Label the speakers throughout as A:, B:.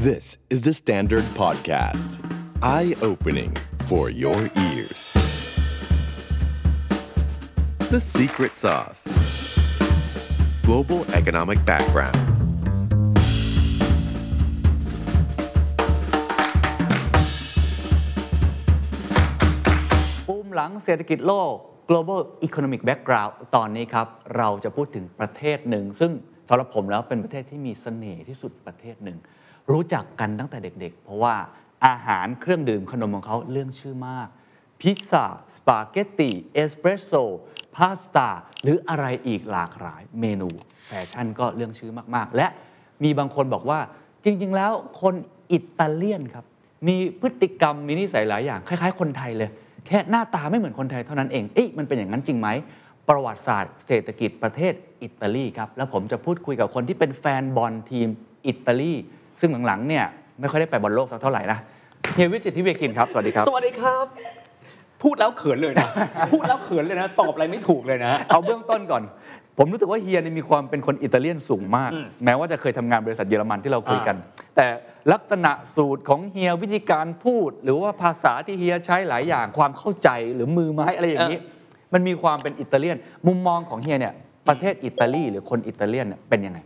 A: This is the Standard Podcast. Eye-opening for your ears. The Secret Sauce. Global Economic Background.
B: ภูมิหลังเศรษฐกิจโลก global economic background ตอนนี้ครับ เราจะพูดถึงประเทศหนึ่ง ซึ่งสำหรับผมแล้วเป็นประเทศที่มีเสน่ห์ที่สุดประเทศหนึ่ง รู้จักกันตั้งแต่เด็กๆ เพราะว่าอาหารเครื่องดื่มขนมของเขาเรื่องชื่อมาก พิซซ่า สปาเกตตีเอสเปรสโซพาสต้าหรืออะไรอีกหลากหลายเมนู แฟชั่นก็เรื่องชื่อมากๆ และมีบางคนบอกว่าจริงๆ แล้วคนอิตาเลียนครับ มีพฤติกรรมมีนิสัยหลายอย่าง คล้าย ๆ คนไทยเลย แค่หน้าตาไม่เหมือนคนไทยเท่านั้นเอง เอ๊ะมันเป็นอย่างนั้นจริงไหม ประวัติศาสตร์เศรษฐกิจประเทศอิตาลีครับ แล้วผมจะพูดคุยกับคนที่เป็นแฟนบอลทีมอิตาลี ซึ่งหลังๆเนี่ยไม่ค่อยได้ไปบอลโลกสักเท่าไหร่นะเฮียวิทย์สิทธิเวกินครับ สวัสดีครับ
C: สวัสดีครับ พูดแล้วเขินเลยนะ พูดแล้วเขินเลยนะ ตอบอะไรไม่ถูกเลยนะ
B: เอาเบื้องต้นก่อน ผมรู้สึกว่าเฮียเนี่ยมีความเป็นคนอิตาเลียนสูงมาก แม้ว่าจะเคยทำงานบริษัทเยอรมันที่เราคุยกัน แต่ลักษณะสูตรของเฮียวิธีการพูด หรือว่าภาษาที่เฮียใช้หลายอย่างความเข้าใจหรือมือไม้อะไรอย่างนี้ มันมีความเป็นอิตาเลียน มุมมองของเฮียเนี่ยประเทศอิตาลีหรือคนอิตาเลียนเนี่ยเป็นยังไง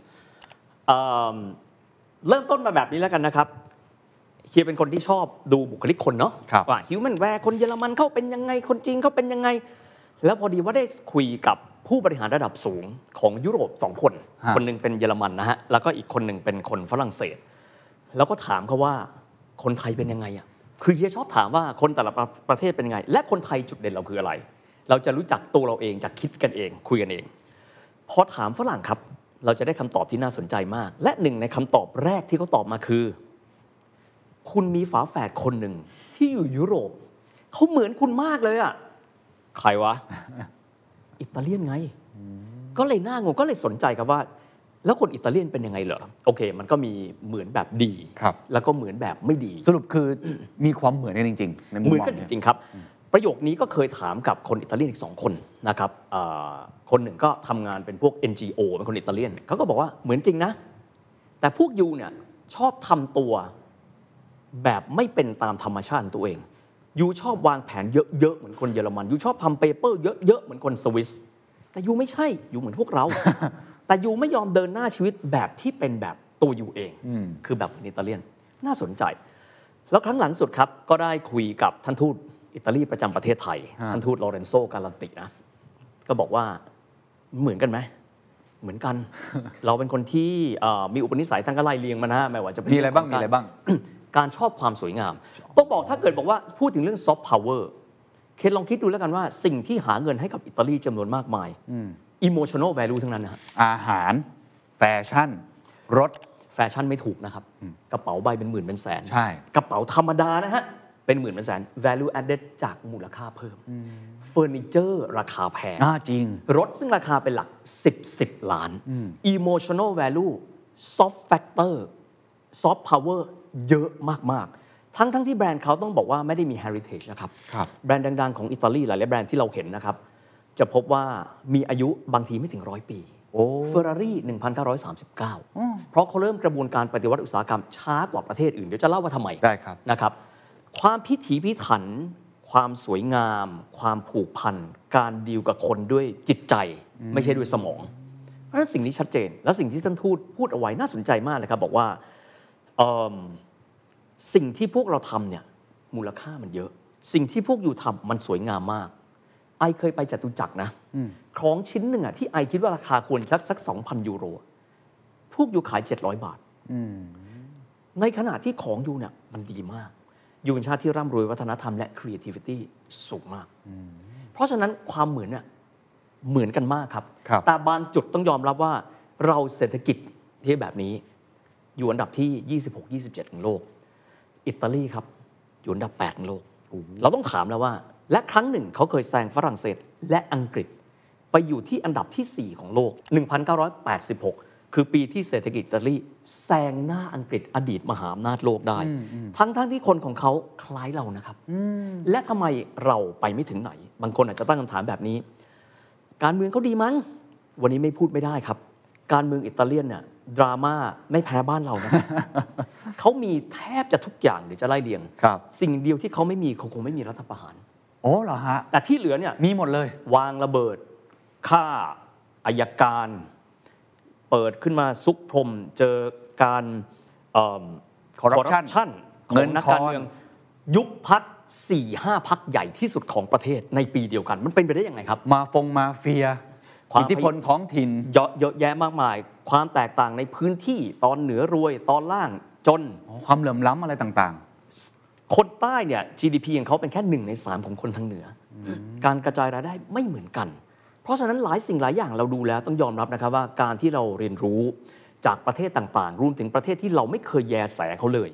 C: เอิ่มเริ่มต้นมาแบบนี้แล้วกันนะครับเฮียเป็นคนที่ชอบดูบุคลิกคนเนาะ
B: ครับ
C: ว่าฮิวแมนแวร์คนเยอรมันเขาเป็นยังไง คนจีนเขาเป็นยังไง แล้วพอดีว่าได้คุยกับผู้บริหารระดับสูงของยุโรปสองคน
B: ฮะ
C: คนหนึ่งเป็นเยอรมันนะฮะ แล้วก็อีกคนหนึ่งเป็นคนฝรั่งเศส แล้วก็ถามเขาว่าคนไทยเป็นยังไงอ่ะคือเฮียชอบถามว่าคนแต่ละประประเทศเป็นยังไง และคนไทยจุดเด่นเราคืออะไร เราจะรู้จักตัวเราเองจากคิดกันเอง คุยกันเอง พอถามฝรั่งครับ เราจะได้คำตอบที่น่าสนใจมาก และหนึ่งในคำตอบแรกที่เขาตอบมาคือ คุณมีฝาแฝดคนหนึ่งที่อยู่ยุโรปเขาเหมือนคุณมากเลยอะ่ะใครว ะ อิตาเลียนไง ก็เลยน่างงก็เลยสนใจครับว่า แล้วคนอิตาเลียนเป็นยังไงเหรอโอเค มันก็มีเหมือนแบบดี
B: ครับ
C: แล้วก็เหมือนแบบไม่ดี
B: สรุปคือมีความเหมือนกันจริงๆในมุม
C: เหมือน
B: มอง
C: กันจ
B: เนี่ย
C: ริง ๆ ครับ ประโยคนี้ก็เคยถามกับคนอิตาเลียนอีกสองคนนะครับเอ่อคนหนึ่งก็ทำงานเป็นพวก NGO เป็นคนอิตาเลียนเขาก็บอกว่าเหมือนจริงนะ แต่พวกยูเนี่ยชอบทำตัวแบบไม่เป็นตามธรรมชาติของตัวเองยูชอบวางแผนเยอะ ๆ เหมือนคนเยอรมันยูชอบทำเปเปอร์เยอะๆเหมือนคนสวิสแต่ยูไม่ใช่ยูเหมือนพวก เรา แต่ยูไม่ยอมเดินหน้าชีวิตแบบที่เป็นแบบตัวยูเอง
B: อืม
C: คือแบบคนอิตาเลียนน่าสนใจ แล้วครั้งหลังสุดครับ ก็ได้คุยกับท่านทูตอิตาลีประจำประเทศไทย
B: ฮะ
C: ท่านทูตลอเรนโซการันตินะ ก็บอกว่าเหมือนกันไหม เหมือน กัน เราเป็นคนที่เอ่อมีอุปนิสัยทางการไล่เลียงมานะไม่ว่าจะเป็น
B: มีอะไรบ้างมี
C: เข
B: อะไรบ้าง
C: การชอบความสวยงาม ต้องบอกถ้าเกิดบอกว่าพูดถึงเรื่องซอฟต์พาวเวอร์เคสลองคิดดูแล้วกันว่าสิ่งที่หาเงินให้กับอิตาลีจำนวนมากมายอิโมชันอลแวลูทั้งนั้นนะฮะ
B: อาหาร แฟชั่น รถ
C: แฟชั่นไม่ถูกนะครับ กระเป๋าใบเป็นหมื่นเป็นแสน
B: ใช่
C: กระเป๋าธรรมดานะฮะ เป็นหมื่นเป็นแสน value added จากมูลค่าเพิ่มเฟอร์นิเจอร์ราคาแพง
B: อ่าจริง
C: รถซึ่งราคาเป็นหลัก 10 10 ล้าน emotional value soft factor soft power เยอะมาก ๆ ทั้งทั้งที่แบรนด์เขาต้องบอกว่าไม่ได้มี heritage นะครับ
B: ครับ
C: แบรนด์ดัง ๆ ของอิตาลีหลาย ๆ แบรนด์ที่เราเห็นนะครับ จะพบว่ามีอายุบางทีไม่ถึงร้อยปี
B: โอ้
C: เฟอร์รารี่ 1939 เพราะเขาเริ่มกระบวนการปฏิวัติอุตสาหกรรมช้ากว่าประเทศอื่น เดี๋ยวจะเล่าว่าทำไม
B: ได้ครับ
C: นะครับ ความพิถีพิถัน ความสวยงาม ความผูกพัน การดีลกับคนด้วยจิตใจ ไม่ใช่ด้วยสมอง เพราะฉะนั้นสิ่งนี้ชัดเจน และสิ่งที่ท่านทูตพูดเอาไว้น่าสนใจมากเลยครับ บอกว่าเอิ่มสิ่งที่พวกเราทำเนี่ยมูลค่ามันเยอะ สิ่งที่พวกอยู่ทำมันสวยงามมาก ไอเคยไปจตุจักรนะของชิ้นหนึ่งอะที่ไอคิดว่าราคาควรสักสักสองพันยูโรอะพวกอยู่ขาย 700 บาท ในขณะที่ของยูเนี่ยมันดีมาก ยูเป็นชาติที่ร่ำรวยวัฒนธรรมและ creativity สูงมาก เพราะฉะนั้นความเหมือนเนี่ยเหมือนกันมากครับ
B: ครับ
C: แต่บางจุดต้องยอมรับว่าเราเศรษฐกิจที่แบบนี้ อยู่อันดับที่ 26 27 ของโลก อิตาลีครับ อยู่อันดับ 8 ของโลก เราต้องถามแล้วว่า และครั้งหนึ่งเขาเคยแซงฝรั่งเศสและอังกฤษ ไปอยู่ที่อันดับทีสี่ 4 ของโลก 1986 คือปีที่เศรษฐกิจอิตาลีแซงหน้าอังกฤษอดีตมหาอำนาจโลกได้ ทั้งๆทที่คนของเขาคล้ายเรานะครับ และทำไมเราไปไม่ถึงไหน บางคนอาจจะตั้งคำถามแบบนี้ การเมืองเขาดีมั้ง วันนี้ไม่พูดไม่ได้ครับ การเมืองอิตาเลียนเนี่ย ดราม่าไม่แพ้บ้านเรานะ เขามีแทบจะทุกอย่างเดี๋ยวจะไล่เรียง
B: ครับ
C: สิ่งเดียวที่เขาไม่มีเขาคงไม่มีรัฐประหาร
B: โอ้เหรอฮะ
C: แต่ที่เหลือเนี่ย
B: มีหมดเลย
C: วางระเบิดฆ่าอายการ เปิดขึ้นมาซุกพรม เจอการเอิ่ม
B: Corruption
C: corruption ข
B: เงิ
C: อ
B: น
C: งนัก
B: ทอน
C: การเมืองยุบพักสี่ห้าพักใหญ่ที่สุดของประเทศในปีเดียวกัน มันเป็นไปได้ยังไงครับ
B: มาฟงมาเฟีย
C: ความ
B: อิทธิพลท้องถิ่น
C: เยอะเยอะแยะมากมาย ความแตกต่างในพื้นที่ตอนเหนือรวยตอนล่างจน
B: ความเหลื่อมล้ำอะไรต่าง
C: คนใต้เนี่ย GDP ของเขาเป็นแค่หนึ่งในสามของคนทางเหนืออการกระจายรายได้ไม่เหมือนกัน เพราะฉะนั้นหลายสิ่งหลายอย่างเราดูแล้วต้องยอมรับนะครับว่าการที่เราเรียนรู้จากประเทศต่างๆ รวมถึงประเทศที่เราไม่เคยแยแสเขาเลย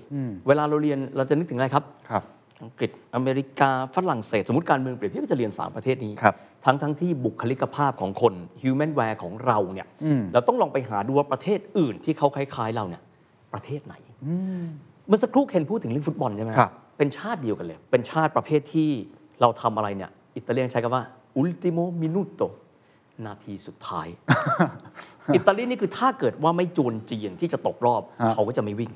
C: เวลาเราเรียนเราจะนึกถึงอะไรครับ
B: ๆ ครับ
C: อังกฤษอเมริกาฝรั่งเศส สมมติการเมืองเปรียบเทียบก็จะเรียน 3 ประเทศนี้
B: ครับ
C: ทั้งทั้งที่บุคลิกภาพของคน human w a r e ของเราเนี่ย
B: อืม
C: เราต้องลองไปหาดูว่าประเทศอื่นที่เขาคล้ายๆเราเนี่ยประเทศไหน
B: อืม
C: เมื่อสักครู่เคนพูดถึงเรื่องฟุตบอลใช่ไหม
B: ครับ
C: เป็นชาติเดียวกันเลย เป็นชาติประเภทที่เราทำอะไรเนี่ย อิตาเลียนใช้คำว่า ultimo minuto นาทีสุด ท้าย อิตาลีนี่คือถ้าเกิดว่าไม่จูนจีนที่จะตกรอบ เขาก็จะไม่วิ่ง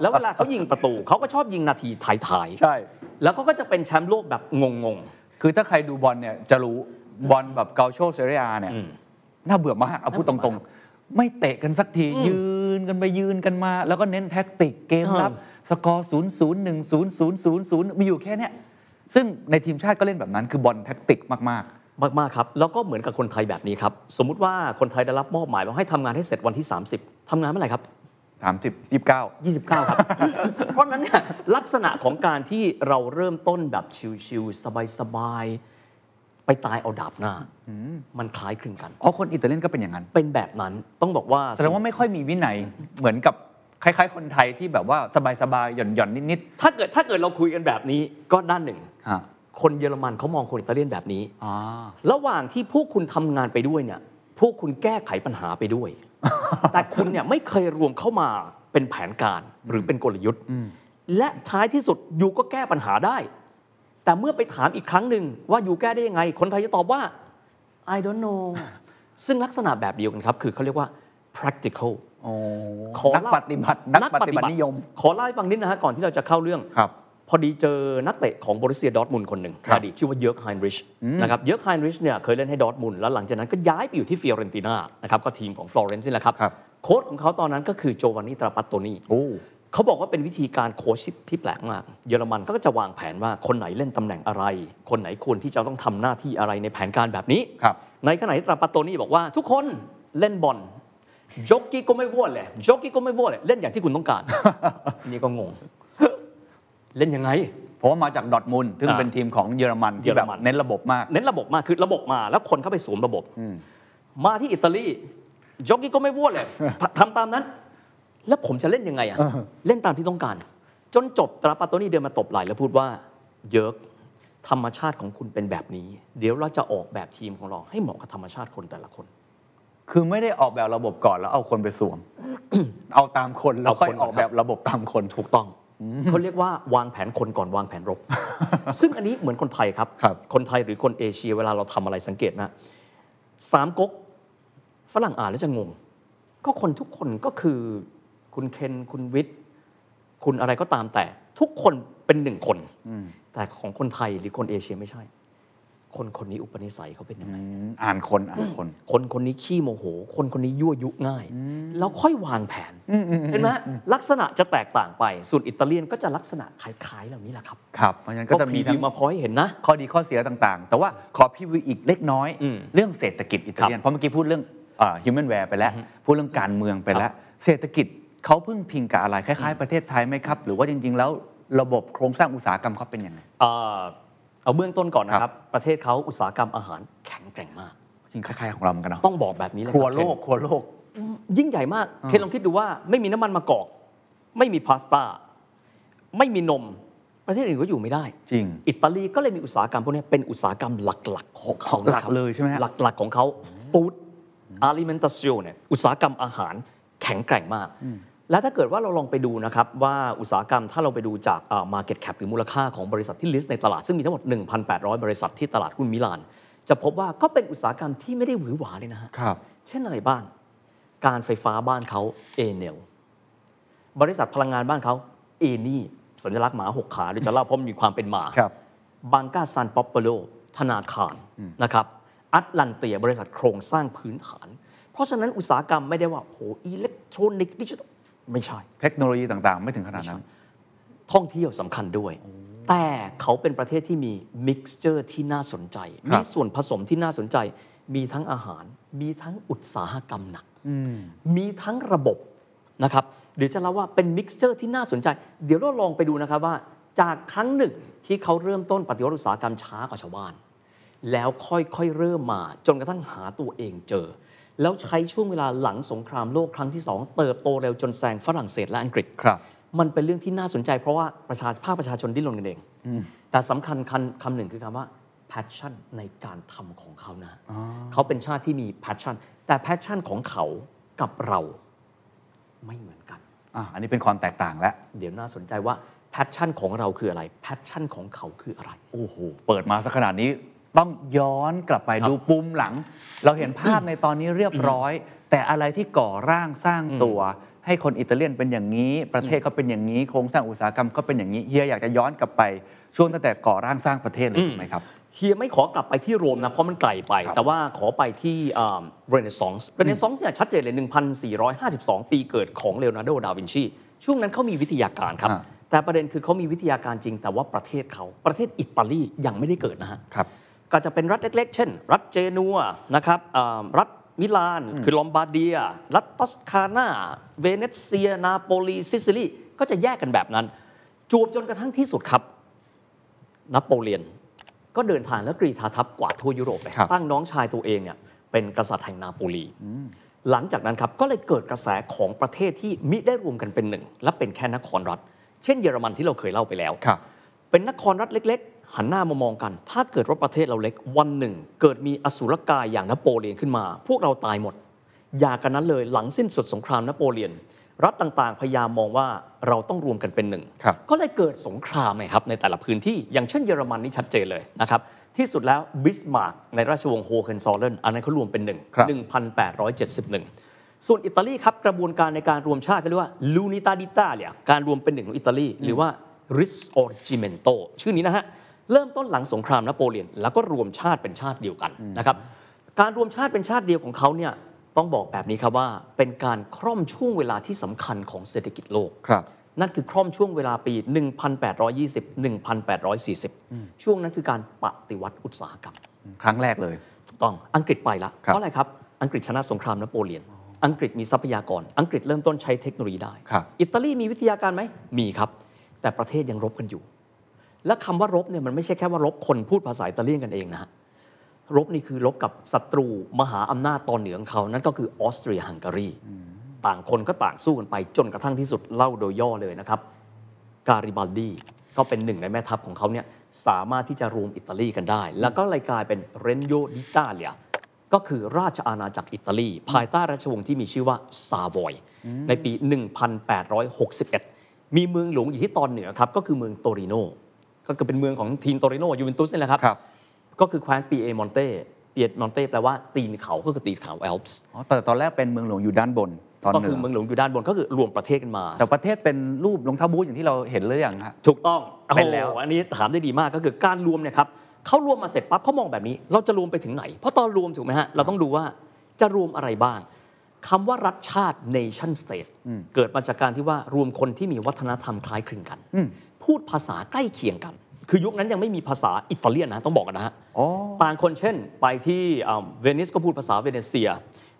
C: แล้วเวลาเขายิงประตู เขาก็ชอบยิงนาทีถ่าย
B: ใช่
C: ๆแล้วเขาก็จะเป็นแชมป์โลกแบบงง
B: คือถ้าใครดูบอลเนี่ย จะรู้บอลแบบเกาโชเซเรียเนี่ย
C: ๆอืม
B: น่าเบื่อมากเอาพูดตรงๆ ไม่เตะกันสักที
C: อืม
B: ยืนกันไปยืนกันมา แล้วก็เน้นแท็กติกเกมรับ
C: เออ
B: สกอร์ 0 0 1 0 0 0 0 มีอยู่แค่เนี้ยซึ่งในทีมชาติก็เล่นแบบนั้นคือบอลแท็กติกมาก
C: มากๆครับ แล้วก็เหมือนกับคนไทยแบบนี้ครับ สมมุติว่าคนไทยได้รับมอบหมายว่าให้ทำงานให้เสร็จวันที่ 30ทำงานเมื่อไหร่ครับ
B: ๆ 30 29
C: 29 ครับ เพราะฉะนั้นเนี่ยลักษณะของการที่เราเริ่มต้นแบบชิวๆสบายๆ ไปตายเอาดาบหน้า มันคล้ายคลึงกัน
B: อ๋อ คนอิตาเลียนก็เป็นอย่างนั้น
C: เป็นแบบนั้นต้องบอกว่า
B: แสดงว่าไม่ค่อยมีวินัยเหมือนกับคล้ายๆ คนไทยที่แบบว่าสบายๆหย่อนๆนิด
C: ถ้าเกิดถ้าเกิดเราคุยกันแบบนี้ก็ด้านหนึ่ง
B: ๆฮะ
C: คนเยอรมันเขามองคนอิตาเลียนแบบนี้
B: อ๋อ
C: ระหว่างที่พวกคุณทำงานไปด้วยเนี่ย พวกคุณแก้ไขปัญหาไป ด้วย แต่คุณเนี่ยไม่เคยรวมเข้ามาเป็นแผนการหรือเป็นกลยุทธ์
B: อืม
C: และท้ายที่สุดยูก็แก้ปัญหาได้ แต่เมื่อไปถามอีกครั้งหนึ่งว่ายูแก้ได้ยังไง คนไทยจะตอบว่า I don't know ซึ่งลักษณะแบบเดียวกันครับ คือเขาเรียกว่า practical
B: โอ้
C: ขอ
B: นัก
C: เล่า
B: ปฏิบัติ นักปฏิบัตินิยม
C: ขอเล่าให้ฟังนิดนะฮะก่อนที่เราจะเข้าเรื่อง
B: ครับ
C: พอดีเจอนักเตะของบริเซียดอร์ทมุนด์คนหนึ่ง
B: ครับ
C: อดีตชื่อว่าเยอร์กไฮนริชนะครับเยอร์กไฮนริชเนี่ยเคยเล่นให้ดอร์ทมุนด์แล้วหลังจากนั้นก็ย้ายไปอยู่ที่ฟิโอเรนติน่านะครับก็ทีมของฟลอเรนซ์นี่แหละครับ
B: ครับ
C: โค้ชของเขาตอนนั้นก็คือโจวานนิตราปัตโตนี
B: โอ้
C: เขาบอกว่าเป็นวิธีการโค้ชที่แปลกมาก เยอรมันก็จะวางแผนว่าคนไหนเล่นตำแหน่งอะไร คนไหนควรที่จะต้องทำหน้าที่อะไรในแผนการแบบนี้
B: ครับ
C: ในขณะที่ตราปัตโตนี่บอกว่าทุกคนเล่นบอลจ็อกกี้ก็ไม่ว่วนเลยจ็อกกี้ก็ไม่ว่วนเลยเล่นอย่างที่คุณต้องการ นี่ก็งง เล่นยังไง
B: เพราะว่ามาจากดอร์ทมุนด์ซึ่ง
C: อ่า
B: เป็นทีมของเยอรมันที่แบบ
C: เยอรมัน
B: เน้นระบบมาก
C: เน้นระบบมากคือระบบมาแล้วคนเข้าไปสวมระบบ
B: อืม
C: มาที่อิตาลีจ็อกกี้ก็ไม่ว่วนเลยททำตามนั้น แล้วผมจะเล่นยังไงอะเล่นตามที่ต้องการ จนจบตราปาโตนี่เดินมาตบไหล่แล้วพูดว่าเยอะธรรมชาติของคุณเป็นแบบนี้ เดี๋ยวเราจะออกแบบทีมของเราให้เหมาะกับธรรมชาติคนแต่ละคน
B: คือไม่ได้ออกแบบระบบก่อนแล้วเอาคนไปสวม เอาตามคนแล้ว
C: เอาคน
B: ค่อยออก
C: ก่อนครับ
B: แบบระบบตามคนถู
C: ถู
B: ก
C: กต้องเขาเรียกว่าวางแผนคนก่อนวางแผนรบ ซึ่งอันนี้เหมือนคนไทยครับ
B: ครับ
C: คนไทยหรือคนเอเชียเวลาเราทำอะไรสังเกตนะสามก๊กฝรั่งอ่านแล้วจะงง ก็คนทุกคนก็คือคุณเคนคุณวิทย์ คุณอะไรก็ตามแต่ ทุกคนเป็นหนึ่งคน แต่ของคนไทยหรือคนเอเชียไม่ใช่ คนคนนี้อุปนิสัยเขาเป็นยังไง
B: อืมอ่านคนอ่านคน
C: คนคนนี้ขี้โมโห คนคนนี้ยั่วยุง่าย แล้วค่อยวางแผน เห็นไหมลักษณะจะแตกต่างไป ส่วนอิตาเลียนก็จะลักษณะคล้ายๆเหล่านี้แหละครับ
B: ครับ เพราะฉะนั้นก็จะมี
C: พ
B: ทั้ง
C: มาพอยเห็นนะ
B: ข้อดีข้อเสียต่างๆ แต่ว่าขอพี่วิวอีกเล็กน้อย
C: อืม
B: เรื่องเศรษฐกิจอิตาเลียน เพราะเมื่อกี้พูดเรื่องฮิวแมนแวร์ไปแล้ว พูดเรื่องการเมืองไปแล้ว เศรษฐกิจเขาพึ่งพิงกับอะไรคล้ายๆประเทศไทยไหมครับ หรือว่าจริงๆ แล้วระบบโครงสร้างอุตสาหกรรมเขาเป็นยังไง
C: เอ่อเอาเบื้องต้นก่อนนะ
B: ค
C: ค
B: รั
C: รับ
B: บ
C: ประเทศเขาอุตสาหกรรมอาหารแข็งแกร่งมาก
B: จริงๆคล้ายๆของเราเหมือนกันเนาะ
C: ต้องบอกแบบนี้เลย
B: ค
C: บ
B: รัวโลก
C: เคน
B: ครัวโลก
C: ยิ่งใหญ่มากเคนลองคิดดูว่าไม่มีน้ำมันมะกอก ไม่มีพาสต้า ไม่มีนม ประเทศอื่นก็อยู่ไม่ได้
B: จริง
C: อิตาลีก็เลยมีอุตสาหกรรมพวกนี้เป็นอุตสาหกรรมหลักๆ ของเขา
B: หลักเลยใช่ไหมฮะ
C: หลักหลักๆของเขาฟู้ดอาลิเมนต i ช n เนี่ยอุตสาหกรรมอาหารแข็งแกร่งมาก และถ้าเกิดว่าเราลองไปดูนะครับว่าอุตสาหกรรมถ้าเราไปดูจากเอ่อ market cap หรือมูลค่าของบริษัทที่ลิสต์ในตลาด ซึ่งมีทั้งหมด 1,800 บริษัทที่ตลาดหุ้นมิลาน จะพบว่าก็เป็นอุตสาหกรรมที่ไม่ได้หวือหวาเลยนะฮะ
B: ครับ
C: เช่นอะไรบ้าง การไฟฟ้าบ้านเขาเอเนลบริษัทพลังงานบ้านเขาเอนี่สัญลักษณ์หมาหกขาเดี๋ยวจะเล่าเพราะมันมีความเป็นหมา
B: ครับ
C: บังกาซันป๊อปเปโลธนาคารนะครับอัตลันเตียบริษัทโครงสร้างพื้นฐาน เพราะฉะนั้นอุตสาหกรรมไม่ได้ว่าโหอิเล็กทรอนิกส์ดิจิทัลไม่ใช่
B: เทคโนโลยีต่างๆ ไม่ถึงขนาดนั้น
C: ท่องเที่ยวสำคัญด้วย แต่เขาเป็นประเทศที่มีมิกซ์เจอร์ที่น่าสนใจ
B: ครับ
C: มีส่วนผสมที่น่าสนใจ มีทั้งอาหาร มีทั้งอุตสาหกรรมหนัก
B: อืม
C: มีทั้งระบบนะครับ เดี๋ยวจะเล่าว่าเป็นมิกซ์เจอร์ที่น่าสนใจ เดี๋ยวเราลองไปดูนะครับว่า จากครั้งหนึ่งที่เขาเริ่มต้นปฏิวัติอุตสาหกรรมช้ากว่าชาวบ้าน แล้วค่อยๆเริ่มมาจนกระทั่งหาตัวเองเจอ แล้วใช้ช่วงเวลาหลังสงครามโลกครั้งที่สองเติบโตเร็วจนแซงฝรั่งเศสและอังกฤษ
B: ครับ
C: มันเป็นเรื่องที่น่าสนใจเพราะว่าประชาภาคประชาชนดิ้นรนกันเอง แต่สำคัญคำคำหนึ่งคือคำว่า passion ในการทำของเขานะ เขาเป็นชาติที่มี passion แต่ passion ของเขากับเราไม่เหมือนกัน
B: อ่ะอันนี้เป็นความแตกต่างแล้ว
C: เดี๋ยวน่าสนใจว่า passion ของเราคืออะไร passion ของเขาคืออะไร
B: โอ้โห เปิดมาสักขนาดนี้ต้องย้อนกลับไป
C: ครับ
B: ดูปุ่มหลัง เราเห็นภาพในตอนนี้เรียบร้อย แต่อะไรที่ก่อร่างสร้างตัว ให้คนอิตาเลียนเป็นอย่างนี้ ประเทศเขาเป็นอย่างนี้ โครงสร้างอุตสาหกรรมก็เป็นอย่างนี้เฮียอยากจะย้อนกลับไปช่วงตั้งแต่ก่อร่างสร้างประเทศเลย
C: อืม
B: ถูกไหมครับ
C: เฮียไม่ขอกลับไปที่โรมนะ เพราะมันไกลไป
B: ครับ
C: แต่ว่าขอไปที่เรเนซองส์เรเนซองส์เนี่ยชัดเจนเลย 1452 ปีเกิดของเลโอนาร์โด ดาวินชี ช่วงนั้นเขามีวิทยาการครับ
B: อ่า
C: แต่ประเด็นคือเขามีวิทยาการจริง แต่ว่าประเทศเขาประเทศอิตาลียังไม่ได้เกิดนะฮะ
B: ครับ
C: ก็จะเป็นรัฐเล็กๆ เช่น รัฐเจนัวนะครับเอ่อรัฐมิลาน คือลอมบาร์เดีย รัฐตอสคานาเวเนเซีย นาโปลี ซิซิลี ก็จะแยกกันแบบนั้น จูบจนกระทั่งที่สุดครับ นโปเลียน ก็เดินทางและกรีธาทัพกวาดทั่วยุโรปไป
B: ครับ
C: ตั้งน้องชายตัวเองเนี่ยเป็นกษัตริย์แห่งนาโปลี หลังจากนั้นครับ ก็เลยเกิดกระแสของประเทศที่มิได้รวมกันเป็นหนึ่ง และเป็นแค่นครรัฐ เช่นเยอรมันที่เราเคยเล่าไปแล้ว
B: ครับ
C: เป็นนครรัฐเล็ก ๆ หันหน้ามามองกัน ถ้าเกิดว่าประเทศเราเล็กวันหนึ่ง เกิดมีอสุรกายอย่างนโปเลียนขึ้นมา พวกเราตายหมด อย่ากันนั้นเลยหลังสิ้นสุดสงครามนโปเลียน รัฐต่างๆ พยายามมองว่าเราต้องรวมกันเป็นหนึ่ง
B: ครับ
C: ก็เลยเกิดสงครามนะครับในแต่ละพื้นที่อย่างเช่นเยอรมันนี่ชัดเจนเลยนะครับ ที่สุดแล้วบิสมาร์กในราชวงศ์โฮเคนซอลเลนอันนั้นเขารวมเป็นหนึ่ง
B: ครับ
C: 1871 ส่วนอิตาลีครับกระบวนการในการรวมชาติก็เรียกว่าลูนิตาดิตาเลียการรวมเป็นหนึ่งของอิตาลีหรือว่า ริสออร์จิเมนโตชื่อนี้นะฮะ เริ่มต้นหลังสงครามนโปเลียน แล้วก็รวมชาติเป็นชาติเดียวกันนะครับการรวมชาติเป็นชาติเดียวของเขาเนี่ยต้องบอกแบบนี้ครับว่าเป็นการคร่อมช่วงเวลาที่สำคัญของเศรษฐกิจโลก
B: ครับ
C: นั่นคือคร่อมช่วงเวลาปี 1820 1840 ช่วงนั้นคือการปฏิวัติอุตสาหกรรม
B: ครั้งแรกเลย
C: ถูกต้อง อังกฤษไปละ
B: ครับ
C: เพราะอะไรครับ อังกฤษชนะสงครามนโปเลียน อังกฤษมีทรัพยากร อังกฤษเริ่มต้นใช้เทคโนโลยีได้
B: ครับ
C: อิตาลีมีวิทยาการไหม มีครับ แต่ประเทศยังรบกันอยู่ และคำว่ารบเนี่ยมันไม่ใช่แค่ว่ารบคนพูดภาษาอิตาเลียนกันเองนะฮะ รบนี่คือรบกับศัตรูมหาอำนาจตอนเหนือของเขา นั่นก็คือออสเตรียฮังการี ต่างคนก็ต่างสู้กันไปจนกระทั่งที่สุดเล่าโดยย่อเลยนะครับ การิบัลดีก็เป็นหนึ่งในแม่ทัพของเขาเนี่ยสามารถที่จะรวมอิตาลีกันได้ แล้วก็เลยกลายเป็นเรนโยดิตาเลียก็คือราชอาณาจักรอิตาลี ภายใต้ราชวงศ์ที่มีชื่อว่าซาวอย ในปี 1861 มีเมืองหลวงอยู่ที่ตอนเหนือครับ ก็คือเมืองโตริโน ก็คือเป็นเมืองของทีมโตริโนยูเวนตุสนี่แหละครับ
B: ครับ
C: ก็คือแคว้นปีเอมอนเต้ปีเอมอนเต้แปลว่าตีนเขาก็คือตีนเขาแอลป์ส
B: อ๋อแต่ตอนแรกเป็นเมืองหลวงอยู่ด้านบน ตอน
C: ก็
B: เหนื
C: คือ
B: อ
C: เมืองหลวงอยู่ด้านบนก็คือรวมประเทศกันมา
B: แต่ประเทศเป็นรูปรองเท้าบู๊อย่างที่เราเห็นหรือยังฮะ
C: ถูกต้อง
B: เป็นแล้ว
C: โอ้โหอันนี้ถามได้ดีมากก็คือการรวมเนี่ยครับเขารวมมาเสร็จปั๊บเขามองแบบนี้ เราจะรวมไปถึงไหน เพราะตอนรวมถูกไหมฮะ เราต้องดูว่าจะรวมอะไรบ้างคำว่ารัฐชาติ nation state เกิดมาจากการที่ว่ารวมคนที่มีวัฒนธรรมคล้ายคลึงกัน พูดภาษาใกล้เคียงกัน คือยุคนั้นยังไม่มีภาษาอิตาเลียนนะต้องบอกกันนะฮะ
B: อ๋อ
C: ต่างคนเช่นไปที่เอ่อเวนิสก็พูดภาษาเวเนเซีย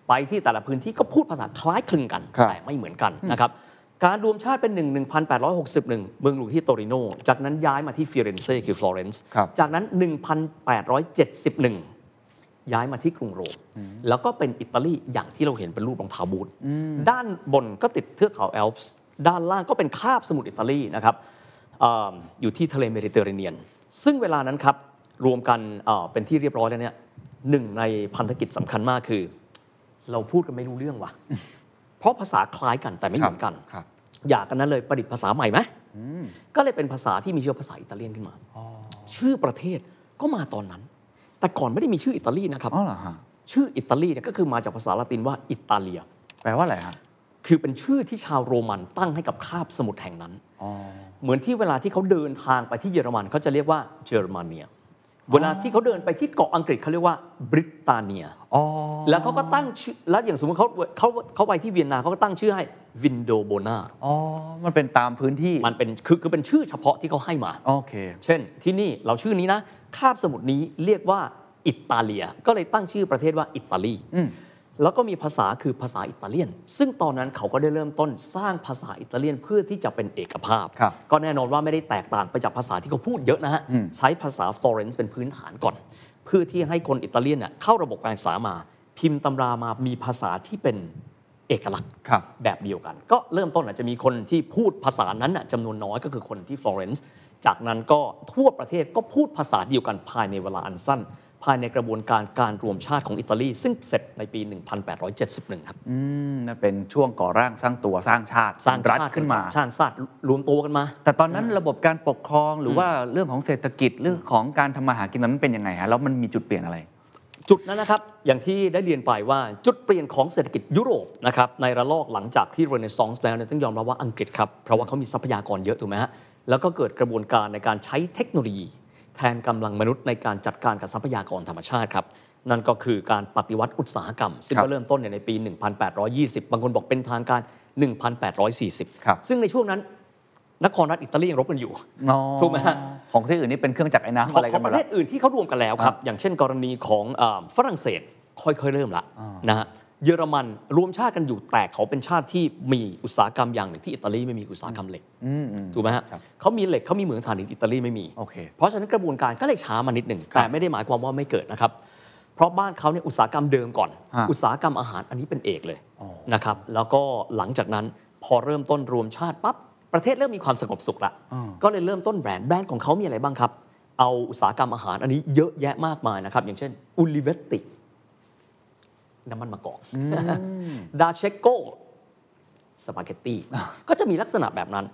C: ไปที่แต่ละพื้นที่ก็พูดภาษาคล้ายคลึงกัน
B: ครับ
C: แต่ไม่เหมือนกันนะครับ การรวมชาติเป็น 1 1861 เมืองหลวงที่โตริโน จากนั้นย้ายมาที่ฟิเรนเซ่คือฟลอเรนซ์
B: ครับ
C: จากนั้น 1871 ย้ายมาที่กรุงโรม แล้วก็เป็นอิตาลีอย่างที่เราเห็นเป็นรูปรองเท้าบูทด้านบนก็ติดเทือกเขาแอลป์สด้านล่างก็เป็นคาบสมุทรอิตาลีนะครับเอ่ออยู่ที่ทะเลเมดิเตอร์เรเนียน ซึ่งเวลานั้นครับ รวมกันเอ่อเป็นที่เรียบร้อยแล้วเนี่ยหนึ่งในพันธกิจสำคัญมากคือ เราพูดกันไม่รู้เรื่องว่ะ เพราะภาษาคล้ายกันแต่ไม่เหมือนกัน
B: ครับ
C: อยากกันนั้นเลยประดิษฐ์ภาษาใหม่ไหมก็เลยเป็นภาษาที่มีชื่อภาษาอิตาเลียนขึ้นมา ชื่อประเทศก็มาตอนนั้น แต่ก่อนไม่ได้มีชื่ออิตาลีนะครับ
B: อ๋อเหรอฮะ
C: ชื่ออิตาลีเนี่ยก็คือมาจากภาษาละตินว่าอิตาเลีย
B: แป
D: แปลว่าอะไรฮะ
C: คือเป็นชื่อที่ชาวโรมันตั้งให้กับคาบสมุทรแห่งนั้น
D: อ๋อ
C: เหมือนที่เวลาที่เขาเดินทางไปที่เยอรมันเขาจะเรียกว่าเยอรมเนีย เวลาที่เขาเดินไปที่เกาะอังกฤษเขาเรียกว่าบริตาเนีย
B: อ๋อ
C: แล้วเขาก็ตั้งชื่อแล้วอย่างสมมติเขาเขาเขาไปที่เวียนนาเขาก็ตั้งชื่อให้วินโดโบนา
B: อ๋อมันเป็นตามพื้นที่
C: มันเป็นคือคือเป็นชื่อเฉพาะที่เขาให้มา
B: โอเค
C: เช่น ที่นี่เราชื่อนี้นะคาบสมุทรนี้เรียกว่าอิตาเลีย ก็เลยตั้งชื่อประเทศว่าอิตาลี
B: อืม
C: แล้วก็มีภาษาคือภาษาอิตาเลียน ซึ่งตอนนั้นเขาก็ได้เริ่มต้นสร้างภาษาอิตาเลียนเพื่อที่จะเป็นเอกภาพ
D: ครับ
C: ก็แน่นอนว่าไม่ได้แตกต่างไปจากภาษาที่เขาพูดเยอะนะฮะ ใช้ภาษาฟลอเรนซ์เป็นพื้นฐานก่อน เพื่อที่ให้คนอิตาเลียนเนี่ยเข้าระบบการศึกษามา พิมพ์ตำรามามีภาษาที่เป็นเอกลักษณ์
D: ครับ
C: แบบเดียวกัน ก็เริ่มต้นอาจจะมีคนที่พูดภาษานั้นน่ะจำนวนน้อยก็คือคนที่ฟลอเรนซ์จากนั้นก็ทั่วประเทศก็พูดภาษาเดียวกันภายในเวลาอันสั้น ภายในกระบวนการการรวมชาติของอิตาลี ซึ่งเสร็จในปี 1871 ครับ
B: อืมนั่นเป็นช่วงก่อร่างสร้างตัวสร้างชาติ
C: สร้าง
B: รัฐ
C: ชาติ
B: ขึ้นมา
C: ชาติชาติรวมตัวกันมา
B: แต่ตอนนั้นระบบการปกครองหรือว่าเรื่องของเศรษฐกิจเรื่องของการทำมาหากินตอนนั้นเป็นยังไงฮะแล้วมันมีจุดเปลี่ยนอะไร
C: จุดนั้นนะครับ อย่างที่ได้เรียนไปว่าจุดเปลี่ยนของเศรษฐกิจยุโรปนะครับในระลอกหลังจากที่เรเนซองส์แล้วเนี่ยต้องยอมรับว่าอังกฤษครับ เพราะว่าเขามีทรัพยากรเยอะถูกไหมฮะแล้วก็เกิดกระบวนการในการใช้เทคโนโลยี แทนกำลังมนุษย์ในการจัดการกับทรัพยากรธรรมชาติครับ นั่นก็คือการปฏิวัติอุตสาหกรรม ซึ่ง
D: ครับ
C: ก็เริ่มต้นเนี่ยในปี 1820 บางคนบอกเป็นทางการ
D: ครับ
C: 1840 ซึ่งในช่วงนั้นนครรัฐอิตาลียังรบกันอยู่
B: อ๋อ
C: ถูกไหมฮะ
B: ของที่อื่นนี่เป็นเครื่องจักรไอ้น้ำ
C: ขอ
B: อะ
C: ง
B: ไร
C: ข
B: กั
C: อน ง
B: หม
C: ป
B: ด
C: ระเท
B: ละ
C: ศอื่นที่เขาร่วมกันแล้วครับ อย่างเช่นกรณีของอ่าฝรั่งเศสค่อยๆเริ่มละนะฮะเยอรมันรวมชาติกันอยู่แต่เขาเป็นชาติที่มีอุตสาหกรรมอย่างหนึ่งที่อิตาลีไม่มีอุตสาหกรรมเหล็กถูกไหมฮะเขามีเหล็กเขามีเหมืองถ่านหินอิตาลีไม่มี
D: โอเค
C: เพราะฉะนั้นกระบวนการก็เลยช้ามานิดหนึ่งแต่ไม่ได้หมายความว่าไม่เกิดนะครับ เพราะบ้านเขาเนี่ยอุตสาหกรรมเดิมก่อน
D: ฮะ
C: อุตสาหกรรมอาหารอันนี้เป็นเอกเลยนะครับแล้วก็หลังจากนั้นพอเริ่มต้นรวมชาติปั๊บประเทศเริ่มมีความสงบสุขละก็เลยเริ่มต้นแบรนด์แบรนด์ของเขามีอะไรบ้างครับ เอาอุตสาหกรรมอาหารอันนี้เยอะแยะมากมายนะครับ อย่างเช่นอุลิเวติน้ำมันมะกอกดาเชโก สปาเกตตี้ก็จะมีลักษณะแบบนั้น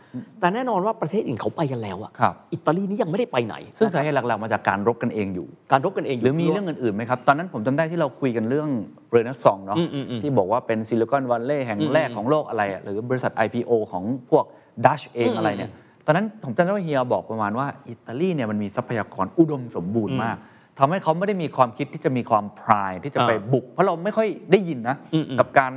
C: แต่แน่นอนว่าประเทศอื่นเขาไปกันแล้วอะ
D: ครับ
C: อิตาลีนี่ยังไม่ได้ไปไหน
B: ซึ่งสาเหตุหลักๆมาจากการรบกันเองอยู่
C: การรบกันเอง
B: หรือมี
C: ยู่
B: เรื่องอื่นๆไหมครับ ตอนนั้นผมจำได้ที่เราคุยกันเรื่องเรเนซองเนาะ
C: อืมอืมอืม
B: ที่บอกว่าเป็นซิลิคอนวั l เลย์แห่งแรกของโลกอะไรอะหรือบริษัท IPO ของพวกดัชเอง
C: อืม
B: อะไรเนี่ย ตอนนั้นผมจำได้ว่าเฮียบอกประมาณว่า อิตาลีเนี่ยมันมีทรัพยากรอุดมสมบูรณ์มากทำให้เขาไม่ได้มีความคิดที่จะมีความพรายที่จะไป
C: อ่า
B: บุก เพราะเราไม่ค่อยได้ยินนะ
C: อืมอืม
B: กับการ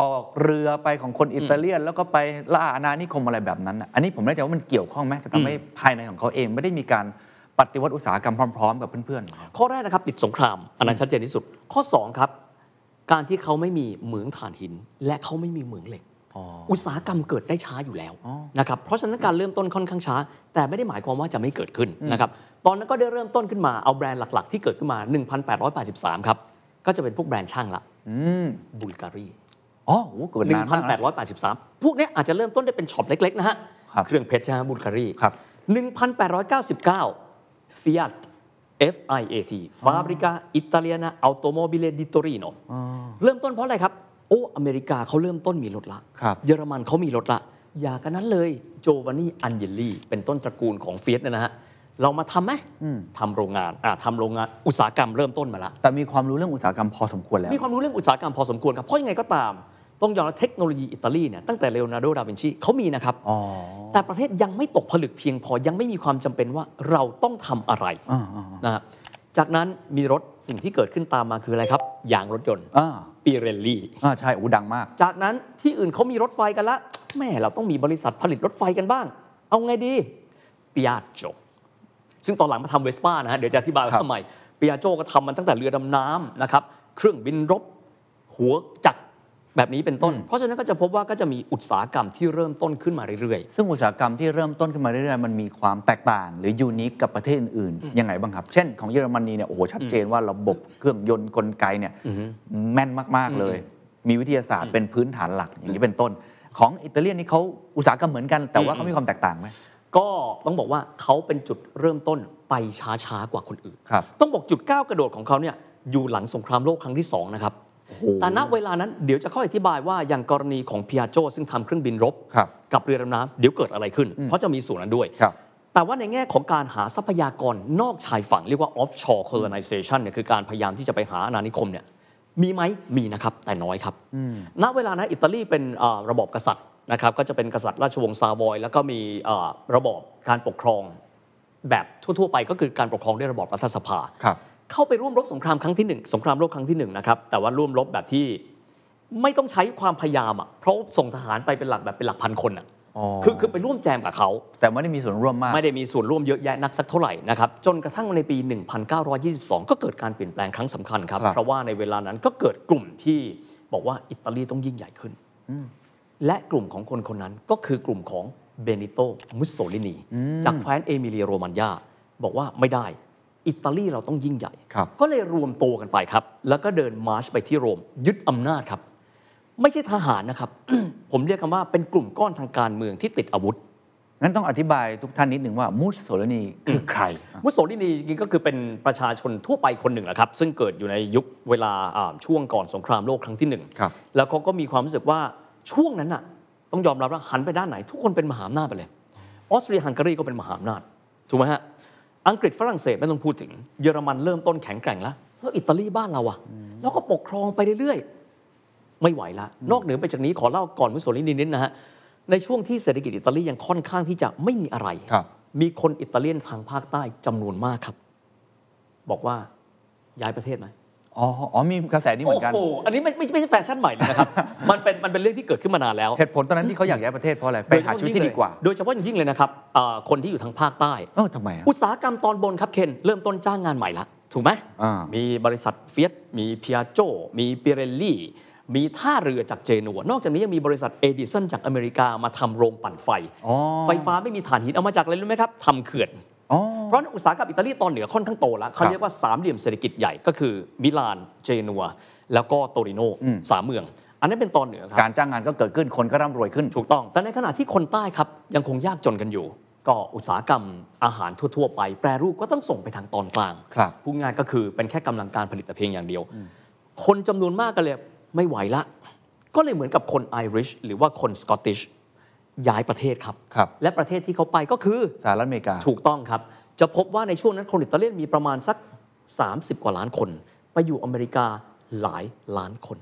B: ออกเรือไปของคนอิตาเลียน แล้วก็ไปล่าอาณานิคมอะไรแบบนั้นน่ะอันนี้ผมไม่แน่ใจว่ามันเกี่ยวข้องไหมกับทำให้ภายในของเขาเองไม่ได้มีการปฏิวัติอุตสาหกรรมพร้อม ๆ กับเพื่อนๆ
C: ข้อแรกนะครับ ติดสงคราม อันนั้นชัดเจนที่สุด ข้อ 2 ครับ การที่เขาไม่มีเหมืองถ่านหิน และเขาไม่มีเหมืองเหล็ก อุตสาหกรรมเกิดได้ช้าอยู่แล้วนะครับเพราะฉะนั้นการเริ่มต้นค่อนข้างช้า แต่ไม่ได้หมายความว่าจะไม่เกิดขึ้นนะครับตอนนั้นก็ได้เริ่มต้นขึ้นมาเอาแบรนด์หลัก ๆ ที่เกิดขึ้นมา 1883 ครับ ก็จะเป็นพวกแบรนด์ช่างละบูลการี
B: อ๋อโหเกิดนานมากนะ
C: 1883 พวกเนี้ยอาจจะเริ่มต้นได้เป็นช็อปเล็ก ๆ นะฮะ
B: ครับ
C: เครื่องเพชรใช่ไหมบุลการี
B: ครับ
C: 1899 Fiat FIAT Fabrica Italiana Automobile di Torino เริ่มต้นเพราะอะไรครับ โอ้ อเมริกาเขาเริ่มต้นมีรถละ
D: ครับ
C: เยอรมันเขามีรถละ อย่ากันนั้นเลยโจวานี่อันเยลลี่เป็นต้นตระกูลของเฟียสนะฮะ เรามาทำไหมทำโรงงานอ่ะทำโรงงานอุตสาหกรรมเริ่มต้นมาละ
B: แต่มีความรู้เรื่องอุตสาหกรรมพอสมควรแล้ว
C: มีความรู้เรื่องอุตสาหกรรมพอสมควรครับ เพราะยังไงก็ตาม ต้องยอมรับเทคโนโลยีอิตาลีเนี่ยตั้งแต่เลโอนาร์โด ดาวินชีเขามีนะครับ
B: อ๋อ
C: แต่ประเทศยังไม่ตกผลึกเพียงพอยังไม่มีความจำเป็นว่าเราต้องทำอะไรนะฮะจากนั้นมีรถสิ่งที่เกิดขึ้นตามมาคืออะไรครับยางรถยนต์
B: อ่า
C: ปิเรลลี่
B: อ่าใช่อู้ดังมาก
C: จากนั้นที่อื่นเขามีรถไฟกันละแหม่เราต้องมีบริษัทผลิตรถไฟกันบ้าง เอาไงดีปิอาโจซึ่งตอนหลังมาทำเวสป้านะฮะ เดี๋ยวจะอธิบายว่า
B: ครับ
C: ทำไมปิอาโจก็ทำมันตั้งแต่เรือดำน้ำนะครับ เครื่องบินรบ หัวจักรแบบนี้เป็นต้น
B: อืม
C: เพราะฉะนั้นก็จะพบว่าก็จะมีอุตสาหกรรมที่เริ่มต้นขึ้นมาเรื่อย
B: ซึ่งอุตสาหกรรมที่เริ่มต้นขึ้นมาเรื่อยๆ มันมีความแตกต่าง หรือยูนิคกับประเทศอื่นๆ ยังไงบ้างครับ เช่นของเยอรมนีเนี่ย โอ้โห ชัดเจนว่าระบบเครื่องยนต์กลไกเนี่ยแม่นมากๆเลย มีวิทยาศาสตร์เป็นพื้นฐานหลักอย่างนี้เป็นต้น ของอิตาเลียนนี่เขาอุตสาหกรรมเหมือนกัน แต่ว่าเขามีความแตกต่างไหม
C: ๆ ก็ต้องบอกว่าเขาเป็นจุดเริ่มต้นไปช้าๆกว่าคนอื่น
D: ครับ
C: ต้องบอกจุดก้าวกระโดดของเขาเนี่ยอยู่หลังสงครามโลกครั้งที่ 2 นะครับ แต่ณเวลานั้นเดี๋ยวจะเข้าอธิบายว่าอย่างกรณีของพิอาโจซึ่งทำเครื่องบินรบ
D: ครับ
C: กับเรือดำน้ำเดี๋ยวเกิดอะไรขึ้น เพราะจะมีส่วนนั้นด้วย
D: ครับ
C: แต่ว่าในแง่ของการหาทรัพยากรนอกชายฝั่ง เรียกว่า offshore colonization เนี่ยคือการพยายามที่จะไปหาอาณานิคมเนี่ย มีไหมมีนะครับแต่น้อยครับ ณเวลานั้นอิตาลีเป็นเอ่อระบอบกษัตริย์นะครับก็จะเป็นกษัตริย์ราชวงศ์ซาบอย แล้วก็มีเอ่อระบอบการปกครองแบบทั่วๆไปก็คือการปกครองด้วยระบอบรัฐสภา
D: ครับ
C: เข้าไปร่วมรบสงครามครั้งที่หนึ่งสงครามโลกครั้งที่หนึ่งนะครับแต่ว่าร่วมรบแบบที่ไม่ต้องใช้ความพยายามอ่ะเพราะส่งทหารไปเป็นหลักแบบเป็นหลักพันคนอ่ะ
B: อ๋อ
C: คือคือไปร่วมแจมกับเขา
B: แต่ไม่ได้มีส่วนร่วมมาก
C: ไม่ได้มีส่วนร่วมเยอะแยะนักสักเท่าไหร่นะครับ จนกระทั่งในปี 1922 ก็เกิดการเปลี่ยนแปลงครั้งสำคัญครับ
D: ครับ
C: เพราะว่าในเวลานั้นก็เกิดกลุ่มที่บอกว่าอิตาลีต้องยิ่งใหญ่ขึ้น และกลุ่มของคนคนนั้นก็คือกลุ่มของเบนิโตมุสโซลินีจากแคว้นเอมิเลียโรมันญาบอกว่าไม่ได้อิตาลีเราต้องยิ่งใหญ่
D: ครับ
C: ก็เลยรวมตัวกันไปครับ แล้วก็เดินมาร์ชไปที่โรม ยึดอำนาจครับ ไม่ใช่ทหารนะครับ ผมเรียกกันว่าเป็นกลุ่มก้อนทางการเมืองที่ติดอาวุธ
B: งั้นต้องอธิบายทุกท่านนิดหนึ่งว่ามุสโสลินีคือใคร
C: มุสโสลินีจริงๆก็คือเป็นประชาชนทั่วไปคนหนึ่งแหละครับ ซึ่งเกิดอยู่ในยุคเวลาอ่าช่วงก่อนสงครามโลกครั้งที่หนึ่ง
D: ครับ
C: แล้วเขาก็มีความรู้สึกว่าช่วงนั้นน่ะต้องยอมรับว่าหันไปด้านไหน ทุกคนเป็นมหาอำนาจไปเลยออสเตรียฮังการีก็เป็นมหาอำนาจถูกไหมฮะอังกฤษฝรั่งเศสไม่ต้องพูดถึง เยอรมันเริ่มต้นแข็งแกร่งแล้วแล้วอิตาลีบ้านเราอะแล้วก็ปกครองไปเรื่อยๆไม่ไหวละนอกเหนือไปจากนี้ขอเล่าก่อนมุสโสลินีนิดนะฮะในช่วงที่เศรษฐกิจอิตาลียังค่อนข้างที่จะไม่มีอะไร
D: ครับ
C: มีคนอิตาเลียนทางภาคใต้จำนวนมากครับ บอกว่าย้ายประเทศไหม
B: อ๋อ อ๋อ มีกระแสนี้เหมือนกัน
C: โอ้โหอันนี้ไม่ไม่ไม่ใช่แฟชั่นใหม่ นะครับ มันเป็นมันเป็นเรื่องที่เกิดขึ้นมานานแล้ว
B: เหตุผลตอนนั้นที่เขาอยากย้ายประเทศเพราะอะไร ไปหาชีวิตที่ดีกว่า
C: โดยเฉพาะอย่างยิ่งเลยนะครับอ่าคนที่อยู่ทางภาคใต้
B: เออทำไมอะ
C: อุตสาหกรรมตอนบนครับเคน เริ่มต้นจ้างงานใหม่ละ ถูกไหม
B: อ่ามี
C: มีบริษัทเฟียสมีเพียโจ มีเปเรลลี่ มีท่าเรือจากเจนัว นอกจากนี้ยังมีบริษัทเอดิสันจากอเมริกามาทำโรงปั่นไฟ
B: อ๋อ
C: ไฟฟ้าไม่มีถ่านหินเอามาจากอะไรรู้ไหมครับทำเขื่อน
B: อ๋อ
C: เพราะอุตสาหกรรมอิตาลีตอนเหนือค่อนข้างโตแล้วเขาเรียกว่าสามเหลี่ยมเศรษฐกิจใหญ่ก็คือมิลาน เจนัว แล้วก็โตริโน
B: อืม
C: สามเมือง อันนั้นเป็นตอนเหนือ
B: การ
C: คั
B: ร
C: บ
B: จ้างงานก็เกิดขึ้น คนก็ร่ำรวยขึ้น
C: ถูกต้อง แต่ในขณะที่คนใต้ครับ ยังคงยากจนกันอยู่ ก็อุตสาหกรรมอาหารทั่ว ๆ ไป แปรรูปก็ต้องส่งไปทางตอนกลาง
D: ครับ
C: พูดง่ายก็คือเป็นแค่กำลังการผลิตแต่เพียงอย่างเดียว คนจำนวนมากก็เลยไม่ไหวละ ก็เลยเหมือนกับคนไอริชหรือว่าคนสกอตติชย้ายประเทศครับ
D: ครับ
C: และประเทศที่เขาไปก็คือ
B: สหรัฐอเมริกา
C: ถูกต้องครับ จะพบว่าในช่วงนั้นคนอิตาเลียนมีประมาณสัก 30 กว่าล้านคน ไปอยู่อเมริกาหลายล้านคน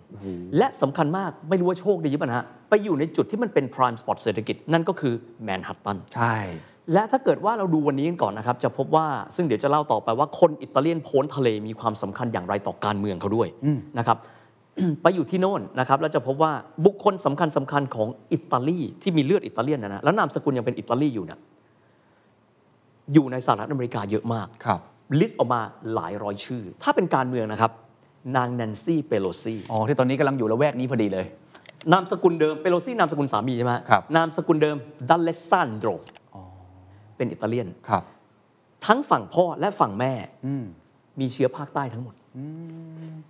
C: และสำคัญมากไม่รู้ว่าโชคดีป่ะนะฮะ ไปอยู่ในจุดที่มันเป็น prime spot เศรษฐกิจ นั่นก็คือแมนฮัตตัน
B: ใช่
C: และถ้าเกิดว่าเราดูวันนี้กันก่อนนะครับ จะพบว่าซึ่งเดี๋ยวจะเล่าต่อไปว่าคนอิตาเลียนโพ้นทะเลมีความสำคัญอย่างไรต่อการเมืองเขาด้วยนะครับ ไปอยู่ที่โน่นนะครับแล้วจะพบว่าบุคคลสำคัญสำคัญของอิตาลีที่มีเลือดอิตาเลียนนะนะแล้วนามสกุลยังเป็นอิตาลีอยู่นะอยู่ในสหรัฐอเมริกาเยอะมาก
D: ครับ
C: ลิสต์ออกมาหลายร้อยชื่อ ถ้าเป็นการเมืองนะครับ นางแนนซี่เปโลซี
B: อ๋อ ที่ตอนนี้กำลังอยู่ละแวกนี้พอดีเลย
C: นามสกุลเดิมเปโลซี่นามสกุลสามีใช่ไหมฮะ
D: ครับ
C: นามสกุลเดิมดัลเลสซานโดรเป็นอิตาเลียน
D: ครับ
C: ทั้งฝั่งพ่อและฝั่งแม่มีเชื้อภาคใต้ทั้งหมด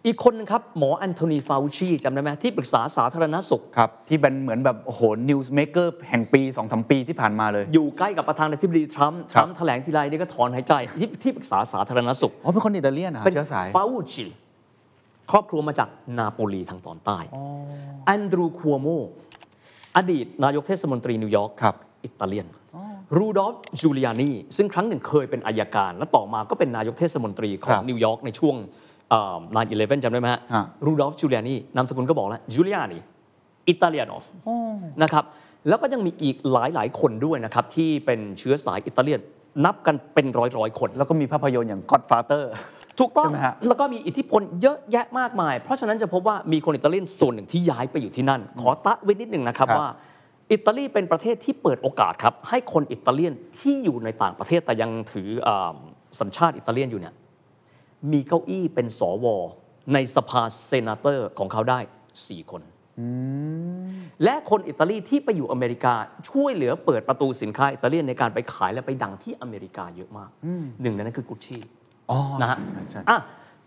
C: อีกคนนึงครับ หมอแอนโทนีฟาวชีจำได้ไหมที่ปรึกษาสาธารณสุข
D: ครับ
B: ที่เป็นเหมือนแบบ โอ้โห นิวส์เมเกอร์แห่งปี2อสปีที่ผ่านมาเลย
C: อยู่ใกล้กับประธานาธิบดีทรัมป์ท
D: ครั
C: รับ มป์แถลงทีไรนี่ก็ถอนหายใจที่ที่ปรึกษาสาธารณสุข
B: อ๋อ เป็นคนอิตาเลียนนะ
C: เป็น
B: เชื้อสาย
C: ฟาวชีครอบครัวมาจากนาโปลีทางตอนใต้แอนดรูคัวโมอดีตนายกเทศมนตรีนิวยอร์ก
D: ครับ
C: อิตาเลียน รูดอล์ฟจูเลียนีซึ่งครั้งหนึ่งเคยเป็นอายการ และต่อมาก็เป็นนายกเทศมนตรีข
D: ค
C: อง
D: รับ
C: นิวยอร์กในช่วงเอ่อ9-11จำได้ไหมฮะ
D: ฮะ
C: รูดอล์ฟจูเลียนีนามสกุลก็บอกแล้วจูเลียนีอิตาเลียนอนะครับ แล้วก็ยังมีอีกหลาย ๆ คนด้วยนะครับ ที่เป็นเชื้อสายอิตาเลียน นับกันเป็นร้อยๆคน
B: แล้วก็มีภาพยนตร์อย่าง Godfather
C: ถูกต้อง
B: ใช่ไหมฮะ
C: แล้วก็มีอิทธิพลเยอะแยะมากมาย เพราะฉะนั้นจะพบว่ามีคนอิตาเลียนส่วนหนึ่งที่ย้ายไปอยู่ที่นั่น ขอตะไว้นิดหนึ่งนะครับ
D: ครับ
C: ว่า อิตาลีเป็นประเทศที่เปิดโอกาสครับ ให้คนอิตาเลียนที่อยู่ในต่างประเทศแต่ยังถืออ่าสัญชาติอิตาเลียนอยู่เนี่ยมีเก้าอี้เป็นสว ในสภาเซนาเตอร์ของเขาได้ 4 คน และคนอิตาลีที่ไปอยู่อเมริกาช่วยเหลือเปิดประตูสินค้าอิตาเลียนในการไปขายและไปดังที่อเมริกาเยอะมากหนึ่งในนั้นคือกุชชี่
B: อ๋อ
C: นะฮะ
B: ใช่ใช่
C: อ่ะ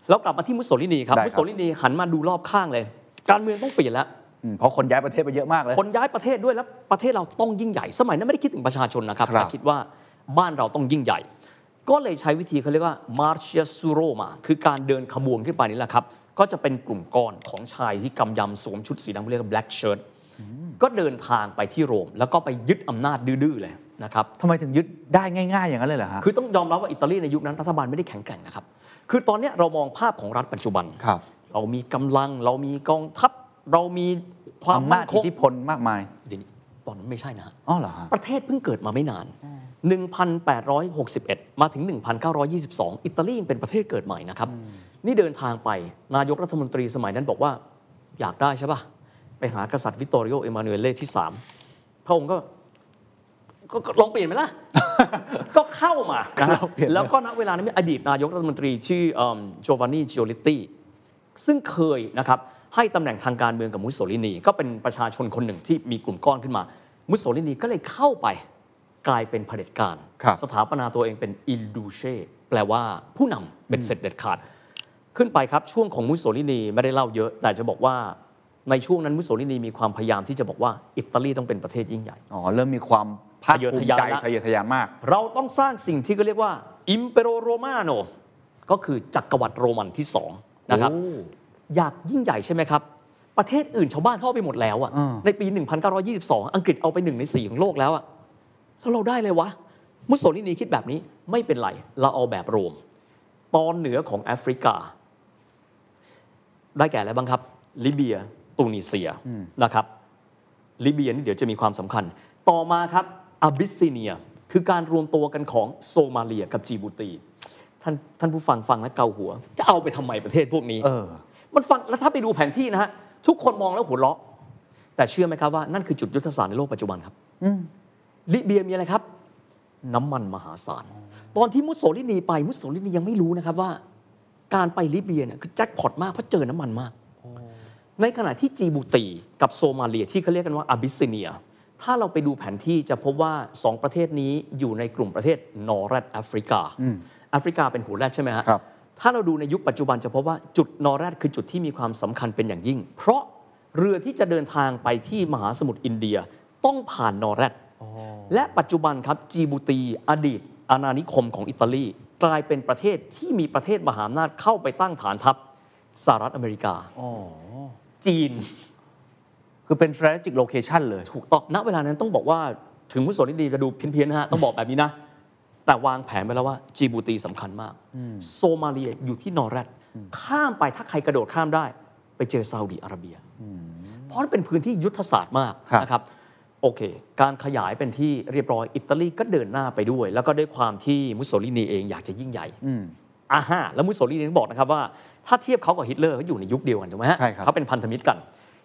C: เรากลับมาที่มุสโสลินีครับ
B: ได้ครับ
C: มุสโสลินีหันมาดูรอบข้างเลย การเมืองต้องเปลี่ยนแล้ว
B: อืมเพราะคนย้ายประเทศไปเยอะมากเลย
C: คนย้ายประเทศด้วยแล้วประเทศเราต้องยิ่งใหญ่ สมัยนั้นไม่ได้คิดถึงประชาชนนะครับ
D: ครับ
C: แต่คิดว่าบ้านเราต้องยิ่งใหญ่ ก็เลยใช้วิธีเขาเรียกว่ามาร์เชียซูโรมา คือการเดินขบวนขึ้นไปนี่แหละครับ ก็จะเป็นกลุ่มก้อนของชายที่กำยำสวมชุดสีดำเรียกว่า black shirt ก็เดินทางไปที่โรม แล้วก็ไปยึดอำนาจดื้อๆเลยนะครับ
B: ทำไมถึงยึดได้ง่าย ๆ อย่างนั้นเลยเหรอฮะ
C: คือต้องยอมรับว่าอิตาลีในยุคนั้นรัฐบาลไม่ได้แข็งแกร่งนะครับ คือตอนเนี้ยเรามองภาพของรัฐปัจจุบัน
D: ครับ
C: เรามีกำลังเรามีกองทัพเรามีความ
B: อำนา
C: มั่
B: จ
C: นค
B: อิ
C: ง
B: ทธิพลมากมาย
C: เดี๋ยวนี้ตอนนั้นไม่ใช่นะฮะ
B: อ๋อเหรอฮะ
C: ประเทศเพิ่งเกิดมาไม่นาน 1,861 มาถึง 1,922 อิตาลียังเป็นประเทศเกิดใหม่นะครับ นี่เดินทางไป นายกรัฐมนตรีสมัยนั้นบอกว่า อยากได้ใช่ปะไปหากษัตริย์วิตตอริโอเอมานูเอลเลที่ 3 พระองค์ก็กก็ลองเปลี่ยนไหมล่ะ ก็เข้ามานะฮะแล้วก็ณเวลานั้นมีอดีตนายกรัฐมนตรีชื่อโจวานนี่จิโอลิตี้ ซึ่งเคยนะครับให้ตำแหน่งทางการเมืองกับมุสโสลินี ก็เป็นประชาชนคนหนึ่งที่มีกลุ่มก้อนขึ้นมา มุสโสลินีก็เลยเข้าไปกลายเป็นเผด็จการ
D: ครับ
C: สถาปนาตัวเองเป็นอินดูเช่แปลว่าผู้นำเป็นเสร็จเด็ดขาด ขึ้นไปครับ ช่วงของมุสโสลินีไม่ได้เล่าเยอะ แต่จะบอกว่าในช่วงนั้นมุสโสลินีมีความพยายามที่จะบอกว่าอิตาลีต้องเป็นประเทศยิ่งใหญ่
B: อ๋อเริ่มมีความภาคภูมิใจ
C: ทะเยอทะยานละ
B: ทะเยอทะยานมาก
C: เราต้องสร้างสิ่งที่เขาเรียกว่าอิมเปโรโรมาโนก็คือจักรวรรดิโรมันที่สองนะครับ อยากยิ่งใหญ่ใช่ไหมครับ ประเทศอื่นชาวบ้านเข้าไปหมดแล้วอะ
B: อ่า
C: ในปี 1922 อังกฤษเอาไปหนึ่งในสี่ของโลกแล้วอะแล้วเราได้เลยวะ มุสโสลินีคิดแบบนี้ไม่เป็นไร เราเอาแบบโรม ตอนเหนือของแอฟริกา ได้แก่อะไรบ้างครับ ลิเบีย ตูนิเซียนะครับ ลิเบียนี่เดี๋ยวจะมีความสำคัญ ต่อมาครับอาบิสซิเนีย คือการรวมตัวกันของโซมาเลียกับจิบูตี ท่านท่านผู้ฟังฟังแล้วเกาหัว จะเอาไปทำไมประเทศพวกนี้
B: เออ
C: มันฟังแล้วถ้าไปดูแผนที่นะฮะ ทุกคนมองแล้วหัวเราะ แต่เชื่อไหมครับว่านั่นคือจุดยุทธศาสตร์ในโลกปัจจุบันครับลิเบียมีอะไรครับ น้ำมันมหาศาล ตอนที่มุสโสลินีไปมุสโสลินียังไม่รู้นะครับว่า การไปลิเบียเนี่ยคือแจ็คพอตมากเพราะเจอน้ำมันมาก ในขณะที่จีบูตีกับโซมาเลียที่เขาเรียกกันว่าอาบิสซิเนีย ถ้าเราไปดูแผนที่จะพบว่า 2 ประเทศนี้อยู่ในกลุ่มประเทศนอร์ทแอฟริกาแอฟริกาเป็นหัวแรกใช่ไหมฮะ
D: ครับ
C: ถ้าเราดูในยุคปัจจุบันจะพบว่าจุดนอร์แรดคือจุดที่มีความสำคัญเป็นอย่างยิ่ง เพราะเรือที่จะเดินทางไปที่มหาสมุทรอินเดียต้องผ่านนอร์แรดและปัจจุบันครับจีบูตีอดีตอาณานิคมของอิตาลี กลายเป็นประเทศที่มีประเทศมหาอำนาจเข้าไปตั้งฐานทัพสหรัฐอเมริกา จีน
B: คือเป็น strategic location เลย
C: ถูกต้องณเวลานั้นต้องบอกว่าถึงมุสโสลินีจะดูเพี้ยนๆนะฮะ ต้องบอกแบบนี้นะ แต่วางแผนไปแล้วว่าจีบูตีสำคัญมาก โซมาเลียอยู่ที่นอร์แรดข้ามไปถ้าใครกระโดดข้ามได้ ไปเจอซาอุดีอาระเบีย เพราะนั่นเป็นพื้นที่ยุทธศาสตร์มาก
D: ครับ
C: นะครับ โอเค การขยายเป็นที่เรียบร้อยอิตาลีก็เดินหน้าไปด้วย แล้วก็ด้วยความที่มุสโสลินีเองอยากจะยิ่งใหญ่อ่าฮะแล้วมุสโสลินีก็บอกนะครับว่าถ้าเทียบเขากับฮิตเลอร์เขาอยู่ในยุคเดียวกันถูกไหมฮะ
D: ใช่ครับ
C: เขาเป็นพันธมิตรกัน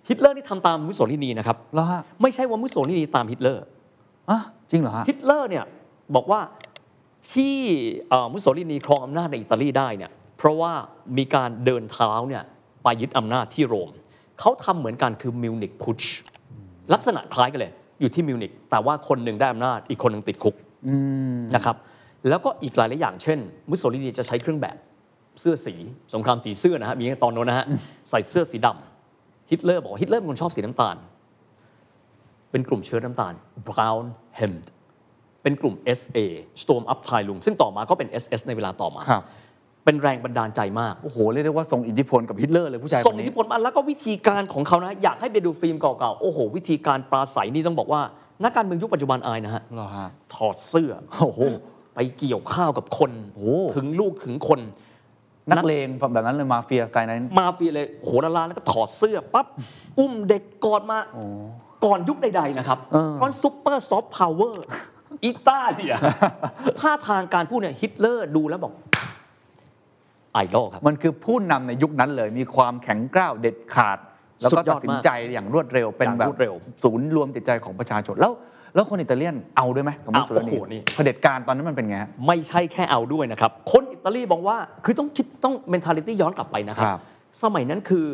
C: ฮิตเลอร์นี่ทำตามมุสโสลินีนะครับ
B: แล้วฮะ
C: ไม่ใช่ว่ามุสโสลินีตามฮิตเลอร์
B: อ่ะจริงเหรอฮะ
C: ฮิตเลอร์เนี่ยบอกว่าที่เอ่อมุสโสลินีครองอำนาจในอิตาลีได้เนี่ยเพราะว่ามีการเดินเท้าเนี่ยไปยึดอำนาจที่โรม เขาทำเหมือนกันคือมิวนิกพุชลักษณะคล้ายกันเลย อยู่ที่มิวนิกแต่ว่าคนหนึ่งได้อำนาจอีกคนหนึ่งติดคุกนะครับแล้วก็อีกหลายหลายๆอย่างเช่น มุสโสลินีจะใช้เครื่องแบบเสื้อสีสงครามสีเสื้อนะฮะมีตอนโน้นนะฮะใส่เสื้อสีดำฮิตเลอร์บอกว่าฮิตเลอร์เป็นคนชอบสีน้ำตาล เป็นกลุ่มเชื้อน้ำตาล brown hemmed เป็นกลุ่ม SA Storm Up Thai ลุงซึ่งต่อมาก็เป็น SS ในเวลาต่อมา
D: ครับ
C: เป็นแรงบันดาลใจมาก
B: โอ้โห เรียกได้ว่าทรงอิทธิพลกับฮิตเลอร์เลยผู้ชายค
C: ส่ง
B: น
C: อิท
B: นี้
C: ธิพลมาแล้วก็วิธีการของเขานะ อยากให้ไปดูฟิล์มเก่าๆ โอ้โห วิธีการปราศัยนี่ต้องบอกว่า นักการเมืองยุคปัจจุบันอายนะฮะ
B: เหรอฮะ
C: ถอดเสื้อ
B: โอ้โห
C: ไปเกี่ยวข้าวกับคน
B: โอ้โห
C: ถึงลูกถึงคน
B: นักเลงแบบนั้นเลยมาเฟียสไตล์นั้น
C: มาเฟียเลยโหดาราแล้วก็ถอดเสื้อปั๊บ อุ้มเด็กกอดมาก่อนยุคใดๆนะครับ เพราะซุปเปอร์ซอฟต์พาวเวอร์อิตา เลียท่าทางการพูดเนี่ยฮิตเลอร์ดูแล้วบอก ไอดอลครับ
B: มันคือผู้นำในยุคนั้นเลย มีความแข็งกร้าวเด็ดขาด แล้วก็
C: สุดย
B: ตั
C: อ
B: ด
C: ดมาก
B: สินใจอย่างรวดเร็ว เป็น
C: อย่าง
B: แบบ
C: รวดเร็ว
B: ศูนย์รวมจิตใจของประชาชน แล้ว แล้วคนอิตาเลียนเอาด้วยไหมกับมุสโสลิ
C: เอาโอ้โหนี่
B: นีเผด็จการตอนนั้นมันเป็นไงฮะ
C: ไม่ใช่แค่เอาด้วยนะครับ คนอิตาลีบอกว่าคือต้องคิดต้องเมนทาลิตี้ย้อนกลับไปนะครับ
B: ครับ
C: สมัยนั้นคือ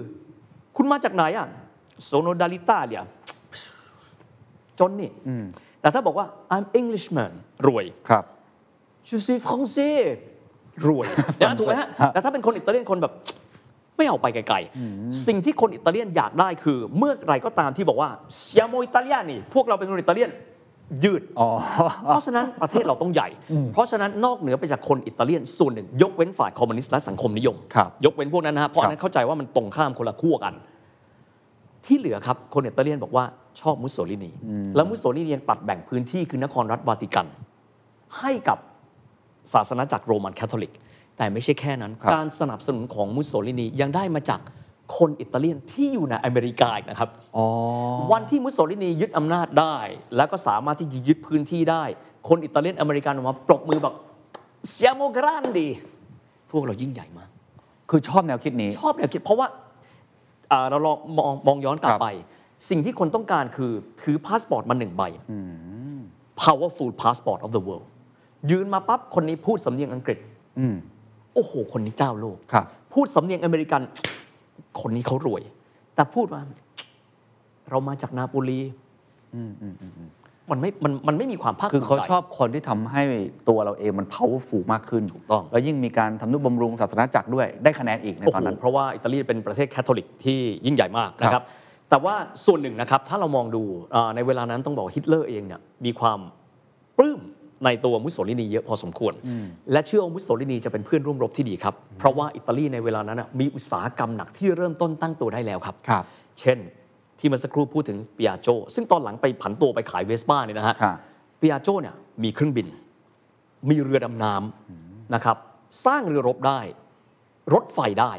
C: คุณมาจากไหนอ่ะโซโนดาลิต้าเนี่ยจนนี่แต่ถ้าบอกว่า I'm Englishman รวย
D: ครับ
C: ชูซีฟองเซ่รวยอย่าง นั้นถูกไหมฮะแต่ถ้าเป็นคนอิตาเลียนคนแบบ ไม่เอาไปไกลๆ สิ่งที่คนอิตาเลียนอยากได้คือ เมื่อไหรก็ตามที่บอกว่าเซียโมอิตาเลียนี่ พวกเราเป็นคนอิตาเลียน ยืด
B: อ๋อ
C: เพราะฉะนั้นประเทศเราต้องใหญ่ เพราะฉะนั้นนอกเหนือไปจากคนอิตาเลียนส่วนหนึ่ง ยกเว้นฝ่ายคอมมิวนิสต์และสังคมนิยม
D: ครับ
C: ยกเว้นพวกนั้นนะฮะเพราะอันนั้นเข้าใจว่ามันตรงข้ามคนละขั้วกัน ที่เหลือครับ คนอิตาเลียนบอกว่าชอบมุสโสลินี แล้วมุสโสลินียังตัดแบ่งพื้นที่คือนครรัฐวาติกัน ให้กับศาสนาจักรโรมันคาทอลิก แต่ไม่ใช่แค่นั้น
D: ครับ
C: การสนับสนุนของมุสโสลินียังได้มาจาก คนอิตาเลียนที่อยู่ในอเมริกาอีกนะครับ
B: อ๋อ
C: วันที่มุสโสลินียึดอำนาจได้ แล้วก็สามารถที่จะยึดพื้นที่ได้ คนอิตาเลียนอเมริกันออกมาปรบมือแบบเซียโมกรานดีพวกเรายิ่งใหญ่มาก
B: คือชอบแนวคิดนี้
C: ชอบแนวคิดเพราะว่าอ่าเราลองมองมองย้อนกลับ
B: ครับ
C: ไป สิ่งที่คนต้องการคือถือพาสปอร์ตมาหนึ่งใบ powerful passport of the world ยืนมาปั๊บ คนนี้พูดสำเนียงอังกฤษ
B: อืม
C: โอ้โห คนนี้เจ้าโลก
B: ครับ
C: พูดสำเนียงอเมริกัน คนนี้เขารวย แต่พูดมา เรามาจากนาโปูลีมันไม่มันมันไม่มีความภาคภู
B: คื
C: มิ
B: อ
C: ใจ
B: เขาชอบคนที่ทำให้ตัวเราเองมัน powerful มากขึ้น
C: ถูกต้อง
B: แล้วยิ่งมีการทำนุบำรุงศาสนาจักรด้วยได้คะแนนอีกใน
C: โอ้
B: ตอน
C: โห
B: นั้น
C: เพราะว่าอิตาลีเป็นประเทศแคทอลิกที่ยิ่งใหญ่มากนะ
B: ค
C: ค
B: รั
C: รับ บ แต่ว่าส่วนหนึ่งนะครับ ถ้าเรามองดูเอ่อในเวลานั้นต้องบอกว่าฮิตเลอร์เองเนี่ยมีความปลื้มในตัวมุสโสลินีเยอะพอสมควร และเชื่อว่ามุสโสลินีจะเป็นเพื่อนร่วมรบที่ดีครับ เพราะว่าอิตาลีในเวลานั้นน่ะมีอุตสาหกรรมหนักที่เริ่มต้นตั้งตัวได้แล้วครับ
B: ครับ
C: เช่น ที่เมื่อสักครู่พูดถึงปิอาโจซึ่งตอนหลังไปผันตัวไปขายเวสป้าเนี่ยนะฮะ
B: ค่ะ
C: ปิอาโจเนี่ยมีเครื่องบิน มีเรือดำน้ำนะครับ สร้างเรือรบได้ รถไฟได้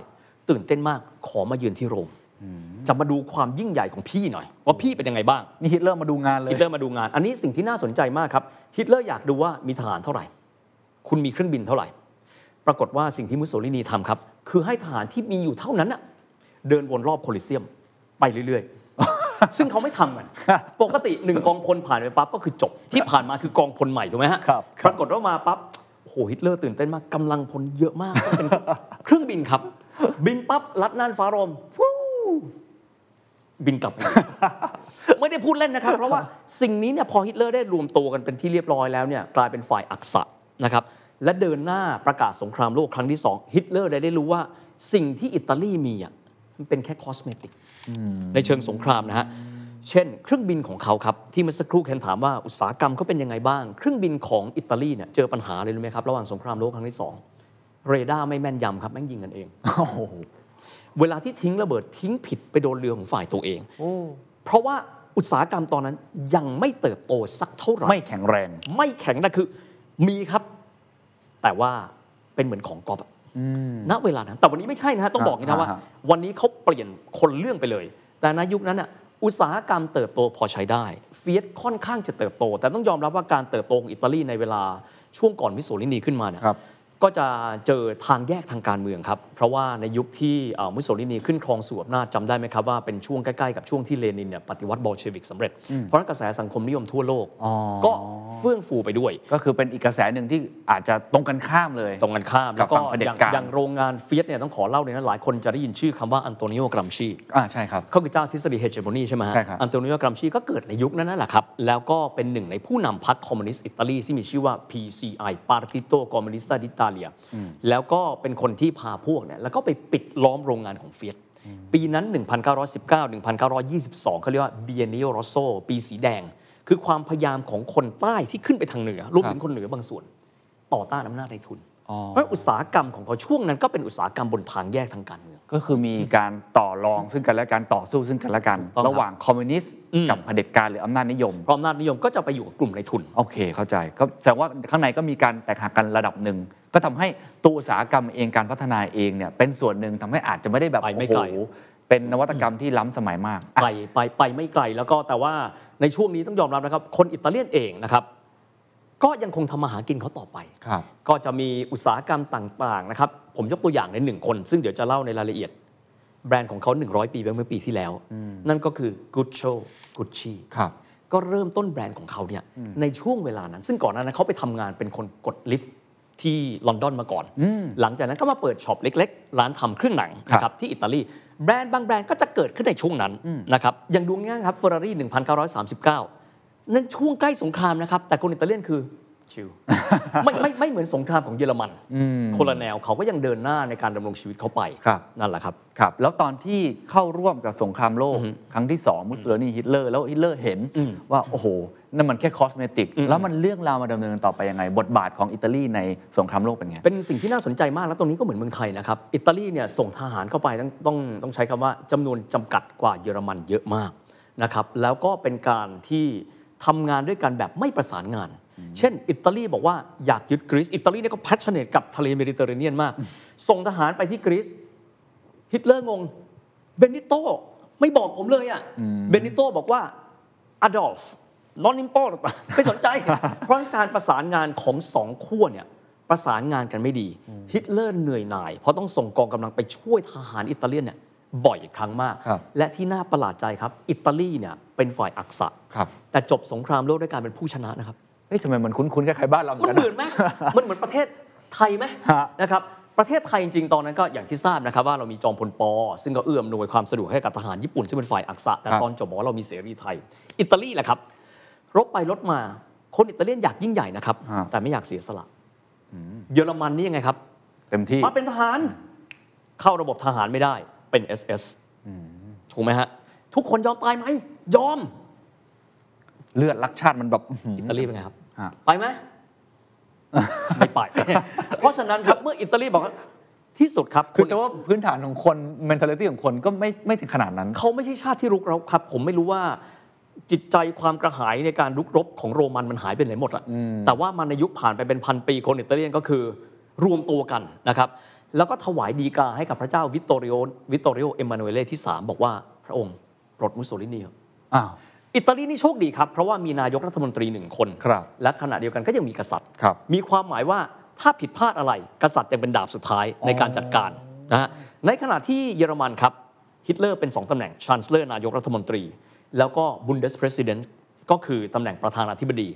C: ตื่นเต้นมากขอมาเยือนที่โรม จะมาดูความยิ่งใหญ่ของพี่หน่อย ว่าพี่เป็นยังไงบ้าง
B: นี่ฮิตเลอร์มาดูงานเลย
C: ฮิตเลอร์มาดูงาน อันนี้สิ่งที่น่าสนใจมากครับ ฮิตเลอร์อยากดูว่ามีทหารเท่าไหร่ คุณมีเครื่องบินเท่าไหร่ ปรากฏว่าสิ่งที่มุสโสลินีทำครับ คือให้ทหารที่มีอยู่เท่านั้นน่ะเดินวนรอบโคลิเซียมไปเรื่อยๆ ซึ่งเขาไม่ทำกัน ปกติหนึ่งกองพลผ่านไปปั๊บก็คือจบ ที่ผ่านมาคือกองพลใหม่ถูกไหมฮะ
B: ครับ
C: ปรากฏว่ามาปั๊บโอ้โหฮิตเลอร์ตื่นเต้นมากกำลังพลเยอะมากต้องเป็น เครื่องบินครับ บินปั๊บลัดน่านฟ้าโรมฟู้บินกลับไป ไม่ได้พูดเล่นนะครับ เพราะว่าสิ่งนี้เนี่ยพอฮิตเลอร์ได้รวมตัวกันเป็นที่เรียบร้อยแล้วเนี่ยกลายเป็นฝ่ายอักษะนะครับ และเดินหน้าประกาศสงครามโลกครั้งที่ 2 ฮิตเลอร์ได้ได้รู้ว่าสิ่งที่อิตาลีมีอ่ะมันเป็นแค่คอสเมติก ในเชิงสงครามนะฮะ เช่น เครื่องบินของเขาครับ ที่เมื่อสักครู่เคนถามว่าอุตสาหกรรมเขาเป็นยังไงบ้าง เครื่องบินของอิตาลีเนี่ยเจอปัญหาเลยรู้ไหมครับ ระหว่างสงครามโลกครั้งที่สองเรดาร์ไม่แม่นยำครับ แม่งยิงกันเอง
B: โอ้โห
C: เวลาที่ทิ้งระเบิดทิ้งผิดไปโดนเรือของฝ่ายตัวเอง เพราะว่าอุตสาหกรรมตอนนั้นยังไม่เติบโตสักเท่าไหร่
B: ไม่แข็งแรง
C: ไม่แข็งนะคือมีครับ แต่ว่าเป็นเหมือนของกอบณเวลานั้นแต่วันนี้ไม่ใช่นะฮะต้องบอกอย่างนี้นะว่า
B: อ่าฮะ
C: วันนี้เขาเปลี่ยนคนเรื่องไปเลย แต่ในยุคนั้นอ่ะอุตสาหกรรมเติบโตพอใช้ได้เฟียสค่อนข้างจะเติบโต แต่ต้องยอมรับว่าการเติบโตของอิตาลีในเวลาช่วงก่อนวิโสลินีขึ้นมาเนี่ย
B: ครับ
C: ก็จะเจอทางแยกทางการเมืองครับ เพราะว่าในยุคที่เอ่อมุสโสลินีขึ้นครองสู่อำนาจจำได้ไหมครับว่าเป็นช่วงใกล้ๆกับช่วงที่เลนินเนี่ยปฏิวัติบอลเชวิกสำเร็จ เพราะฉะนั้นกระแสสังคมนิยมทั่วโลก
B: อ๋อ
C: ก็เฟื่องฟูไปด้วย
B: ก็คือเป็นอีกกระแสหนึ่งที่อาจจะตรงกันข้ามเลย
C: ตรงกันข้าม
B: กั
C: แล้ว
B: บ
C: ก็
B: ฝั่งเผด็จ
C: อย่าง
B: การ
C: อย่างโรงงานเฟียสเนี่ยต้องขอเล่าเลยนะหลายคนจะได้ยินชื่อคำว่าอันโตนิโอกรัมชี
B: อ่าใช่ครับ
C: เขาคือเจ้าทฤษฎีเฮเจโมนีใช่ไหมฮะ
B: ใช่ครับ
C: อันโตนิโอกรัมชีก็เกิดในยุคนั้นนั่นแหละครับ แล้วก็เป็นหนึ่งในผู้นำพรรคคอมมิวนิสต์อิตาลีที่มีชื่อว่า PCI Partito Comunista d'Italia แล้วก็เป็นคนที่พาพวกเนี่ยแล้วก็ไปปิดล้อมโรงงานของเฟียสปีนั้น 1919-1922 เขาเรียกว่า Biennio Rosso ปีสีแดง คือความพยายามของคนใต้ที่ขึ้นไปทางเหนือรวมถึงคนเหนือบางส่วน ต่อต้านอำนาจในทุน
B: อ๋อ
C: เพราะฉะนั้นอุตสาหกรรมของเขาช่วงนั้นก็เป็นอุตสาหกรรมบนทางแยกทางการเมือง
B: ก็คือมีการต่อรองซึ่งกันและการต่อสู้ซึ่งกันและกัน
C: ต้องครับ
B: ระหว่างคอมมิวนิสต์
C: อืม
B: กับเผด็จการหรืออำนาจนิยม
C: เพราะอำนาจนิยมก็จะไปอยู่กับกลุ่มในทุน
B: โอเคเข้าใจก็แสดงว่าข้างในก็มีการแตกหักกันระดับหนึ่ง ก็ทำให้ตัวอุตสาหกรรมเองการพัฒนาเองเนี่ยเป็นส่วนหนึ่งทำให้อาจจะไม่ได้แบบ
C: ไป
B: โอ้
C: ไม่
B: โห
C: ไกล
B: เป็นนวัตกรรมที่ล้ำสมัยมากอ่ะ
C: ไปไปไปไม่ไกลแล้วก็แต่ว่าในช่วงนี้ต้องยอมรับนะครับ คนอิตาเลียนเองนะครับ ก็ยังคงทำมาหากินเขาต่อไป ก็จะมีอุตสาหกรรมต่างๆนะครับ ผมยกตัวอย่างในหนึ่งคน ซึ่งเดี๋ยวจะเล่าในรายละเอียด แบรนด์ของเขา 100 ปีไปเมื่อปีที่แล้ว นั่นก็คือ Guccio Gucci
B: ครับ
C: ก็เริ่มต้นแบรนด์ของเขาเนี่ยในช่วงเวลานั้น ซึ่งก่อนหน้านั้นเขาไปทำงานเป็นคนกดลิฟต์ที่ลอนดอนมาก่อน หลังจากนั้นก็มาเปิดช็อปเล็ก ๆ ร้านทำเครื่องหนัง
B: ครับ
C: นะครับที่อิตาลีแบรนด์บางแบรนด์ก็จะเกิดขึ้นในช่วงนั้นนะครับอย่างดูง่ายๆครับเฟอร์รารี่1939 นั่นช่วงใกล้สงครามนะครับ แต่คนอิตาเลียนคือชิ ล ไม่ไม่ไม่เหมือนสงครามของเยอรมันคนละแนวเขาก็ยังเดินหน้าในการดำรงชีวิตเขาไป
B: ครับ
C: นั่นแหละครับ
B: ครับ แล้วตอนที่เข้าร่วมกับสงครามโลกครั้งที่ 2 มุสโสลินีฮิตเลอร์ แล้วฮิตเลอร์เห็นว่า โอ้โห นั่นมันแค่คอสเมติก แล้วมันเรื่องราวมาดำเนินต่อไปยังไง บทบาทของอิตาลีในสงครามโลกเป็นไง
C: เป็นสิ่งที่น่าสนใจมากแล้วตรงนี้ก็เหมือนเมืองไทยนะครับ อิตาลีเนี่ยส่งทหารเข้าไปต้องต้องต้องใช้คำว่าจำนวนจำกัดกว่าเยอรมันเยอะมากนะครับแล้วก็เป็นการที่ทำงานด้วยกันแบบไม่ประสานงาน เช่น อิตาลีบอกว่าอยากยึดกรีซอิตาลีเนี่ยก็แพชชเนตกับทะเลเมดิเตอร์เรเนียนมาก ส่งทหารไปที่กรีซฮิตเลอร์งง เบนิโตไม่บอกผมเลยอะ่ะเบนิโตบอกว่าอดอล์ฟนอนนิมโป ไม่สน ใจ เพราะการประสานงานของสองขั้วเนี่ยประสานงานกันไม่ดีฮิตเลอร์เหนื่อยหน่าย เพราะต้องส่งกองกำลังไปช่วยทหารอิตาเลียนเนี่ยบ่อยครั้งมาก
D: ครับ
C: และที่น่าประหลาดใจครับ อิตาลีเนี่ยเป็นฝ่ายอักษะ
D: ครับ
C: แต่จบสงครามโลกด้วยการเป็นผู้ชนะนะครับ
B: เอ๊ะทำไมมันคุ้นๆคล้ายๆบ้านเราเหมือน
C: มั
B: กัน น
C: เหมื
B: นะ
C: อนไหม มันเหมือนประเทศไทยไหม
B: ฮะ
C: นะครับ ประเทศไทยจริงๆ ตอนนั้นก็อย่างที่ทราบนะครับว่าเรามีจอมพลปอ ซึ่งก็เอื้อมหน่วยความสะดวกให้กับทหารญี่ปุ่น ซึ่งเป็นฝ่ายอักษะ แต่ตอนจบบอกว่าเรามีเสรีไทย อิตาลีแหละครับ รบไปรบมา คนอิตาเลียนอยากยิ่งใหญ่นะครับ
B: ฮะ
C: แต่ไม่อยากเสียสละ เยอรมันนี่ยังไงครับ
B: เต็มที่
C: มาเป็นทหาร เข้าระบบทหารไม่ได้เป็น SS ถูกไหมฮะ ทุกคนยอมตายไหม ยอม
B: เลือดรักชาติมันแบบ
C: อิตาลีเป็นไงครับ
B: ฮะ
C: ไป ไหม ไม่ไป เพราะฉะนั้นครับเมื่ออิตาลีบอกว่าที่สุดครับ
B: คือ
C: ณ
B: แต่ว่าพื้นฐานของคน mentality ของคนก็ไม่ไม่ถึงขนาดนั้น
C: เขาไม่ใช่ชาติที่รุกเราครับ ผมไม่รู้ว่าจิตใจความกระหายในการรุกรบของโรมันมันหายไปไหนหมดอะแต่ว่ามันในยุคผ่านไปเป็นพันปีคนอิตาเลียนก็คือรวมตัวกันนะครับ แล้วก็ถวายดีกาให้กับพระเจ้าวิตตอริโอวิตตอริโอเอมมานูเอลที่ 3 บอกว่าพระองค์ปลดมุสโสลินีเถอะ
B: อ้าว
C: อิตาลีนี่โชคดีครับ เพราะว่ามีนายกรัฐมนตรีหนึ่งคน
B: ครับ
C: และขณะเดียวกันก็ยังมีกษัตริย์
D: ครับ
C: มีความหมายว่าถ้าผิดพลาดอะไร กษัตริย์ยังเป็นดาบสุดท้ายในการจัดการนะฮะในขณะที่เยอรมันครับ ฮิตเลอร์เป็น 2ตำแหน่งช a น c เลอร์นายกรัฐมนตรี แล้วก็บุนเดสเพรสิดเนนก็คือตำแหน่งประธานาธิบดี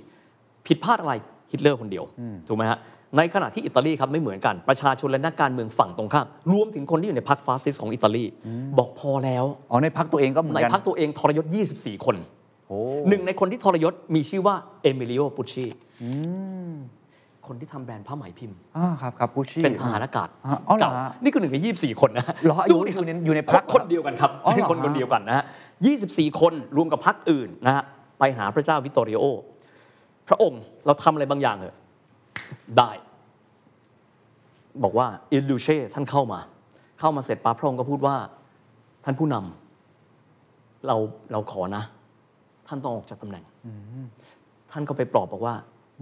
C: ผิดพลาดอะไรฮิตเลอร์คนเดียว ถูกไหมฮะในขณะที่อิตาลีครับไม่เหมือนกันประชาชนและนักการเมืองฝั่งตรงข้ามรวมถึงคนที่อยู่ในพรรคฟาสซิสต์ของอิตาลีบอกพอแล้ว
B: อ๋อในพักตัวเองก็เหมือน
C: ใน
B: กัน
C: พรรคตัวเองทรยศ 24 คน
B: โอ้
C: หนึ่งในคนที่ทรยศมีชื่อว่าเอมิลิโอปุชชีคนที่ทำแบรนด์ผ้าไหมพิมพ์
B: อ่าครับครับปูชี
C: เป็นทหารอากาศ
B: อ่ะอ๋อเหรอ
C: เก่านี่คือหนึ่งใน 24 คนนะ
B: เหรออยู่
C: ดิ
B: อยู่ในอยู่ในพรรค
C: คนเดียวกันครับ
B: อ๋อเหรอ
C: เป็นคน
B: ฮะ
C: คนเดียวกันนะฮะ24 คนรวมกับพรรคอื่นนะฮะไปหาพระเจ้าวิตตอริโอ พระองค์เราทำอะไรบางอย่างเหรอะได้ บอกว่าอิลูเช่ท่านเข้ามา เข้ามาเสร็จปั๊บพระองค์ก็พูดว่า ท่านผู้นำเราเราขอนะ ท่านต้องออกจากตำแหน่ง ท่านก็ไปปลอบบอกว่า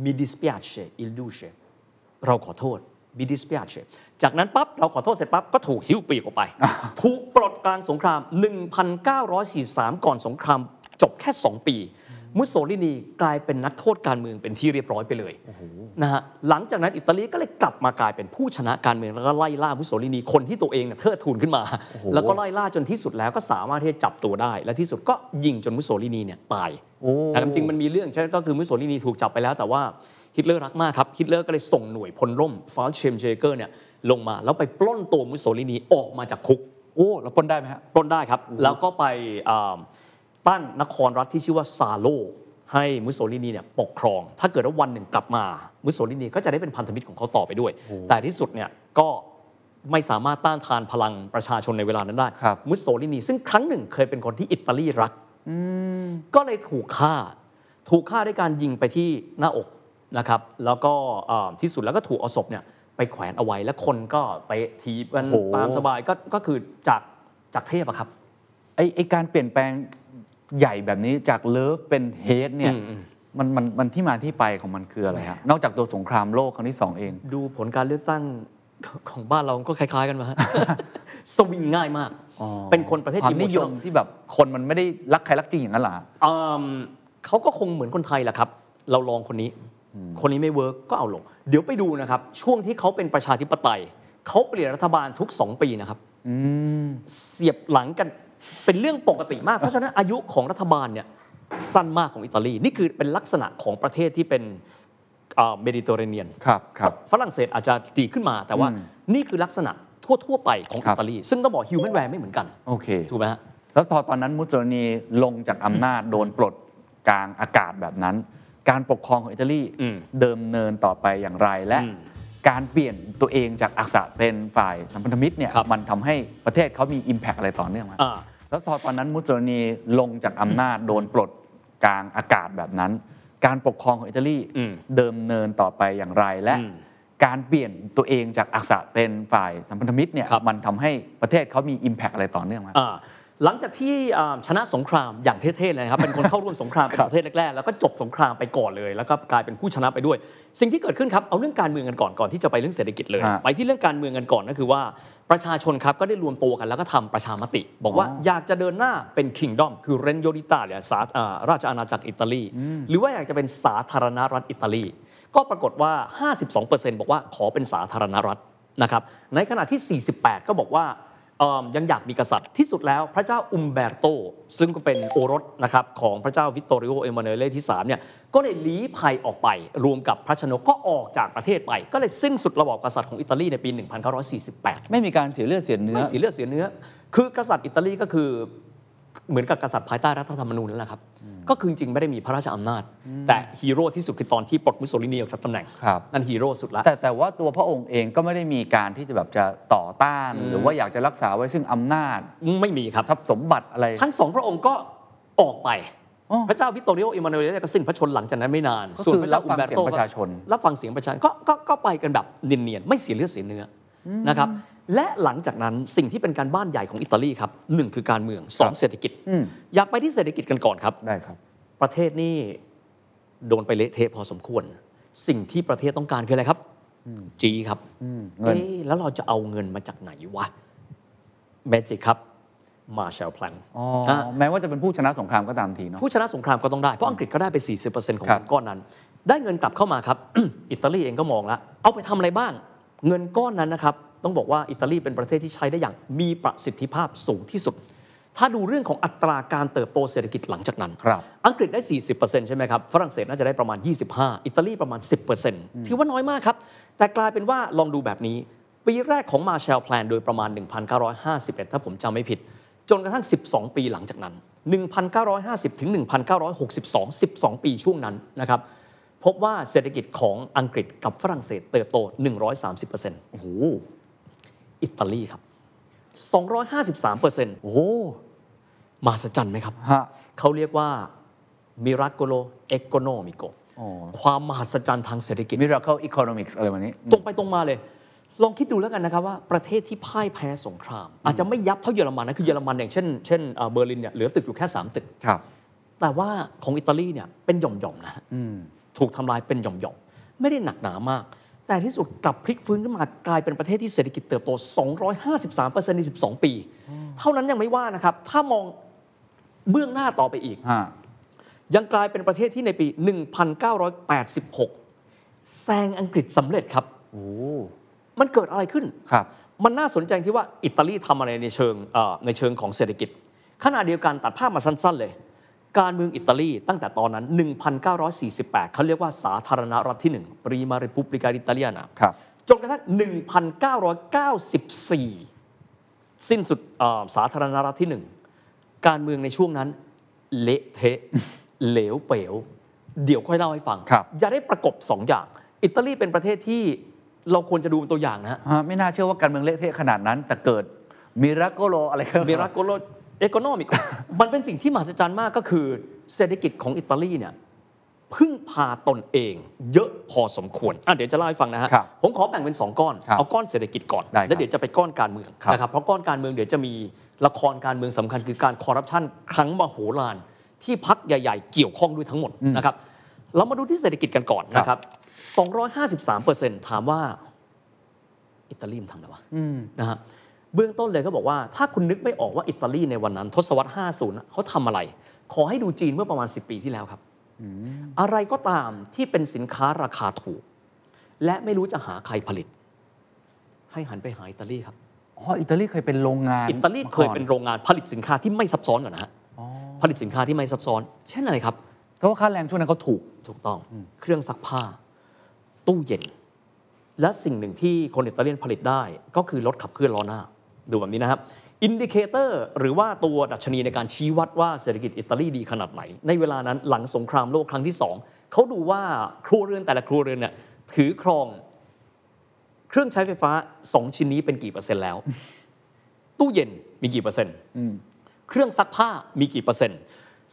C: มิดิสเปียเชอิลูเช เราขอโทษบิดิสเปียเชจากนั้นปั๊บ เราขอโทษเสร็จปั๊บ ก็ถูกหิ้วปีกออก ไป ถูกปลดกลางสงคราม 1943 ก่อนสงครามจบแค่ 2 ปี มุสโสลินีกลายเป็นนักโทษการเมืองเป็นที่เรียบร้อยไปเลยนะฮะหลังจากนั้นอิตาลีก็เลยกลับมากลายเป็นผู้ชนะการเมือง แล้วก็ไล่ล่ามุสโสลินีคนที่ตัวเองเนี่ยเทิดทูนขึ้นมา แล้วก็ไล่ล่าจนที่สุดแล้วก็สามารถที่จะจับตัวได้ และที่สุดก็ยิงจนมุสโสลินีเนี่ยตาย
B: โอ้
C: นะครับจริงๆมันมีเรื่องใช่ไหมก็คือมุสโสลินีถูกจับไปแล้วแต่ว่าฮิตเลอร์รักมากครับฮิตเลอร์ก็เลยส่งหน่วยพลร่มฟาลเชมเจเกอร์เนี่ยลงมา แล้วไปปล้นตัวมุสโสลินีออกมาจากคุก
B: โอ้เราปล้นได้ไหมฮะ
C: ปล้นได้ครับ แล้วก็ไปอ่าตั้งนครรัฐที่ชื่อว่าซาโล ให้มุสโสลินีเนี่ยปกครอง ถ้าเกิดว่าวันหนึ่งกลับมามุสโสลินีก็จะได้เป็นพันธมิตรของเขาต่อไปด้วย แต่ที่สุดเนี่ยก็ไม่สามารถต้านทานพลังประชาชนในเวลานั้นได้
B: ครับ
C: มุสโสลินีซึ่งครั้งหนึ่งเคยเป็นคนที่อิตาลีรัก ก็เลยถูกฆ่า ถูกฆ่าด้วยการยิงไปที่หน้าอกนะครับ แล้วก็เอ่อที่สุดแล้วก็ถูกเอาศพเนี่ยไปแขวนเอาไว้ แล้วคนก็ไปทีบกัน
B: โอ้โห
C: ตามสบายก็ก็คือจากจากเทพอะครับ
B: ไอไอการเปลี่ยนแปลงใหญ่แบบนี้จากเลิฟเป็นเฮดเนี่ย
C: อืมอืม
B: มันมันมันที่มาที่ไปของมันคืออะไรฮะนอกจากตัวสงครามโลกครั้งที่สองเอง
C: ดูผลการเลือกตั้ง ของของบ้านเราก็คล้าย ๆ กันมาฮะ สวิงง่ายมาก
B: อ๋อ
C: เป็นคนประเทศ
B: ความนิยมที่แบบคนมันไม่ได้รักใครรักจริงอย่างนั้นเหรอฮะ
C: อืมเขาก็คงเหมือนคนไทยแหละครับ เราลองคนนี้ คนนี้ไม่เวิร์กก็เอาลง เดี๋ยวไปดูนะครับ ช่วงที่เขาเป็นประชาธิปไตย เขาเปลี่ยนรัฐบาลทุก 2 ปีนะครับเสียบหลังกันเป็นเรื่องปกติมาก เพราะฉะนั้นอายุของรัฐบาลเนี่ยสั้นมากของอิตาลี นี่คือเป็นลักษณะของประเทศที่เป็นเมดิเตอร์เรเนียน
B: ครับครับ
C: ฝรั่งเศสอาจจะดีขึ้นมา แต่ว่า
B: อืม
C: นี่คือลักษณะทั่วๆไปของ
B: ครั
C: อิ
B: บ
C: ตาลี ซึ่งต้องบอกฮิวแมนแวร์ไม่เหมือนกัน
B: โอเค
C: ถูกไหมฮะ
B: แล้วพอตอนนั้นมุสโสลินีลงจากอำนาจโดนปลดกลางอากาศแบบนั้น การปกครองของอิตาลี
C: อืม
B: เดิมเนินต่อไปอย่างไรและ
C: อืม
B: การเปลี่ยนตัวเองจากอักษะเป็นฝ่ายสัมพันธมิตรเนี่ย
C: ครับ
B: มันทำให้ประเทศเขามี Impact อะไรต่อเนื่องไหม
C: อ่า
B: แล้วพอตอนนั้นมุสโสลินีลงจากอำนาจโดนปลดกลางอากาศแบบนั้น การปกครองของอิตาลี
C: อืม
B: เดิมเนินต่อไปอย่างไรและ
C: อืม
B: การเปลี่ยนตัวเองจากอักษะเป็นฝ่ายสัมพันธมิตรเนี่ย
C: ครับ
B: มันทำให้ประเทศเขามี Impact อะไรต่อเนื่องไหม
C: อ่า หลังจากที่อ่าชนะสงครามอย่างเท่ๆเล ยนะครับ เป็นคนเข้าร่วมสงครามเป็นประเทศแรกๆ แล้วก็จบสงครามไปก่อนเลย แล้วก็กลายเป็นผู้ชนะไปด้วย สิ่งที่เกิดขึ้นครับ เอาเรื่องการเมืองกันก่อนก่อนที่จะไปเรื่องเศรษฐกิจเลย
B: ฮะ
C: ไปที่เรื่องการเมืองกันก่อนก็คือว่าประชาชนครับก็ได้รวมตัวกันแล้วก็ทำประชามติ บอกว่า
B: อ๋อ
C: อยากจะเดินหน้าเป็นคิงดอมคือเรนโยดิตาเนี่ยสาอ่าราชอาณาจักรอิตาลี หรือว่าอยากจะเป็นสาธารณรัฐอิตาลี ก็ปรากฏว่า 52%บอกว่าขอเป็นสาธารณรัฐนะครับในขณะที่ 48 ก็บอกว่า เอิ่มยังอยากมีกษัตริย์ที่สุดแล้วพระเจ้าอุมเบรโต ซึ่งก็เป็นโอรสนะครับของพระเจ้าวิตตอริโอเอมานูเอลที่ 3 เนี่ยก็เลยลี้ภัยออกไป รวมกับพระชนกก็ออกจากประเทศไป ก็เลยสิ้นสุดระบอบกษัตริย์ของอิตาลีในปี 1948
B: ไม่มีการเสียเลือดเสียเนื้อ
C: ไม่เสียเลือดเสียเนื้อ คือกษัตริย์อิตาลีก็คือเหมือนกับกษัตริย์ภายใต้รัฐธรรมนูญนั่นแหละครับ ก็คือจริงๆไม่ได้มีพระราชอำนาจ แต่ฮีโร่ที่สุดคือตอนที่ปลดมุสโสลินีออกจากตำแหน่ง
B: ครับ
C: นั่นฮีโร่สุดละ
B: แต่แต่ว่าตัวพระองค์เองก็ไม่ได้มีการที่จะแบบจะต่อต้าน หรือว่าอยากจะรักษาไว้ซึ่งอำนาจ
C: ไม่มีครับ
B: ทรัพย์สมบัติอะไร
C: ทั้งสองพระองค์ก็ออกไป
B: อ๋อ
C: พระเจ้าวิตตอริโออิมมานูเอลเนี่ยก็สิ้นพระชนม์หลังจากนั้นไม่นาน
B: ก็คือ
C: ส่วนพระเจ้าอุมเบรโต
B: รับฟังเสียงประชาชน
C: รับฟังเสียงประชาชนก็ก็ก็ไปกันแบบเนียนๆไม่เสียเลือดเสียเนื้ออนะครับและหลังจากนั้นสิ่งที่เป็นการบ้านใหญ่ของอิตาลีครับหนึ่งคือการเมืองสองเศรษฐกิจ
B: อืม
C: อยากไปที่เศรษฐกิจกันก่อนครับ
B: ได้ครับ
C: ประเทศนี่โดนไปเละเทะพอสมควร สิ่งที่ประเทศต้องการคืออะไรครับจีครับ
B: อืมเงิน
C: เอ๊ะแล้วเราจะเอาเงินมาจากไหนวะแมจิกครับมาแชลแพลน
B: อ๋อแม้ว่าจะเป็นผู้ชนะสงครามก็ตามทีเนาะ
C: ผู้ชนะสงครามก็ต้องได้ เพราะอังกฤษก็ได้ไป 40%ของ
B: ครับ
C: เงินก้อนนั้น ได้เงินกลับเข้ามาครับ อิตาลีเองก็มองแล้วเอาไปทำอะไรบ้าง เงินก้อนนั้นนะครับ ต้องบอกว่าอิตาลีเป็นประเทศที่ใช้ได้อย่างมีประสิทธิภาพสูงที่สุด ถ้าดูเรื่องของอัตราการเติบโตเศรษฐกิจหลังจากนั้น
B: ครับ
C: อังกฤษได้ 40%ใช่ไหมครับ ฝรั่งเศสน่าจะได้ประมาณ 25 อิตาลีประมาณ 10%ถือว่าน้อยมากครับ แต่กลายเป็นว่าลองดูแบบนี้ ปีแรกของมาแชลแพลนโดยประมาณ 1,951 ถ้าผมจำไม่ผิด จนกระทั่ง 12 ปีหลังจากนั้น 1,950 ถึง 1,962 12 ปีช่วงนั้นนะครับ พบว่าเศรษฐกิจของอังกฤษกับฝรั่งเศสเติบโต 130%โอ้โห อิตาลีครับ 253%
B: โอ้โห
C: มหัศจรรย์ไหมครับ
B: ฮะ
C: เขาเรียกว่า Miracolo Economico
B: อ๋อ
C: ความมหัศจรรย์ทางเศรษฐกิจ
B: Miracle Economics อะไรแบบนี้
C: ตรงไปตรงมาเลย ลองคิดดูแล้วกันนะครับว่าประเทศที่พ่ายแพ้สงคราม อาจจะไม่ยับเท่าเยอรมันนะ คือเยอรมันอย่างเช่นเช่นเอ่อเบอร์ลินเนี่ยเหลือตึกอยู่แค่ 3 ตึก
B: ครับ
C: แต่ว่าของอิตาลีเนี่ยเป็นหย่อมๆนะฮะ
B: อืม
C: ถูกทำลายเป็นหย่อมๆ ไม่ได้หนักหนามาก แต่ที่สุดกลับพลิกฟื้นขึ้นมากลายเป็นประเทศที่เศรษฐกิจเติบโต 253%ใน 12 ปี เท่านั้นยังไม่ว่านะครับถ้ามองเบื้องหน้าต่อไปอีก
B: ฮะ
C: ยังกลายเป็นประเทศที่ในปี 1986 แซงอังกฤษสำเร็จครับ
B: โอ้
C: มันเกิดอะไรขึ้น
B: ครับ
C: มันน่าสนใจที่ว่าอิตาลีทำอะไรในเชิงเอ่อในเชิงของเศรษฐกิจ ขณะเดียวกันตัดภาพมาสั้นๆเลย การเมืองอิตาลีตั้งแต่ตอนนั้น 1948 เขาเรียกว่าสาธารณรัฐที่1ปรีมาริปุบลิกาอิตาเลียนา
B: ครับ
C: จนกระทั่ง 1994 สิ้นสุดเอ่อสาธารณรัฐที่ 1 การเมืองในช่วงนั้น เละเทะ เหลวเป๋ว เดี๋ยวค่อยเล่าให้ฟัง
B: ครับ
C: อย่าได้ประกบ 2 อย่าง อิตาลีเป็นประเทศที่เราควรจะดูเป็นตัวอย่างนะฮะ
B: ฮะ ไม่น่าเชื่อว่าการเมืองเละเทะขนาดนั้น แต่เกิด Miracle อะไรขึ้น
C: มิราโกโลเอโ o นอมิก มันเป็นสิ่งที่มหัศจรรย์มากก็คือเศรษฐกิจของอิตาลีเนี่ยพึ่งพาตนเองเยอะพอสมควรอ่ะเดี๋ยวจะเล่าให้ฟังนะฮะ
B: ครับ
C: ผมขอแบ่งเป็น 2 ก้อน
B: ครับ
C: เอาก้อนเศรษฐกิจก่อน
B: ได้ครับ
C: แล้วเดี๋ยวจะไปก้อนการเมือง
B: ครับ
C: นะครับเพราะก้อนการเมืองเดี๋ยวจะมีละครการเมืองสำคัญคือการคอร์รัปชันครั้งมโหฬารที่พักใหญ่ ๆ เกี่ยวข้องด้วยทั้งหมดนะครับเรามาดูที่เศรษฐกิจกันก่อนนะครับ253%ถามว่าอิตาลีมันทำอะไรวะ
B: อืม
C: นะฮะเบื้องต้นเลยก็บอกว่าถ้าคุณนึกไม่ออกว่าอิตาลีในวันนั้น ทศวรรษ 50น่ะเขาทำอะไร ขอให้ดูจีนเมื่อประมาณ 10 ปีที่แล้วครับ อะไรก็ตามที่เป็นสินค้าราคาถูก และไม่รู้จะหาใครผลิต ให้หันไปหาอิตาลีครับ
B: อ๋อ อิตาลีเคยเป็นโรงงาน
C: อิตาลีเคยเป็น
B: มาก่อ
C: โรงงานผลิตสินค้าที่ไม่ซับซ้อนก่อนนะฮะ
B: อ๋อ
C: ผลิตสินค้าที่ไม่ซับซ้อน เช่นอะไรครับ
B: เพราะว่าค่าแรงช่วงนั้นก็ถูก
C: ถูกต้องเครื่องซักผ้า ตู้เย็น และสิ่งหนึ่งที่คนอิตาเลียนผลิตได้ ก็คือรถขับเคลื่อนล้อหน้า ดูแบบนี้นะครับอินดิเคเตอร์หรือว่าตัวดัชนีในการชี้วัดว่าเศรษฐกิจอิตาลีดีขนาดไหน ในเวลานั้นหลังสงครามโลกครั้งที่ 2 เขาดูว่าครัวเรือนแต่ละครัวเรือนเนี่ยถือครองเครื่องใช้ไฟฟ้า 2 ชิ้นนี้เป็นกี่เปอร์เซ็นต์แล้ว ตู้เย็นมีกี่เปอร์เซ็นต์ เครื่องซักผ้ามีกี่เปอร์เซ็นต์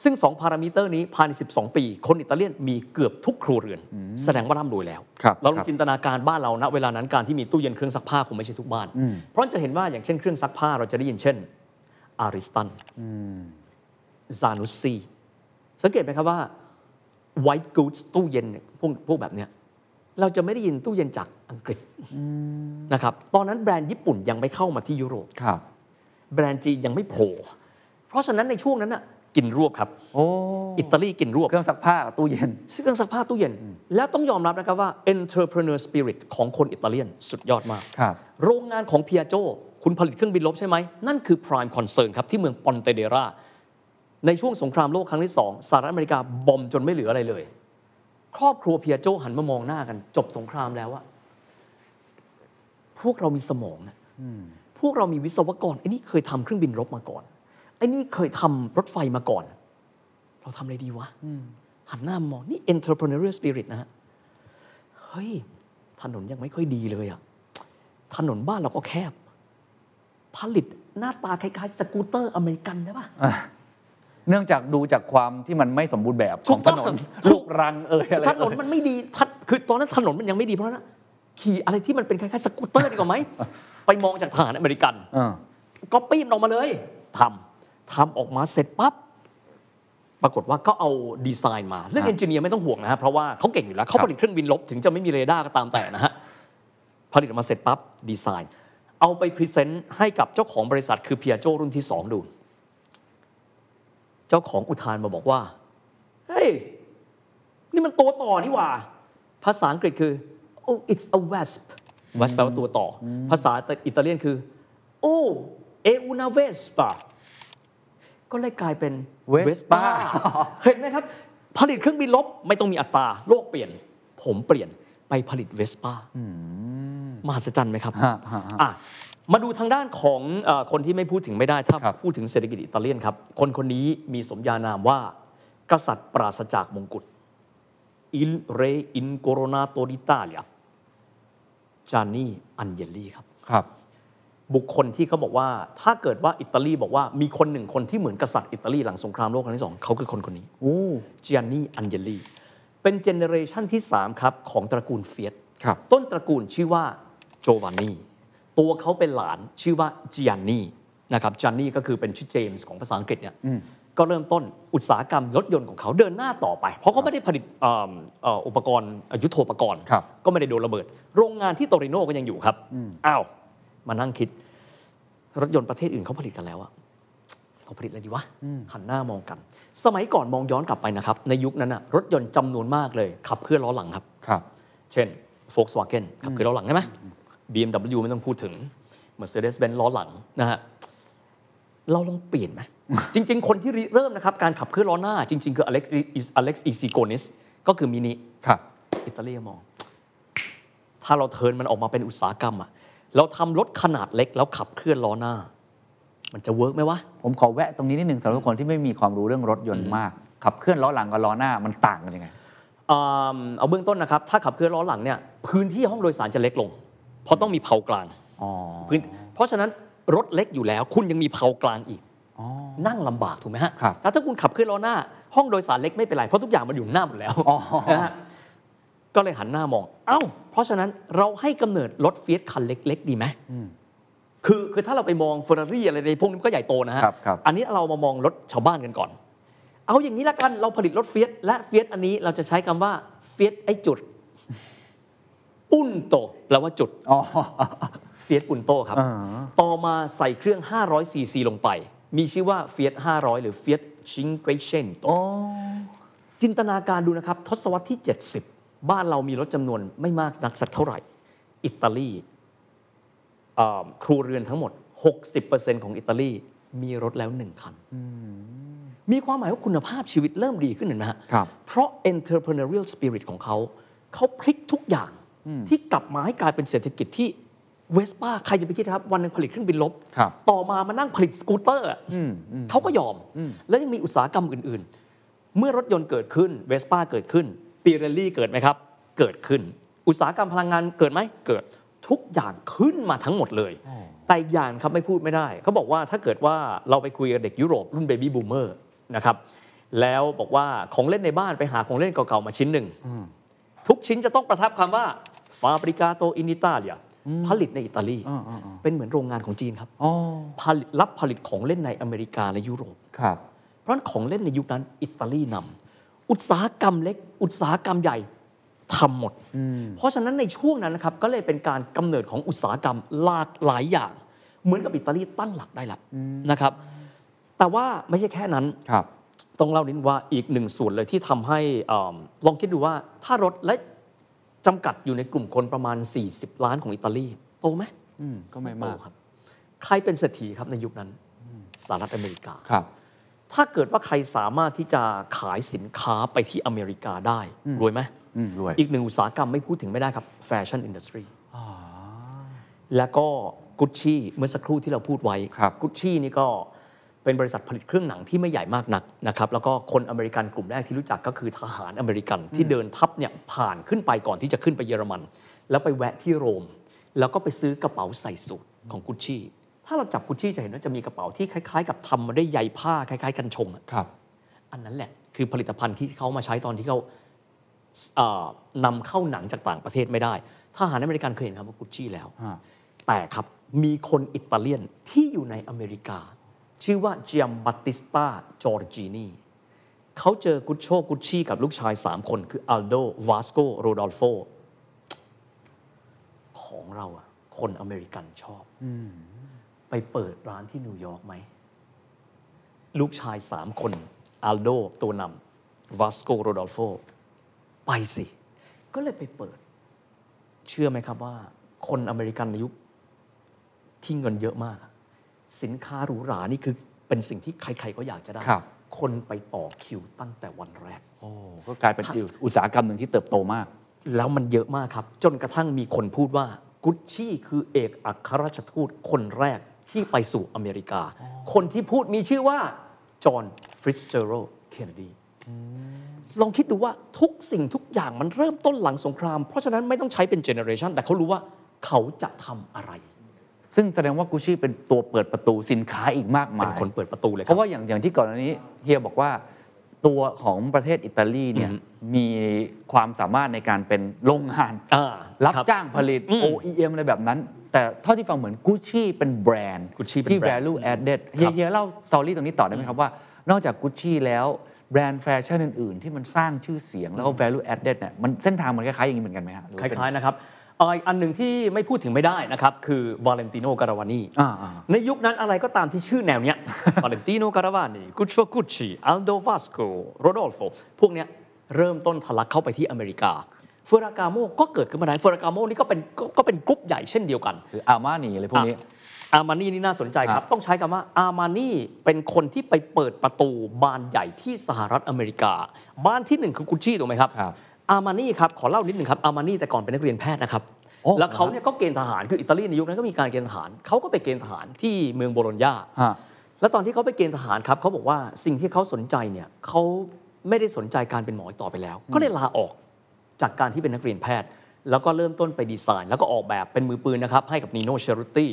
C: ซึ่ง 2 พารามิเตอร์นี้ภายใน 12 ปี คนอิตาเลียนมีเกือบทุกครัวเรือน แสดงว่าร่ำรวยแล้ว
B: ครับ
C: เราล
B: ค
C: อ
B: รั
C: ง
B: บ
C: จินตนาการบ้านเราณเวลานั้นการที่มีตู้เย็นเครื่องซักผ้าคงไม่ใช่ทุกบ้าน เพราะจะเห็นว่าอย่างเช่นเครื่องซักผ้าเราจะได้ยินเช่น อ อาริสตันซานุสซีสังเกตไหมครับว่า white goods ตู้เย็นเนี่ยพวกพวกแบบเนี้ยเราจะไม่ได้ยินตู้เย็นจากอังกฤษนะครับตอนนั้นแบรนด์ญี่ปุ่นยังไม่เข้ามาที่ยุโรป
B: ครับ
C: แบรนด์จีนยังไม่โผล่เพราะฉะนั้นในช่วงนั้นน่ะกินรวบครับ
B: โอ้
C: อิตาลีกินรวบ
B: เครื่องซักผ้ากับตู้เย็น
C: ซื้อเครื่องซักผ้าตู้เย็น แล้วต้องยอมรับนะครับว่า entrepreneur spirit ของคนอิตาเลียนสุดยอดมาก
B: ครับ
C: โรงงานของพิอาโจคุณผลิตเครื่องบินรบใช่ไหม นั่นคือ prime concern ครับ ที่เมืองปอนเตเดรา ในช่วงสงครามโลกครั้งที่สองสหรัฐอเมริกาบอมจนไม่เหลืออะไรเลย ครอบครัวพิอาโจหันมามองหน้ากัน จบสงครามแล้วอะพวกเรามีสมองนะพวกเรามีวิศวกรไอ้นี่เคยทำเครื่องบินรบมาก่อนไอ้นี่เคยทำรถไฟมาก่อน เราทำอะไรดีวะหันหน้ามามองนี่ entrepreneurial spirit นะฮะเฮ้ยถนนยังไม่ค่อยดีเลยอะ ถนนบ้านเราก็แคบ ผลิตหน้าตาคล้ายๆ สกูตเตอร์อเมริกันได้ปะ
B: เนื่องจากดูจากความที่มันไม่สมบูรณ์แบบของถนน
C: ถูกต้อง
B: ลูกรังเอ่ยอะไร
C: ถ
B: เอ่ย
C: นนมันไม่ดีทัดคือตอนนั้นถนนมันยังไม่ดีเพราะฉะนั้นขี่อะไรที่มันเป็นคล้ายๆ สกูตเตอร์ดีกว่าไหม ไปมองจากฐานอเมริกัน
B: เออ
C: ก็ปีนออกมาเลยทำทำออกมาเสร็จปั๊บ ปรากฏว่าก็เอาดีไซน์มา เรื่องเอนจิเนียร์ไม่ต้องห่วงนะฮะ เพราะว่าเขาเก่งอยู่แล้วเขาผลิตเครื่องบินลบ ถึงจะไม่มีเรดาร์ก็ตามแต่นะฮะ ผลิตออกมาเสร็จปั๊บ ดีไซน์ เอาไปพรีเซนต์ให้กับเจ้าของบริษัทคือเพียโจรุ่นที่ 2 ดู เจ้าของอุทานมาบอกว่า เฮ้ย นี่มันตัวต่อนี่หว่า ภาษาอังกฤษคือ oh it's a wasp wasp แปลว่าตัวต่ออภาษาอิตาเลียนคือ oh è una vespa ก็เลยกลายเป็น
B: Vespa
C: Vespa เห็นไหมครับ ผลิตเครื่องบินลบไม่ต้องมีอัตราโลกเปลี่ยน ผมเปลี่ยนไปผลิตเวสป้ามหัศจรรย์ไหมครับ
B: ฮะฮะฮะ
C: อ่ะมาดูทางด้านของเออคนที่ไม่พูดถึงไม่ได้ ถ้า
B: ครับ
C: พูดถึงเศรษฐกิจอิตาเลียนครับ คนคนนี้มีสมญานามว่า กษัตริย์ปราศจากมงกุฎ il re incoronato d'Italia จานี่อันเยลลี่ครับ
B: ครับ
C: บุคคลที่เขาบอกว่าถ้าเกิดว่าอิตาลีบอกว่ามีคนหนึ่งคนที่เหมือนกษัตริย์อิตาลีหลังสงครามโลกครั้งที่สองเขาคือคนคนนี้
B: โอ้
C: จียนนี่อันเยลลีเป็นเจเนเรชันที่ 3 ครับ ของตระกูลเฟียต
B: ครับ
C: ต้นตระกูลชื่อว่าโจวานนี่ตัวเขาเป็นหลานชื่อว่าจียนนี่นะครับจียนนี่ก็คือเป็นชื่อเจมส์ของภาษาอังกฤษเนี่ยก็เริ่มต้นอุตสาหกรรมรถยนต์ของเขาเดินหน้าต่อไป เพราะเขาไม่ได้ผลิตเอิ่มเอ่ออุปกรณ์ยุทโธปกรณ์
B: ครับ
C: ก็ไม่ได้โดนระเบิด โรงงานที่โตริโนก็ยังอยู่ครับอ้าวมานั่งคิด รถยนต์ประเทศอื่นเขาผลิตกันแล้วอะเขาผลิตอะไรดีวะ หันหน้ามองกัน สมัยก่อนมองย้อนกลับไปนะครับ ในยุคนั้นอะรถยนต์จำนวนมากเลย ขับเคลื่อนล้อหลังครับ
B: ครับ
C: เช่น Volkswagen ขับเคลื่อนล้อหลังใช่ไหม BMW ไม่ต้องพูดถึง Mercedes-Benz ล้อหลังนะฮะเราลองเป ลี่ยนไหม จริง ๆ คนที่ริเริ่มนะครับ การขับเคลื่อนล้อหน้า จริง ๆ คือ Alex Alex i s i g o n i s ก็คือมินิ
B: ครับ
C: อิตาลีมอง ถ้าเราเทิร์นมันออกมาเป็นอุตสาหกรรมอะเราทำรถขนาดเล็กแล้วขับเคลื่อนล้อหน้า มันจะเวิร์กไหมวะ
B: ผมขอแวะตรงนี้นิดหนึ่งสำหรับคนที่ไม่มีความรู้เรื่องรถยนต์มาก ขับเคลื่อนล้อหลังกับล้อหน้ามันต่างกันยังไง
C: อืมเอาเบื้องต้นนะครับ ถ้าขับเคลื่อนล้อหลังเนี่ยพื้นที่ห้องโดยสารจะเล็กลง เพราะต้องมีเผากลาง
B: อ๋อ
C: พื้นเพราะฉะนั้นรถเล็กอยู่แล้ว คุณยังมีเผากลางอีกนั่งลำบากถูกไหมฮะ
B: ครับ
C: แต่ถ้าคุณขับเคลื่อนล้อหน้า ห้องโดยสารเล็กไม่เป็นไรเพราะทุกอย่างมันอยู่หน้าหมดแล้ว
B: อ๋อ
C: นะฮะก็เลยหันหน้ามอง เอ้า เพราะฉะนั้นเราให้กำเนิดรถเฟียสคันเล็ก ๆ ดีไหมคือคือถ้าเราไปมองเฟอร์รารี่อะไรในพวกนี้มันก็ใหญ่โตนะฮะ
B: ครับครับ
C: อันนี้เรามามองรถชาวบ้านกันก่อน เอาอย่างนี้ละกันเราผลิตรถเฟียสและเฟียสอันนี้เราจะใช้คำว่าเฟียสไอจุด ปุ้นโตแปลว่าจุด
B: อ๋อ
C: เฟียสปุ้นโตครับ
B: อ่า
C: ต่อมาใส่เครื่อง 500 ซีซีลงไป มีชื่อว่าเฟียส500 หรือเฟียสชิงเกเชนโต
B: อ๋อ
C: จินตนาการดูนะครับ ทศวรรษที่ 70 บ้านเรามีรถจำนวนไม่มากนักสักเท่าไหร่ อิตาลีอ่าครูเรือนทั้งหมด 60%ของอิตาลีมีรถแล้วหนึ่งคันมีความหมายว่าคุณภาพชีวิตเริ่มดีขึ้นเห็นไหมฮะ
B: ครับ
C: เพราะ entrepreneurial spirit ของเขา เขาพลิกทุกอย่างที่กลับมาให้กลายเป็นเศรษฐกิจที่เวสป้าใครจะไปคิดนะครับวันหนึงผลิตเครื่องบินลบ
B: ครับ
C: ต่อมามานั่งผลิตสกูตเตอร์อะเขาก็ยอม แล้วยังมีอุตสาหกรรมอื่น ๆ เมื่อรถยนต์เกิดขึ้นเวสป้าเกิดขึ้นปีเรลลี่เกิดไหมครับ เกิดขึ้น อุตสาหกรรมพลังงานเกิดไหมเกิดทุกอย่างขึ้นมาทั้งหมดเลย แต่อีกอย่างครับไม่พูดไม่ได้เขาบอกว่าถ้าเกิดว่าเราไปคุยกับเด็กยุโรปรุ่นเบบี้บูมเมอร์นะครับแล้วบอกว่าของเล่นในบ้านไปหาของเล่นเก่าๆมาชิ้นหนึ่ง ทุกชิ้นจะต้องประทับคำว่าฟาบริกาโตอิน t ิตาเลีย ผลิตในอิตาลี
B: อ่าอ่าอ่า
C: เป็นเหมือนโรงงานของจีนครับ
B: อ๋อ
C: ผลิตรับผลิตของเล่นในอเมริกาและยุโรป
B: ครับ
C: เพราะฉะนั้นของเล่นในยุคนั้นอิตาลีนำอุตสาหกรรมเล็ก อุตสาหกรรมใหญ่ทำหมด เพราะฉะนั้นในช่วงนั้นนะครับก็เลยเป็นการกำเนิดของอุตสาหกรรมหลากหลายอย่าง เหมือนกับอิตาลีตั้งหลักได้ละนะครับ แต่ว่าไม่ใช่แค่นั้น
B: ครับ
C: ต้องเล่านิดนึงว่าอีกหนึ่งส่วนเลยที่ทำให้อ่าลองคิดดูว่าถ้ารถและจำกัดอยู่ในกลุ่มคนประมาณ 40 ล้านของอิตาลีโตไหม
B: อืมก็ไม่
C: โต
B: มาก
C: ครับ ใครเป็นเศรษฐีครับในยุคนั้นสหรัฐอเมริกา
B: ครับ
C: ถ้าเกิดว่าใครสามารถที่จะขายสินค้าไปที่อเมริกาได้ รวยไหม
B: อืมรวย
C: อีกหนึ่งอุตสาหกรรมไม่พูดถึงไม่ได้ครับแฟชั่นอินดัสทรีแล้วก็กุชชี่เมื่อสักครู่ที่เราพูดไว้
B: ครับ
C: กุชชี่นี่ก็เป็นบริษัทผลิตเครื่องหนังที่ไม่ใหญ่มากนักนะครับแล้วก็คนอเมริกันกลุ่มแรกที่รู้จักก็คือทหารอเมริกันที่เดินทัพเนี่ยผ่านขึ้นไปก่อนที่จะขึ้นไปเยอรมัน แล้วไปแวะที่โรม แล้วก็ไปซื้อกระเป๋าใส่สูทของกุชชี่ถ้าเราจับกุชชี่จะเห็นว่าจะมีกระเป๋าที่คล้ายๆ กับทำมาด้วยใยผ้าคล้าย ๆ กันชงอะ
B: ครับ
C: อันนั้นแหละ คือผลิตภัณฑ์ที่เขามาใช้ตอนที่เขาเอ่อนำเข้าหนังจากต่างประเทศไม่ได้ทหารอเมริกันเคยเห็นครับว่ากุชชี่แล้ว
B: ฮะ
C: แต่ครับมีคนอิตาเลียนที่อยู่ในอเมริกา ชื่อว่าเจียมบัตติสตาจอร์จินีเขาเจอกุชโชกุชชี่กับลูกชาย 3 คนคืออัลโดวาสโกโรดอลโฟของเราอะคนอเมริกันชอบ ไปเปิดร้านที่นิวยอร์กไหม ลูกชายสามคนอัลโดตัวนำวาสโกโรดอลโฟไปสิ ก็เลยไปเปิด เชื่อไหมครับว่า คนอเมริกันในยุคที่เงินเยอะมากอะสินค้าหรูหรานี่คือเป็นสิ่งที่ใครๆก็อยากจะได้
B: ครับ
C: คนไปต่อคิวตั้งแต่วันแรก
B: โอ้ก็กลายเป็นอุตสาหกรรมหนึ่งที่เติบโตมาก
C: แล้วมันเยอะมากครับ จนกระทั่งมีคนพูดว่ากุชชี่คือเอกอัครราชทูตคนแรกที่ไปสู่อเมริกา คนที่พูดมีชื่อว่า จอห์นฟริสเจอโรเคนเนดีลองคิดดูว่าทุกสิ่งทุกอย่างมันเริ่มต้นหลังสงคราม เพราะฉะนั้นไม่ต้องใช้เป็นเจเนอเรชันแต่เขารู้ว่าเขาจะทำอะไร
B: ซึ่งแสดงว่ากุชชี่เป็นตัวเปิดประตูสินค้าอีกมาก
C: เป็
B: มาน ย
C: คนเปิดประตูเลยค
B: เพ
C: รับ
B: ราะว่าอย่างอย่างที่ก่อนอันนี้เฮียบอกว่าตัวของประเทศอิตาลีเนี่ยมีความสามารถในการเป็นโรงงาน
C: อ่า
B: รับ
C: ค
B: จ้างผลิต
C: อืม
B: OEM อะไรแบบนั้น แต่เท่าที่ฟังเหมือนกุชชี่เป็นแบรนด์
C: Gucci เป็น
B: ที่
C: แบรนด์
B: value added เฮียเฮียเล่าสตอรี่ตรงนี้ต่อได้ไหมครับว่า นอกจากกุชชี่แล้วแบรนด์แฟชั่นอื่น ๆ ที่มันสร้างชื่อเสียงแล้วก็ value added เนี่ยมันเส้นทางมันคล้ายๆอย่างนี้เหมือนกันไหมฮะหรือ
C: ค
B: ว่าเป็น
C: ล้ายๆนะครับเอ่ออีกอันหนึ่งที่ไม่พูดถึงไม่ได้นะครับ คือวาเลนติโนการาวานี
B: อ่า
C: ในยุคนั้นอะไรก็ตามที่ชื่อแนวเนี้ย วาเลนติโนการาวานีกุชโชกุชิอัลโดวาสโกโรดอลโฟพวกเนี้ยเริ่มต้นทะลักเข้าไปที่อเมริกาเฟอรากาโมก็เกิดขึ้นมาได้เฟอรากาโมนี่ก็เป็นก็ก็เป็นกรุ๊ปใหญ่เช่นเดียวกัน
B: หรืออาร์มานีอะไรพวกนี้
C: อามานี่นี่น่าสนใจครับ ต้องใช้คำว่าอามานี่เป็นคนที่ไปเปิดประตูบานใหญ่ที่สหรัฐอเมริกา บ้านที่หนึ่งคือกุชชี่ถูกไหมครับ
B: ครับ
C: อามานี่ครับ ขอเล่านิดหนึ่งครับ อามานี่แต่ก่อนเป็นนักเรียนแพทย์นะครับ
B: โอ้
C: แล้วเขาเนี่ยก็เกณฑ์ทหาร คืออิตาลีในยุคนั้นก็มีการเกณฑ์ทหาร เขาก็ไปเกณฑ์ทหารที่เมืองโบโลญญา
B: ฮะ
C: แล้วตอนที่เขาไปเกณฑ์ทหารครับเขาบอกว่าสิ่งที่เขาสนใจเนี่ยเขาไม่ได้สนใจการเป็นหมออีกต่อไปแล้ว ก็เลยลาออกจากการที่เป็นนักเรียนแพทย์ แล้วก็เริ่มต้นไปดีไซน์ แล้วก็ออกแบบเป็นมือปืนนะครับ ให้กับนีโนเชรุตี้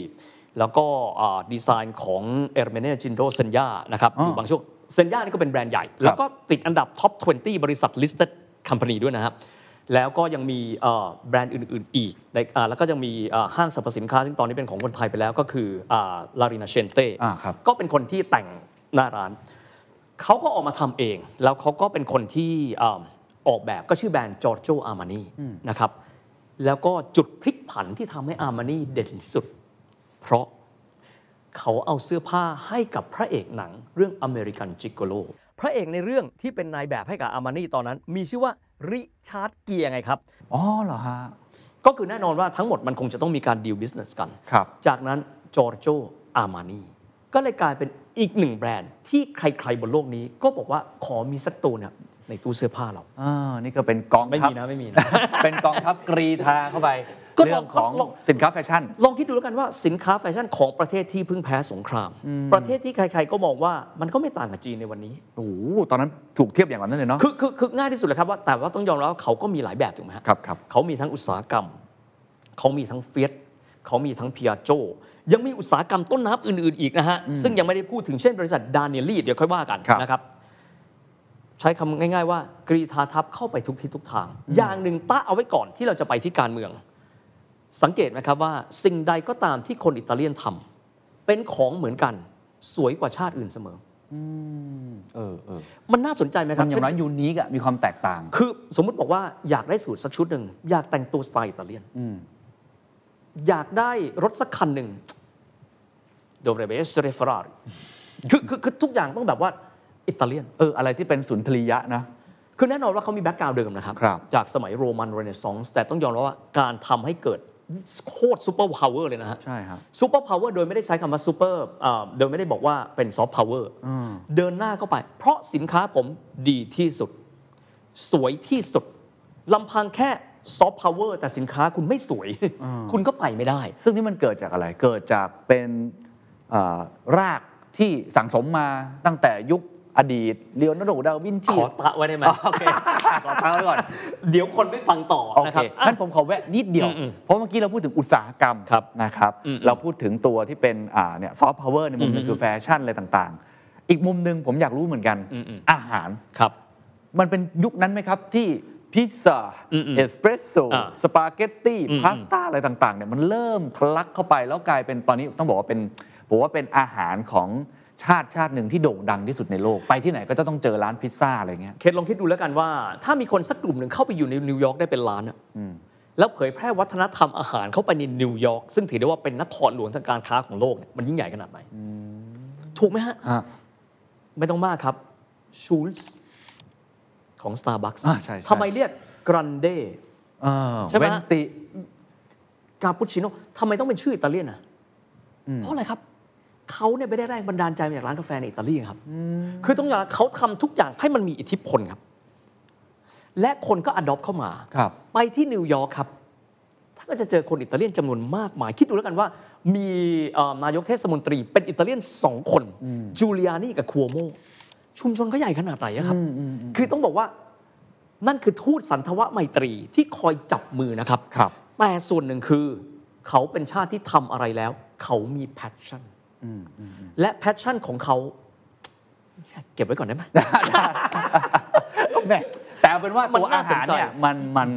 C: แล้วก็อ่าดีไซน์ของเอร์เมเนจินโดเซนยานะครับอยู่บางช่วงเซนยานี่ก็เป็นแบรนด์ใหญ่ แล้วก็ติดอันดับท็อป 20 บริษัท listed company ด้วยนะครับ แล้วก็ยังมีเอ่อแบรนด์อื่น ๆ อีกในอ่าแล้วก็ยังมีเอ่อห้างสรรพสินค้าซึ่งตอนนี้เป็นของคนไทยไปแล้วก็คือลารินาเชนเต้
B: อ่าครับ
C: ก็เป็นคนที่แต่งหน้าร้าน เขาก็ออกมาทำเอง แล้วเขาก็เป็นคนที่เอิ่มออกแบบก็ชื่อแบรนด์จอร์โจอาร์มานีนะครับ แล้วก็จุดพลิกผันที่ทำให้อาร์มานีเด่นที่สุด เพราะเขาเอาเสื้อผ้าให้กับพระเอกหนังเรื่องอเมริกันจิกโกโลพระเอกในเรื่องที่เป็นนายแบบให้กับอาร์มานีตอนนั้น มีชื่อว่าริชาร์ดเกียร์ไงครับ
B: อ๋อเหรอฮะ
C: ก็คือแน่นอนว่าทั้งหมดมันคงจะต้องมีการดีลบิสเนสกัน
B: ครับ
C: จากนั้นจอร์โจอาร์มานีก็เลยกลายเป็นอีกหนึ่งแบรนด์ที่ใครๆบนโลกนี้ก็บอกว่าขอมีสักตัวเนี่ยในตู้เสื้อผ้าเรา
B: อ่านี่ก็เป็นกอง
C: ไม่
B: ทัพ
C: มีนะไม่มีนะ
B: เป็นกองทัพกรีธาเข้าไป
C: ก็ลอง
B: เรื่องของ
C: ลอง
B: สินค้าแฟชั่น
C: ลองคิดดูแล้วกันว่าสินค้าแฟชั่นของประเทศที่เพิ่งแพ้สงคราม ประเทศที่ใครๆก็มองว่ามันก็ไม่ต่างกับจีนในวันนี้
B: โอ้โหตอนนั้นถูกเทียบอย่างนั้นเลยเนาะ
C: คือคือคือง่ายที่สุดเลยครับว่าแต่ว่าต้องยอมรับว่าเขาก็มีหลายแบบถูกไหมฮะ
B: ครับครับ
C: เขามีทั้งอุตสาหกรรม เขามีทั้งเฟียสเขามีทั้งพิอาโจ ยังมีอุตสาหกรรมต้นน้ำอื่น ๆ อีกนะฮะ ซึ่งยังไม่ได้พูดถึงเช่นบริษัทดานเนลลี่ เดี๋ยวค่อยว่ากัน
B: ครับ
C: นะครับ ใช้คำง่าย ๆ ว่ากรีธาทัพเข้าไปทุกทิศทุกทาง อย่างหนึ่งตะเอาไว้ก่อนที่เราจะไปที่การเมือง สังเกตไหมครับว่าสิ่งใดก็ตามที่คนอิตาเลียนทำเป็นของเหมือนกันสวยกว่าชาติอื่นเสมอ
B: เออเออ
C: มันน่าสนใจไหมค
B: มั
C: รับ
B: นอย่า
C: เช่
B: ง
C: น
B: น้อยยูนิคอะมีความแตกต่าง
C: คือสมมุติบอกว่าอยากได้สูตรสักชุดหนึ่งอยากแต่งตัวสไตล์อิตาเลียน
B: อืม
C: อยากได้รถสักคันหนึ่งโดเรเบสเรฟราร์ คือคือคือทุกอย่างต้องแบบว่าอิตาเลียน
B: เออ อะไรที่เป็นสุนทรียะนะ
C: คือแน่นอนว่าเขามีแบ็กกราวด์เดิมนะครับ
B: ครับ
C: จากสมัยโรมันเรเนซองส์แต่ต้องยอมรับว่าการทำให้เกิดโคตรซูเปอร์พาวเวอร์เลยนะฮะ
B: ใช่ครับ
C: ซูเปอร์พาวเวอร์โดยไม่ได้ใช้คำว่าซูเปอร์อ่าโดยไม่ได้บอกว่าเป็นซอฟต์พาวเวอร์เดินหน้าเข้าไป เพราะสินค้าผมดีที่สุด สวยที่สุดลำพังแค่ซอฟต์พาวเวอร์แต่สินค้าคุณไม่สวย คุณก็ไปไม่ได้
B: ซึ่งนี่มันเกิดจากอะไร เกิดจากเป็นเอ่อรากที่สั่งสมมาตั้งแต่ยุคอดีตเรียวนาร์โดดาวิน
C: ข
B: ชี
C: อตะไว้ได้ไหม
B: โอเคขอพักไว้ก่อน
C: เดี๋ยวคนไม่ฟังต่อ
B: โอ
C: นะ
B: เค
C: ครับอ่ะ
B: งั้นผมขอแวะนิดเดียว
C: อืม
B: เพราะเมื่อกี้เราพูดถึงอุตสาหกรรม
C: ครับ
B: นะครับ
C: อืม
B: เราพูดถึงตัวที่เป็นอ่าเนี่ยซอฟต์พาวเวอร์ในมุมหนึงคือแฟชั่นอะไรต่างๆ อีกมุมหนึ่งผมอยากรู้เหมือนกัน
C: อืม
B: อาหาร
C: ครับ
B: มันเป็นยุคนั้นไหมครับ ที่พิซซ่า
C: อืมๆ
B: เอสเปรสโซ่
C: อ่า
B: สปาเกตตี้
C: อืมๆ
B: พาสต้าอะไรต่างๆเนี่ยมันเริ่มทะลักเข้าไปแล้วกลายเป็นตอนนี้ต้องบอกว่าเป็นผมว่าเป็นอาหารของชาติชาติหนึ่งที่โด่งดังที่สุดในโลก ไปที่ไหนก็จะต้องเจอร้านพิซซ่าอะไรเงี้ย
C: เคนลองคิดดูแล้วกันว่า ถ้ามีคนสักกลุ่มหนึ่งเข้าไปอยู่ในนิวยอร์กได้เป็นล้านอะ
B: อืม
C: แล้วเผยแพร่วัฒนธรรมอาหารเข้าไปในนิวยอร์กซึ่งถือได้ว่าเป็นนครหลวงทางการค้าของโลกเนี่ยมันยิ่งใหญ่ขนาดไหนถูกไหมฮะ
B: ฮะ
C: ไม่ต้องมากครับชูลส์ของ Starbucks
B: อ่าใช่ใช่
C: ทำไมเรียกกรันเด
B: อ่า
C: ใช่ไหม
B: เวนติ
C: กาปูชิโน่ทำไมต้องเป็นชื่ออิตาเลียนอ่ะเพราะอะไรครับ เขาเนี่ยไปได้แรงบันดาลใจมาจากร้านกาแฟในอิตาลีครับ คือต้องอย่างเขาทำทุกอย่างให้มันมีอิทธิพลครับ และคนก็อดอปเข้ามา
B: ครับ
C: ไปที่นิวยอร์กครับท่านก็จะเจอคนอิตาเลียนจำนวนมากมาย คิดดูแล้วกันว่า มีเอ่อนายกเทศมนตรีเป็นอิตาเลียนสองคน จูเลียานี่กับคัวโม ชุมชนเขาใหญ่ขนาดไหนอะครับ คือต้องบอกว่านั่นคือทูตสันทวไมตรีที่คอยจับมือนะครับ
B: ครับ
C: แต่ส่วนหนึ่งคือเขาเป็นชาติที่ทำอะไรแล้ว เขามีแพชชั่นและแพชชั่นของเขาเก็บไว้ก่อนได้ไหม
B: แหม่แต่เอาเป็นว่า
C: มัน
B: ตัวอา
C: น่าสน
B: หาร
C: ใจ
B: เนี่ยมันมัน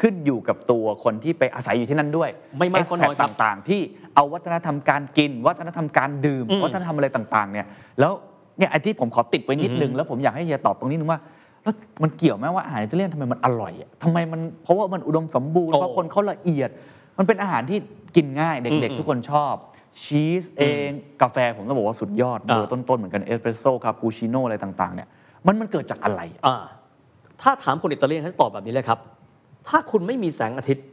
B: ขึ้นอยู่กับตัวคนที่ไปอาศัยอยู่ที่นั่นด้วย
C: ไม่มากก็น้อย
B: เซ์แพคต่างๆ ที่เอาวัฒนธรรมการกิน วัฒนธรรมการดื่ม
C: อืม
B: วัฒนธรรมอะไรต่างๆเนี่ยแล้วเนี่ยไอ้ที่ผมขอติดไว้นิดนึง แล้วผมอยากให้เฮียตอบตรงนี้นึงว่าแล้วมันเกี่ยวไหมว่าอาหารอิตาเลียนทำไมมันอร่อยอะทำไมมันเพราะว่ามันอุดมสมบูรณ์
C: โอ้
B: เพราะคนเขาละเอียด มันเป็นอาหารที่กินง่าย
C: อื
B: เด็ก
C: ม
B: ๆ ทุกคนชอบชีสเองกาแฟผมต้องบอกว่าสุดยอดเบอร์
C: อ่า
B: ต้นๆเหมือนกันเอสเปรสโซ่คาปูชิโน่อะไรต่างๆเนี่ยมันมันเกิดจากอะไรอะ
C: อ่าถ้าถามคนอิตาเลียนเขาจะตอบแบบนี้เลยครับ ถ้าคุณไม่มีแสงอาทิตย์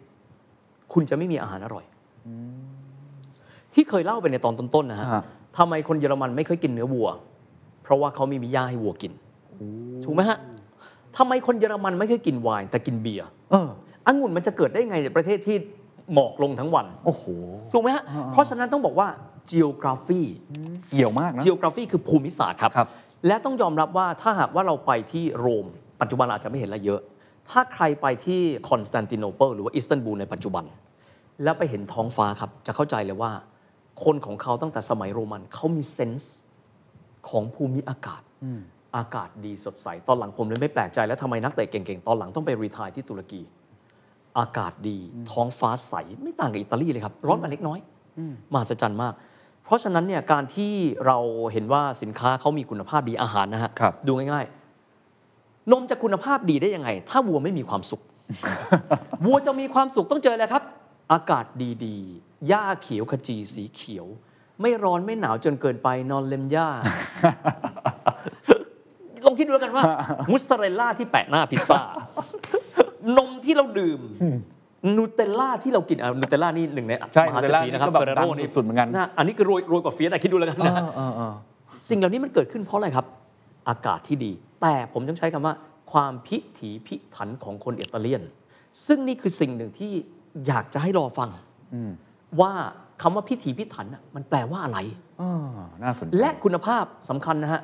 C: คุณจะไม่มีอาหารอร่อย ที่เคยเล่าไปในตอนต้นๆนะฮะ
B: ฮะ
C: ทำไมคนเยอรมันไม่ค่อยกินเนื้อวัว เพราะว่าเขาไม่มีหญ้าให้วัวกินถูกไหมฮะทำไมคนเยอรมันไม่ค่อยกินไวน์แต่กินเบียร์
B: เออ
C: องุ่นมันจะเกิดได้ไงในประเทศที่หมอกลงทั้งวัน
B: โอ้โห
C: ถูกไหมฮะเพราะฉะนั้นต้องบอกว่า geography
B: เหี่ยวมากนะ
C: geography คือภูมิศาสตร์ครับ
B: ครับ
C: และต้องยอมรับว่าถ้าหากว่าเราไปที่โรม ปัจจุบันเราอาจจะไม่เห็นอะไรเยอะ ถ้าใครไปที่คอนสแตนติโนเปิลหรือว่าอิสตันบูลในปัจจุบัน แล้วไปเห็นท้องฟ้าครับ จะเข้าใจเลยว่า คนของเขาตั้งแต่สมัยโรมันเขามีเซนส์ของภูมิอากาศ อากาศดีสดใส ตอนหลังผมเลยไม่แปลกใจ แล้วทำไมนักเตะเก่งๆ ตอนหลังต้องไปรีไทายที่ตุรกี อากาศดี ท้องฟ้าใส ไม่ต่างกับอิตาลีเลยครับ ร้อนมาเล็กน้อยมหัศจรรย์มาก เพราะฉะนั้นเนี่ยการที่เราเห็นว่าสินค้าเขามีคุณภาพดีอาหารนะฮะ
B: ครับ
C: ดูง่ายๆ นมจะคุณภาพดีได้ยังไง ถ้าวัวไม่มีความ สุข วัวจะมีความสุขต้องเจออะไรครับ อากาศดีๆ หญ้าเขียวขจีสีเขียว ไม่ร้อนไม่หนาวจนเกินไปนอนเล็มหญ้า ลองคิดดูแล้วกัน ว่า มุสซาเรลล่าที่แปะหน้าพิซซ่า นมที่เราดื่ม นูเทลล่าที่เรากินอ่ะนูเทลล่านี่หนึ่งใน
B: ใช่
C: มหาเศรษฐีนะครับ
B: นูเทลล่านี่ก็แบบ
C: เฟรโร
B: ดังสุดๆเหมือนกัน
C: ะอันนี้คือโรวยโรวยกว่าเฟียสอะคิดดูแล้วกันนะ
B: เออเออ
C: สิ่งเหล่านี้มันเกิดขึ้นเพราะอะไรครับ อากาศที่ดี แต่ผมต้องใช้คำว่า ความพิถีพิถันของคนอิตาเลียน ซึ่งนี่คือสิ่งหนึ่งที่อยากจะให้รอฟังว่าคำว่าพิถีพิถันน่ะมันแปลว่าอะไร
B: เออ น่าสนใจ
C: และคุณภาพสำคัญนะฮะ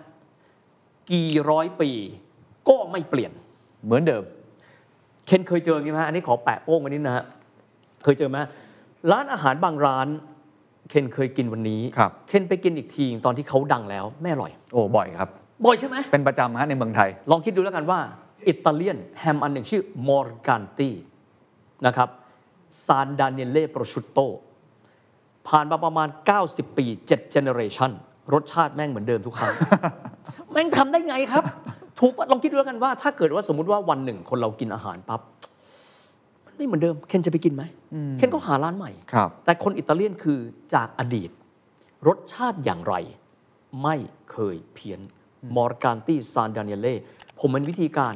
C: กี่ร้อยปีก็ไม่เปลี่ยน
B: เหมือนเดิม
C: เคนเคยเจอไงไหมฮะอันนี้ขอแปะโป้งไว้นิดนะฮะเคยเจอไหมร้านอาหารบางร้าน เคนเคยกินวันนี้
B: ครับ
C: เคนไปกินอีกทีตอนที่เขาดังแล้วไม่อร่อย
B: โอ้ บ่อยครับ
C: บ่อยใช่ไหม
B: เป็นประจำฮะในเมืองไทย
C: ลองคิดดูแล้วกันว่า อิตาเลียนแฮมอันหนึ่งชื่อมอร์ก a นตีนะครับ ซานดานเนเล่โปรชุตโต ผ่านมาประมาณ 90 ปี 7 เจเนเรชันรสชาติแม่งเหมือนเดิมทุกครั้ง แม่งทำได้ไงครับ ถูกปะลองคิดดูแล้วกันว่า ถ้าเกิดว่าสมมติว่าวันหนึ่งคนเรากินอาหารปั๊บ มันไม่เหมือนเดิม เคนจะไปกินไหม เคนก็หาร้านใหม่
B: ครับ
C: แต่คนอิตาเลียนคือจากอดีต รสชาติอย่างไร ไม่เคยเพี้ยนมอร์กานตี้ซานดานิเล่ผมเป็นวิธีการ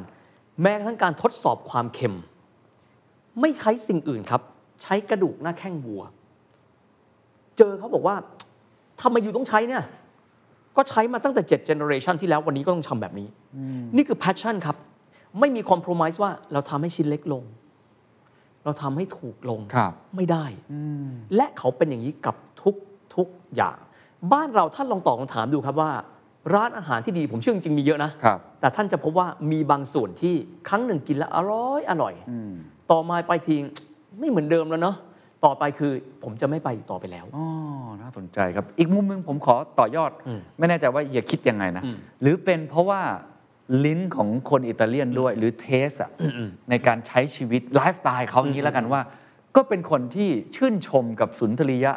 C: แม้กระทั่งการทดสอบความเค็ม ไม่ใช้สิ่งอื่นครับ ใช้กระดูกหน้าแข้งวัว เจอเขาบอกว่าทำไมอยู่ต้องใช้เนี่ย ก็ใช้มาตั้งแต่7 generation ที่แล้ววันนี้ก็ต้องทำแบบนี้ นี่คือ passion ครับ ไม่มี compromise ว่าเราทำให้ชิ้นเล็กลง เราทำให้ถูกลง
B: ครับ
C: ไม่ได้ และเขาเป็นอย่างนี้กับทุกทุกอย่าง บ้านเราท่านลองตอบคำถามดูครับว่า ร้านอาหารที่ดีผมเชื่อจริงๆมีเยอะนะ
B: ครับ
C: แต่ท่านจะพบว่ามีบางส่วนที่ครั้งหนึ่งกินแล้วอร่อยอร่อย ต่อมาไปทีไม่เหมือนเดิมแล้วเนาะต่อไปคือผมจะไม่ไปอีกต่อไปแล้ว
B: อ๋อ น่าสนใจครับ อีกมุมหนึงผมขอต่อยอด
C: อืม
B: ไม่แน่ใจว่าเฮียคิดยังไงนะ
C: อืม
B: หรือเป็นเพราะว่าลิ้นของคนอิตาเลียนด้วย หรือเทสอะในการใช้ชีวิตไลฟ์สไตล์เขาอย่างนี้แล้วกันว่า ก็เป็นคนที่ชื่นชมกับสุนทรียะ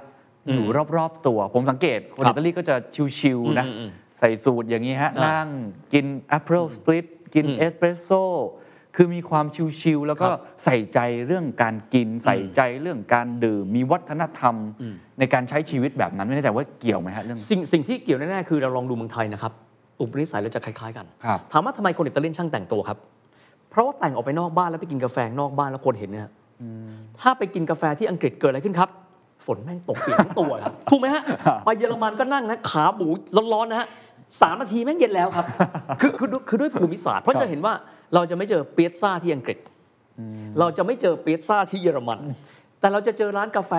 B: อยู่รอบๆตัว ผมสังเกต คน
C: ครับ
B: อิตาลีก็จะชิวๆนะ
C: อืมอืมอืม
B: ใส่สูตรอย่างนี้ฮะ
C: อ่า
B: นั่งกินแอปเปิลสปลิตกิน
C: อืม
B: เอสเปรสโซ่คือมีความชิวๆแล้วก็
C: ครับ
B: ใส่ใจเรื่องการกินใส่ใจเรื่องการดื่มมีวัฒนธรรม ในการใช้ชีวิตแบบนั้นไม่แน่ใจว่าเกี่ยวไหมฮะเรื่อง
C: สิ่งสิ่งที่เกี่ยวแน่ๆคือเราลองดูเมืองไทยนะครับอุปนิสัยเราจะคล้ายๆกัน
B: ครับ
C: ถามว่าทำไมคนอิตาเลียนช่างแต่งตัวครับ เพราะว่าแต่งออกไปนอกบ้านแล้วไปกินกาแฟนอกบ้านแล้วคนเห็นเนี่ยฮะถ้าไปกินกาแฟที่อังกฤษเกิดอะไรขึ้นครับ ฝนแม่งตกเปียกทั้งตัวครับ ถูกไหมฮะ ไปเยอรมันก็นั่งนะขาหมูร้อนๆนะฮะสามนาทีแม่งเย็นแล้วครับ คือคือคือด้วยภูมิศาสตร์เพราะจะเห็นว่าเราจะไม่เจอเปียซซ่าที่อังกฤษ เราจะไม่เจอเปียซซ่าที่เยอรมัน แต่เราจะเจอร้านกาแฟ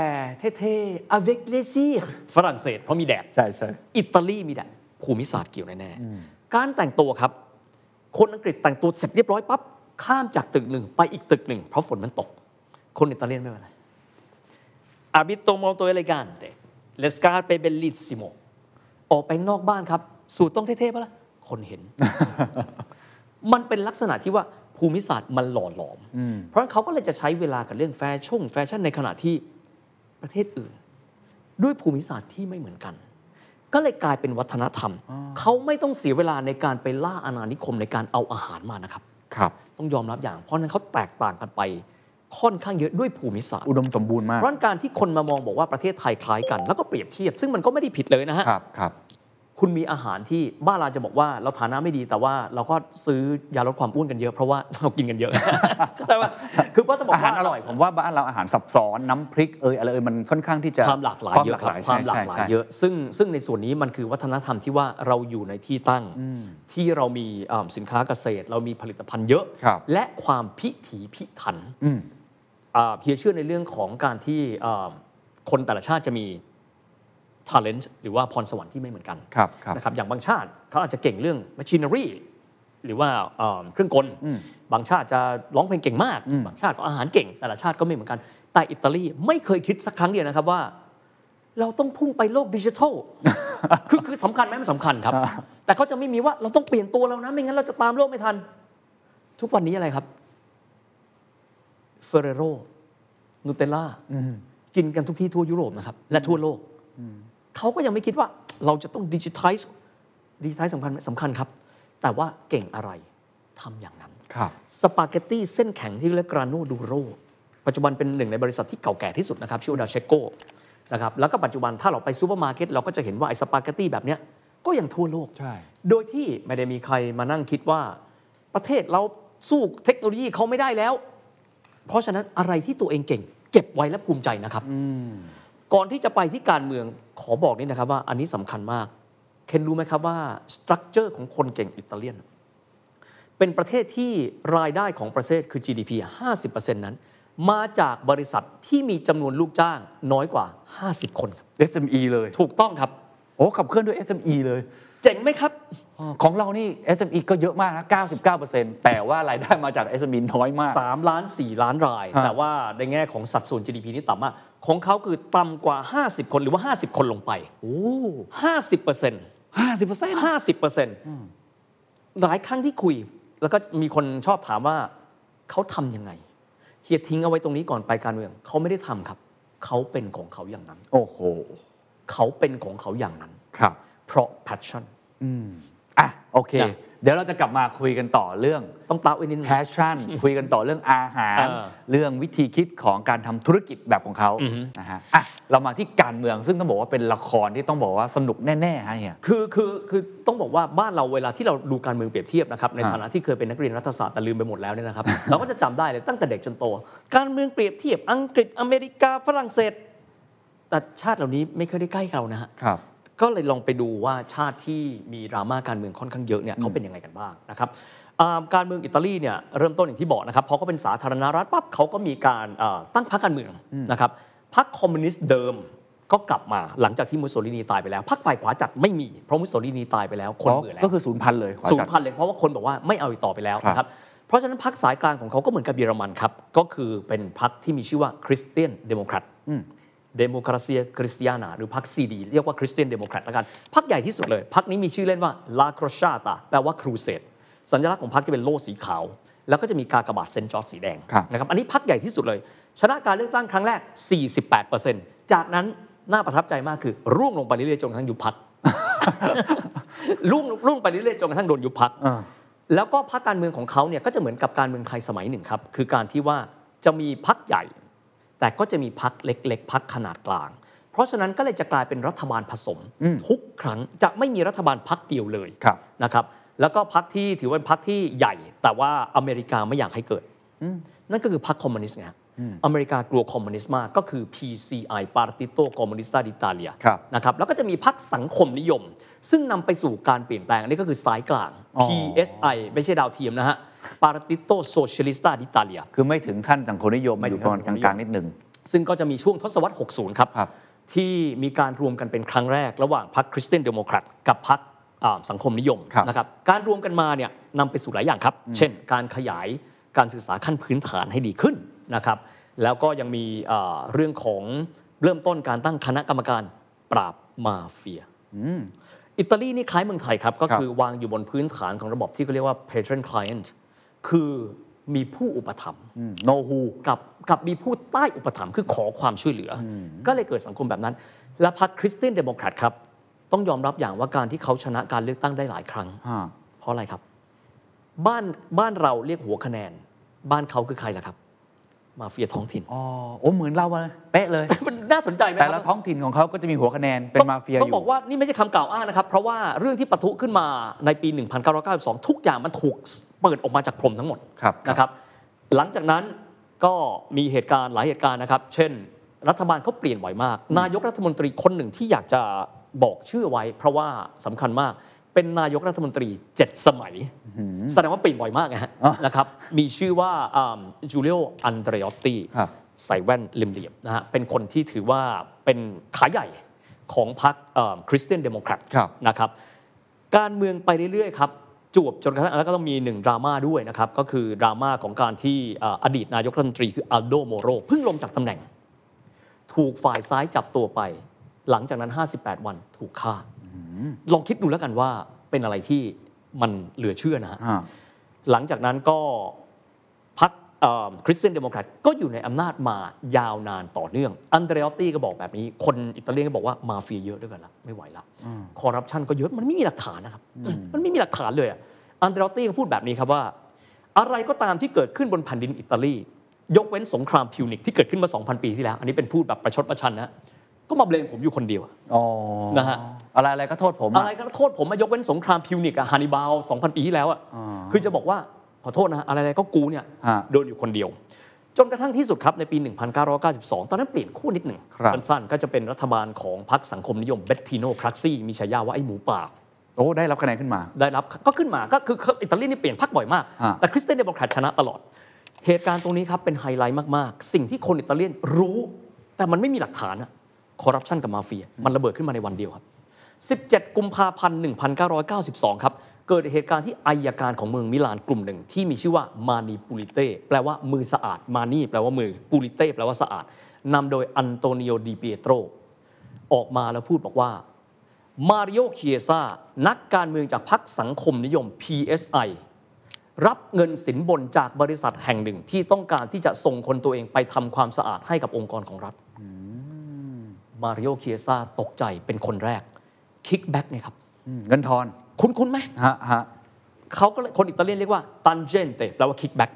C: เท่ๆอเวกเลซีฝรั่งเศสเพราะมีแดด
B: ใช่ใช่
C: อิตาลีมีแหละภูมิศาสตร์เกี่ยวแน่ๆ การแต่งตัวครับ คนอังกฤษแต่งตัวเสร็จเรียบร้อยปั๊บข้ามจากตึกหนึ่งไปอีกตึกหนึ่งเพราะฝนมันตก คนอิตาเลียนไม่เป็นไรอาบิโตโมโตเอเลกานเตเลสกาเปเบลลิสซิโมออกไปข้างนอกบ้านครับ สูตรต้องเท่ๆปะล่ะคน เห็น มันเป็นลักษณะที่ว่าภูมิศาสตร์มันหล่อหลอม เพราะฉะนั้นเขาก็เลยจะใช้เวลากับเรื่องแฟชั่นแฟชั่นในขณะที่ประเทศอื่น ด้วยภูมิศาสตร์ที่ไม่เหมือนกัน ก็เลยกลายเป็นวัฒนธรรม เขาไม่ต้องเสียเวลาในการไปล่าอาณานิคมในการเอาอาหารมานะครับ
B: ครับ
C: ต้องยอมรับอย่าง เพราะฉะนั้นเขาแตกต่างกันไป ค่อนข้างเยอะด้วยภูมิศาสตร์
B: อุดมสมบูรณ์มาก
C: เพราะฉะนั้นการที่คนมามองบอกว่าประเทศไทยคล้ายกัน แล้วก็เปรียบเทียบ ซึ่งมันก็ไม่ได้ผิดเลยนะฮะ
B: ครับครับ
C: คุณมีอาหารที่บ้านเราจะบอกว่าเราฐานะไม่ดีแต่ว่าเราก็ซื้อยาลดความอ้วนกันเยอะเพราะว่าเรากินกัน เยอะเข้าใจป่ะคือว่าจะบอก
B: อาหา
C: ว่า
B: รอร่อย ผมว่าบ้านเราอาหารซับซ้อนน้ำพริกเอยอะไรเอยมันค่อนข้างที่จะ
C: ความหลากหลาย
B: ความ
C: เย
B: หลา
C: อะ
B: ก
C: ค
B: ห
C: รับ
B: ลาย
C: ความหลา
B: ใช่
C: กหลาย
B: ใช่
C: เยอะ ซึ่งซึ่งในส่วนนี้มันคือวัฒนธรรมที่ว่าเราอยู่ในที่ตั้งที่เรามีเอ่อสินค้าเกษตร เรามีผลิตภัณฑ์เยอะ
B: ครับ
C: และความพิถีพิถัน
B: อืม
C: อ่าเพียเชื่อในเรื่องของการที่เอ่อคนแต่ละชาติจะมี talent หรือว่าพรสวรรค์ที่ไม่เหมือนกัน
B: ครับครับ
C: นะครับอย่างบางชาติเขาอาจจะเก่งเรื่อง machinery หรือว่าเอ่อเครื่องกล
B: อืม
C: บางชาติจะร้องเพลงเก่งมาก
B: อืม
C: บางชาติก็อาหารเก่ง แต่ละชาติก็ไม่เหมือนกัน แต่อิตาลีไม่เคยคิดสักครั้งเดียวนะครับว่า เราต้องพุ่งไปโลกดิจิทัล คือคือสำคัญไหมมันสำคัญ ครับ แต่เขาจะไม่มีว่าเราต้องเปลี่ยนตัวเรานะ ไม่งั้นเราจะตามโลกไม่ทัน ทุกวันนี้อะไรครับเฟเรโรนูเตลล่ากินกันทุกที่ทั่วยุโรปนะครับ และทั่วโลก เขาก็ยังไม่คิดว่าเราจะต้องดิจิทัลดิจิทัลสำคัญไหมสำคัญครับ แต่ว่าเก่งอะไรทำอย่างนั้น
B: ครับ
C: สปาเกตตี้เส้นแข็งที่เรียกกราโนดูโร ปัจจุบันเป็นหนึ่งในบริษัทที่เก่าแก่ที่สุดนะครับ ชื่อว่าดาเชโกนะครับแล้วก็ปัจจุบันถ้าเราไปซูเปอร์มาร์เก็ตเราก็จะเห็นว่าไอ้สปาเกตตี้แบบเนี้ยก็ยังทั่วโลก
B: ใช่
C: โดยที่ไม่ได้มีใครมานั่งคิดว่าประเทศเราสู้เทคโนโลยีเขาไม่ได้แล้ว เพราะฉะนั้นอะไรที่ตัวเองเก่ง เก็บไว้และภูมิใจนะครับก่อนที่จะไปที่การเมืองขอบอกนี่นะครับว่าอันนี้สำคัญมาก เคนรู้ไหมครับว่าสตรัคเจอร์ของคนเก่งอิตาเลียน เป็นประเทศที่รายได้ของประเทศคือ GDP 50%นั้น มาจากบริษัทที่มีจำนวนลูกจ้างน้อยกว่า 50 คนครับ
B: SME เลย
C: ถูกต้องครับ
B: โอ้ขับเคลื่อนด้วย SME เลย
C: เจ๋งไหมครับ
B: อ๋อของเรานี่ SME ก็เยอะมากนะ99%แต่ว่ารายได้มาจาก SME น้อยมาก
C: สามล้านสี่ล้านราย
B: ฮะ
C: แต่ว่าในแง่ของสัดส่วน GDP นี่ต่ำมากของเขาคือต่ำกว่า 50 คนหรือว่า 50 คนลงไป
B: โอ้
C: 50เปอร์เซ็นต์
B: ห้าสิบเปอร์เซ็นต์
C: ห้าสิบเปอร์เซ็นต์หลายครั้งที่คุย แล้วก็มีคนชอบถามว่าเขาทำยังไง เ ฮียทิ้งเอาไว้ตรงนี้ก่อนไปการเมืองเขาไม่ได้ทำครับ เขาเป็นของเขาอย่างนั้น
B: โอ้โห
C: เขาเป็นของเขาอย่างนั้น
B: ครับ
C: เพราะ passion
B: อืม อ่ะ โอเค
C: จ้ะ
B: เดี๋ยวเราจะกลับมาคุยกันต่อเรื่อง
C: ต้องตาไว้นิดนึง
B: แพชชั่น คุยกันต่อเรื่องอาหาร
C: เออ
B: เรื่องวิธีคิดของการทำธุรกิจแบบของเขา
C: อือฮึ
B: นะฮะอ่ะเรามาที่การเมืองซึ่งต้องบอกว่าเป็นละครที่ต้องบอกว่าสนุกแน่ๆฮะเฮีย
C: คือคือคือต้องบอกว่าบ้านเราเวลาที่เราดูการเมืองเปรียบเทียบนะครับใน
B: อ่า
C: ฐานะที่เคยเป็นนักเรียนรัฐศาสตร์แต่ลืมไปหมดแล้วเนี่ยนะครับ เราก็จะจำได้เลยตั้งแต่เด็กจนโต การเมืองเปรียบเทียบอังกฤษอเมริกาฝรั่งเศส แต่ชาติเหล่านี้ไม่เคยได้ใกล้เรานะฮะ
B: ครับ
C: ก็เลยลองไปดูว่าชาติที่มีดราม่าการเมืองค่อนข้างเยอะเนี่ยเขาเป็นยังไงกันบ้างนะครับอ่าการเมืองอิตาลีเนี่ยเริ่มต้นอย่างที่บอกนะครับพอเขาเป็นสาธารณรัฐปั๊บเขาก็มีการอ่าตั้งพรรคการเมืองนะครับพรรคคอมมิวนิสต์เดิมก็กลับมาหลังจากที่มุสโสลินีตายไปแล้วพรรคฝ่ายขวาจัดไม่มีเพราะมุสโสลินีตายไปแล้วคนเบื่อแล้ว
B: ก็คือศูนย์พันเลยขวาจัด
C: สูงพันเลยเพราะว่าคนบอกว่าไม่เอาอีกต่อไปแล้ว
B: ครับ
C: นะครับ เพราะฉะนั้นพรรคสายกลางของเขาก็เหมือนกับเยอรมันครับ ก็คือเป็นพรรคที่มีชื่อว่าคริสเตียนเดโมแครตเดโมคราเซียคริสเตียนาหรือพรรคซีดีเรียกว่าคริสเตียนเดโมแครตละกันพรรคใหญ่ที่สุดเลยพรรคนี้มีชื่อเล่นว่าลาโครชาตาแปลว่าครูเสดสัญลักษณ์ของพรรคจะเป็นโล่สีขาว แล้วก็จะมีกากบาทเซนจอร์จสีแดงนะครับอันนี้พรรคใหญ่ที่สุดเลย ชนะการเลือกตั้งครั้งแรก 48%จากนั้นน่าประทับใจมากคือร่วงลงไปเรื่อยๆจนกระทั่งยุบพร รค ร่วงร่วงไปเรื่อยๆจนกระทั่งโดนยุบพรรค
B: อ่า
C: แล้วก็พรรคการเมืองของเขาเนี่ยก็จะเหมือนกับการเมืองไทยสมัยหนึ่งครับ คือการที่ว่าจะมีพรรคใหญ่ แต่ก็จะมีพรรคเล็ก ๆพรรคขนาดกลาง เพราะฉะนั้นก็เลยจะกลายเป็นรัฐบาลผสม
B: อืม
C: ทุกครั้งจะไม่มีรัฐบาลพรรคเดียวเลย
B: ครับ
C: นะครับ แล้วก็พรรคที่ถือว่าเป็นพรรคที่ใหญ่ แต่ว่าอเมริกาไม่อยากให้เกิด
B: อืม
C: นั่นก็คือพรรคคอมมิวนิสต์ไงฮะอเมริกากลัวคอมมิวนิสต์มากก็คือ PCI Partito Comunista d'Italia
B: ครับ
C: นะครับแล้วก็จะมีพรรคสังคมนิยม ซึ่งนำไปสู่การเปลี่ยนแปลงอันนี้ก็คือสายกลาง
B: อ๋อ
C: PSI ไม่ใช่ดาวเทียมนะฮะ Partito Socialista d'Italia
B: คือไม่ถึงขั้นสังคมนิยม
C: ไม่
B: อ
C: ถึ
B: ยู่
C: ง
B: ประมาณ
C: สัง
B: ก
C: คมนิยม
B: ลางๆนิดหนึ่ง
C: ซึ่งก็จะมีช่วงทศวรรษ 60 ครับ
B: ครับ
C: ที่มีการรวมกันเป็นครั้งแรก ระหว่างพรรคคริสเตียนเดโมแครตกับพรรคอ่าสังคมนิยม
B: ครับ
C: นะครับ การรวมกันมาเนี่ยนำไปสู่หลายอย่างครับ เช่น การขยายการศึกษาขั้นพื้นฐานให้ดีขึ้นนะครับ แล้วก็ยังมีอ่าเรื่องของเริ่มต้นการตั้งคณะกรรมการปราบมาเฟีย
B: อืม
C: อิตาลีนี่คล้ายเมืองไทยครับ ก็
B: ครับ
C: คือวางอยู่บนพื้นฐานของระบบที่เขาเรียกว่า patron client คือมีผู้อุปถัมภ์
B: อืมโนฮู
C: กับกับมีผู้ใต้อุปถัมภ์คือขอความช่วยเหลืออก็เลยเกิดสังคมแบบนั้น และพรรคคริสเตียนเดโมแครตครับ ต้องยอมรับอย่างว่าการที่เขาชนะการเลือกตั้งได้หลายครั้ง เพราะอะไรครับ บ้านบ้านเราเรียกหัวคะแนน บ้านเขาคือใครล่ะครับ มาเฟียท้องถิ่น
B: อ๋อโอ้เหมือนเราเลยเป๊ะเลย
C: มันน่าสนใจไหมค
B: แต่
C: รับ
B: ละท้องถิ่นของเขาก็จะมีหัวคะแนนเป็นมาเฟีย
C: ต้
B: อ
C: อง
B: ยู่
C: บอกว่านี่ไม่ใช่คำกล่าวอ้างนะครับ เพราะว่าเรื่องที่ปะทุขึ้นมาในปี 1992 ทุกอย่างมันถูกเปิดออกมาจากพรมทั้งหมด
B: ครับ
C: นะครับ หลังจากนั้นก็มีเหตุการณ์หลายเหตุการณ์นะครับ เช่น รัฐบาลเขาเปลี่ยนบ่อยมาก นายกรัฐมนตรีคนหนึ่งที่อยากจะบอกชื่อไว้ เพราะว่าสำคัญมากเป็นนายกรัฐมนตรี 7 สมัย แสดงว่าเปลี่ยนบ่อยมากนะฮะ
B: อ่ะ
C: นะครับมีชื่อว่าจูเลียอันเดร o อตตี
B: ครับ
C: ใส่แว่นเหลี่ยมๆนะฮะ เป็นคนที่ถือว่าเป็นขาใหญ่ของพรรคคริสเตียนเดโมแครต
B: ครับ
C: นะครับ การเมืองไปเรื่อยๆครับ จวบจนกระทั่งแล้วก็ต้องมีหนึ่งดราม่าด้วยนะครับ ก็คือดราม่าของการที่เอ่ออดีตนายกรัฐมนตรีคืออัลโดโมโรเพิ่งลงจากตำแหน่ง ถูกฝ่ายซ้ายจับตัวไป หลังจากนั้น 58 วันถูกฆ่า ลองคิดดูแล้วกันว่าเป็นอะไรที่มันเหลือเชื่อนะฮะ
B: อ่า
C: หลังจากนั้นก็พรรคคริสเตียนเดโมแครตก็อยู่ในอำนาจมายาวนานต่อเนื่อง อันเดร o อตตีก็บอกแบบนี้ คนอิตาเลียนก็บอกว่ามาเฟียเยอะด้วยกันละไม่ไหวละคอร์รัปชันก็เยอะมันไม่มีหลักฐานนะครับ มันไม่มีหลักฐานเลยอะอันเดร o อตตีก็พูดแบบนี้ครับว่า อะไรก็ตามที่เกิดขึ้นบนแผ่นดินอิตาลี ยกเว้นสงครามพิวนิกที่เกิดขึ้นมา 2,000 ปีที่แล้ว อันนี้เป็นพูดแบบประชดประชันนะก็มาเบลมผมอยู่คนเดียวอะ
B: อ๋อ
C: นะฮะ
B: อะไรอะไรก็โทษผม
C: อะไร
B: อะ
C: ก็โทษผมมายกเว้นสงครามพิวนิกอะฮานิบาล2,000 ปีที่แล้วอะ
B: อ๋อ
C: คือจะบอกว่าขอโทษนะอะไรๆก็กูเนี่ย
B: ฮะ
C: โดนอยู่คนเดียว จนกระทั่งที่สุดครับ ในปี 1992 ตอนนั้นเปลี่ยนคู่นิดหนึ่ง
B: ครับ
C: สั้นๆ ก็จะเป็นรัฐบาลของพรรคสังคมนิยมเบตติโนครักซี่มีฉายาว่าไอ้หมูป่า
B: โอ้ได้รับคะแนนขึ้นมา
C: ได้รับก็ขึ้นมาก็คืออิตาลีนี่เปลี่ยนพรรคบ่อยมาก
B: ฮะ
C: แต่คริสเตียนเดโมแครตชนะตลอด เหตุการณ์ตรงนี้ครับเป็นไฮไลท์มาก ๆ สิ่งที่คนอิตาเลียนรู้ แต่มันไม่มีหลักฐานอะคอร์รัปชันกับมาเฟีย มันระเบิดขึ้นมาในวันเดียวครับ 17 กุมภาพันธ์ 1992 ครับ เกิดเหตุการณ์ที่อายการของเมืองมิลานกลุ่มหนึ่ง ที่มีชื่อว่ามานีปูลิเต้แปลว่ามือสะอาดมานีแปลว่ามือปูลิเต้แปลว่าสะอาดนำโดยอันโตนิโอดีเปียโตรออกมาแล้วพูดบอกว่า มาริโอเคียซานักการเมืองจากพรรคสังคมนิยม PSI รับเงินสินบนจากบริษัทแห่งหนึ่งที่ต้องการที่จะส่งคนตัวเองไปทำความสะอาดให้กับองค์กรของรัฐมาริโอเคียซาตกใจเป็นคนแรกคิกแบ็กเนี่ยครับ
B: อืมเงินทอน
C: คุณคุณไหม
B: ฮะฮะ
C: เขาก็เลยคนอิตาเลียนเรียกว่าตันเจนเตแปลว่าคิกแบ็ก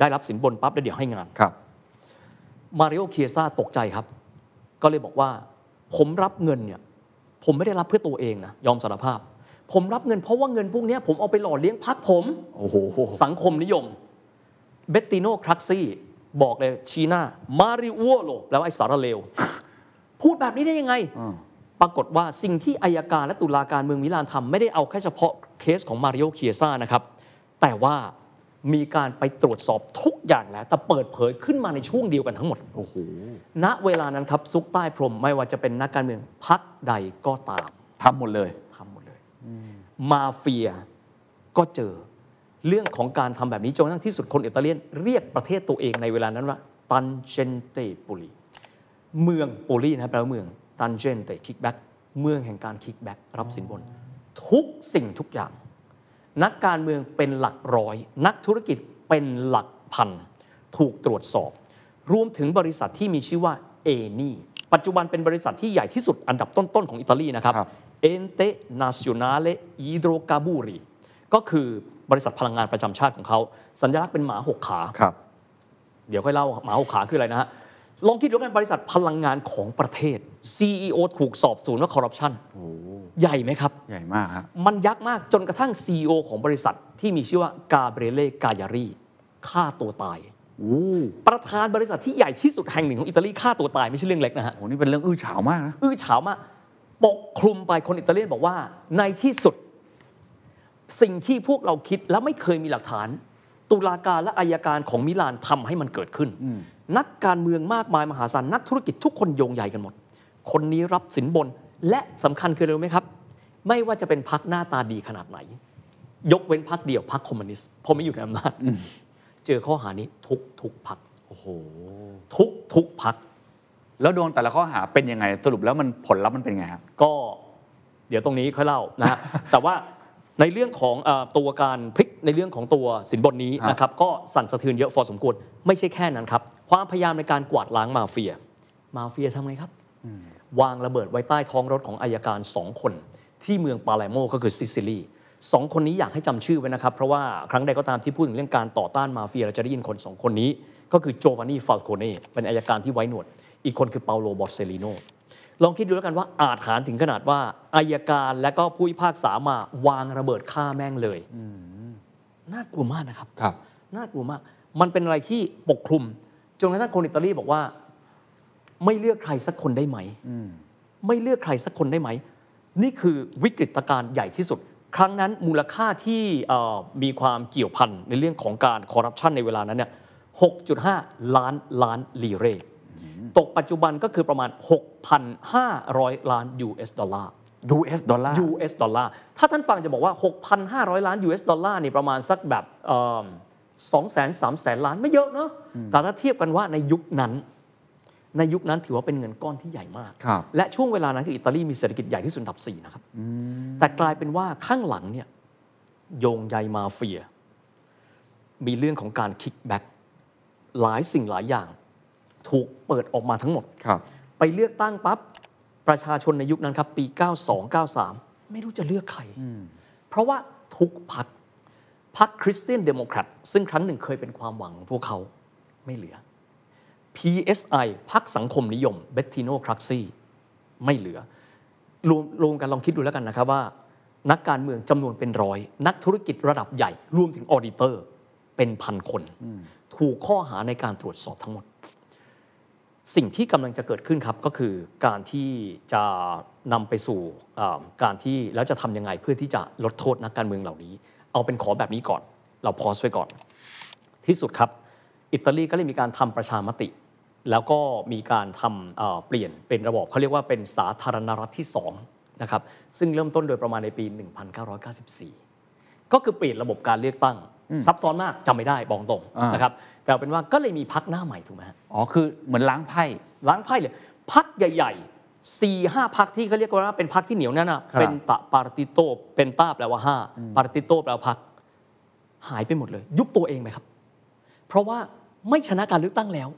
C: ได้รับสินบนปั๊บแล้วเดี๋ยวให้งาน
B: ครับ
C: มาริโอเคียซาตกใจครับ ก็เลยบอกว่า ผมรับเงินเนี่ย ผมไม่ได้รับเพื่อตัวเองนะ ยอมสารภาพ ผมรับเงินเพราะว่าเงินพวกเนี้ยผมเอาไปหล่อเลี้ยงพักผม
B: โอ้โห
C: สังคมนิยม เบตติโนครักซี่ บอกเลยชี้หน้า มาริโอโลแล้วาไอ้สารเลว พูดแบบนี้ได้ยังไง
B: อืม
C: ปรากฏว่าสิ่งที่อายการและตุลาการเมืองมิลานทำไม่ได้เอาแค่เฉพาะเคสของมาริโอเคียซ่านะครับ แต่ว่ามีการไปตรวจสอบทุกอย่างแล้ว แต่เปิดเผยขึ้นมาในช่วงเดียวกันทั้งหมด
B: โอ้โห
C: ณเวลานั้นครับ ซุกใต้พรมไม่ว่าจะเป็นนักการเมืองพักใดก็ตาม
B: ทำหมดเลย
C: ทำหมดเลย มาเฟียก็เจอเรื่องของการทำแบบนี้จนกระทั่งที่สุดคนอิตาเลียน เรียกประเทศตัวเองในเวลานั้นว่าตันเจนเตปุลีเมืองปุลีนะครับแปลว่าเมืองตันเจนเตคิกแบ็กเมืองแห่งการคิกแบ็กรับสินบน ทุกสิ่งทุกอย่าง นักการเมืองเป็นหลักร้อย นักธุรกิจเป็นหลักพัน ถูกตรวจสอบ รวมถึงบริษัทที่มีชื่อว่าเอนี่ปัจจุบันเป็นบริษัทที่ใหญ่ที่สุดอันดับต้น ๆ ของอิตาลีนะครับ
B: ครับ
C: เอนเตนาซิ n นาเลอิโดกาบูรีก็คือบริษัทพลังงานประจำชาติของเขา สัญลักษณ์เป็นหมาหกขา
B: ครับ
C: เดี๋ยวค่อยเล่าหมาหกขาคืออะไรนะฮะ ลองคิดดูกันบริษัทพลังงานของประเทศ CEO ถูกสอบสวนว่าคอร์รัปชัน
B: โอ้โห
C: ใหญ่ไหมครับ
B: ใหญ่มากฮะ
C: มันยักษ์มากจนกระทั่ง CEO ของบริษัทที่มีชื่อว่ากาเบรเลกายารีฆ่าตัวตาย
B: โอ้โห
C: ประธานบริษัทที่ใหญ่ที่สุดแห่งหนึ่งของอิตาลีฆ่าตัวตายไม่ใช่เรื่องเล็กนะฮะ
B: โอ้โหนี่เป็นเรื่องอื้อฉาวมากนะ
C: อื้อฉาวมากปกคลุมไปคนอิตาเลียนบอกว่า ในที่สุด สิ่งที่พวกเราคิดและไม่เคยมีหลักฐาน ตุลาการและอายการของมิลานทำให้มันเกิดขึ้น นักการเมืองมากมายมหาศาลนักธุรกิจทุกคนโยงใยกันหมด คนนี้รับสินบนและสำคัญคืออะไรรู้ไหมครับ ไม่ว่าจะเป็นพักหน้าตาดีขนาดไหน ยกเว้นพักเดียวพักคอมมิวนิสต์เพราะไม่อยู่ในอำนาจเจอข้อหานี้ทุกทุกๆพัก
B: โอ้โห
C: ทุกทุกๆพัก
B: แล้วโดนแต่ละข้อหาเป็นยังไง สรุปแล้วมันผลลัพธ์มันเป็นไงครับ
C: ก็เดี๋ยวตรงนี้ค่อยเล่านะฮะ แต่ว่าในเรื่องของเอ่อตัวการพลิกในเรื่องของตัวสินบนนี้
B: ครับ
C: นะครับก็สั่นสะเทือนเยอะพอสมควร ไม่ใช่แค่นั้นครับ ความพยายามในการกวาดล้างมาเฟีย มาเฟียทำไงครับ วางระเบิดไว้ใต้ท้องรถของอายการสองคน ที่เมืองปาเลโมก็คือซิซิลีสองคนนี้อยากให้จำชื่อไว้นะครับ เพราะว่าครั้งใดก็ตามที่พูดถึงเรื่องการต่อต้านมาเฟียเราจะได้ยินคนสองคนนี้ ก็คือโจวานนี่ฟาลโคเน่เป็นอายการที่ไว้หนวด อีกคนคือเปาโลบอสเซลิโน ลองคิดดูแล้วกันว่าอาจหารถึงขนาดว่าอายการและก็ผู้พิพากษามาวางระเบิดฆ่าแม่งเลยน่ากลัวมากนะครับ
B: ครับ
C: น่ากลัวมาก มันเป็นอะไรที่ปกคลุม จนกระทั่งคนอิตาลีบอกว่า ไม่เลือกใครสักคนได้ไหม ไม่เลือกใครสักคนได้ไหม นี่คือวิกฤตการณ์ใหญ่ที่สุด ครั้งนั้นมูลค่าที่เอ่อมีความเกี่ยวพันในเรื่องของการคอร์รัปชันในเวลานั้นเนี่ย 6.5 ล้านล้านลีเรตกปัจจุบันก็คือประมาณ 6,500 ล้าน US ดอลลาร์
B: US ดอลลาร์
C: US ดอลลาร์ ถ้าท่านฟังจะบอกว่า 6,500 ล้าน US ดอลลาร์นี่ประมาณสักแบบสองแสนสามแสนล้านไม่เยอะเนอะแต่ถ้าเทียบกันว่าในยุคนั้น ในยุคนั้นถือว่าเป็นเงินก้อนที่ใหญ่มาก
B: ครับ
C: และช่วงเวลานั้นคืออิตาลีมีเศรษฐกิจใหญ่ที่สุดอันดับ 4 นะครับ แต่กลายเป็นว่าข้างหลังเนี่ยโยงใยมาเฟีย มีเรื่องของการคิกแบ็กหลายสิ่งหลายอย่าง ถูกเปิดออกมาทั้งหมด
B: ครับ
C: ไปเลือกตั้งปั๊บ ประชาชนในยุคนั้นครับ ปี 92 93 ไม่รู้จะเลือกใคร เพราะว่าทุกพักพักคริสเตียนเดโมแครตซึ่งครั้งหนึ่งเคยเป็นความหวังของพวกเขาไม่เหลือ PSI พักสังคมนิยมเบตติโนครักซี่ไม่เหลือ รวมรวมกันลองคิดดูแล้วกันนะครับว่า นักการเมืองจำนวนเป็นร้อย นักธุรกิจระดับใหญ่ รวมถึงออดิเตอร์ เป็นพันคน ถูกข้อหาในการตรวจสอบทั้งหมด สิ่งที่กำลังจะเกิดขึ้นครับก็คือการที่จะนำไปสู่อ่าการที่แล้วจะทำยังไงเพื่อที่จะลดโทษนักการเมืองเหล่านี้ เอาเป็นขอแบบนี้ก่อน เราพอสไว้ก่อน ที่สุดครับ อิตาลีก็เลยมีการทำประชามติ แล้วก็มีการทำเอ่อเปลี่ยนเป็นระบอบเขาเรียกว่าเป็นสาธารณรัฐที่2นะครับซึ่งเริ่มต้นโดยประมาณในปี 1994 ก็คือเปลี่ยนระบบการเลือกตั้ง ซับซ้อนมากจำไม่ได้บอกตรง
B: อ่าน
C: นะครับแต่เอาเป็นว่าก็เลยมีพักหน้าใหม่ถูกไหมฮะ
B: อ๋อ คือเหมือนล้างไพ่
C: ล้างไพ่เลยพักใหญ่ๆสี่ห้าพักที่เขาเรียกว่าเป็นพักที่เหนียวแน่นอะ
B: ครับ
C: เป็นตะปาร์ติโตเป็นต้าแปลว่าห้าปาร์ติโตแปลว่าพัก หายไปหมดเลย ยุบตัวเองไปครับ เพราะว่าไม่ชนะการเลือกตั้งแล้ว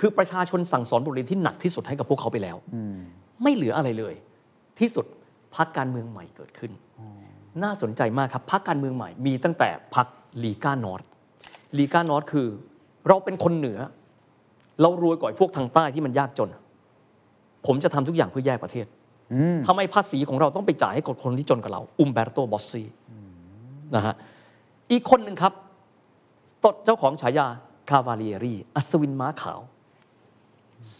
C: คือประชาชนสั่งสอนบทเรียนที่หนักที่สุดให้กับพวกเขาไปแล้ว ไม่เหลืออะไรเลย ที่สุดพักการเมืองใหม่เกิดขึ้น น่าสนใจมากครับพักการเมืองใหม่มีตั้งแต่พักลีกานอร์ดลีกานอร์ดคือ เราเป็นคนเหนือ เรารวยกว่าไอ้พวกทางใต้ที่มันยากจน ผมจะทำทุกอย่างเพื่อแยกประเทศทำไมภาษีของเราต้องไปจ่ายให้กับคนที่จนกว่าเรา อุมเบรโตบอสซีนะฮะอีกคนหนึ่งครับตดเจ้าของฉายาคาวาเลียรีอัศวินม้าขาว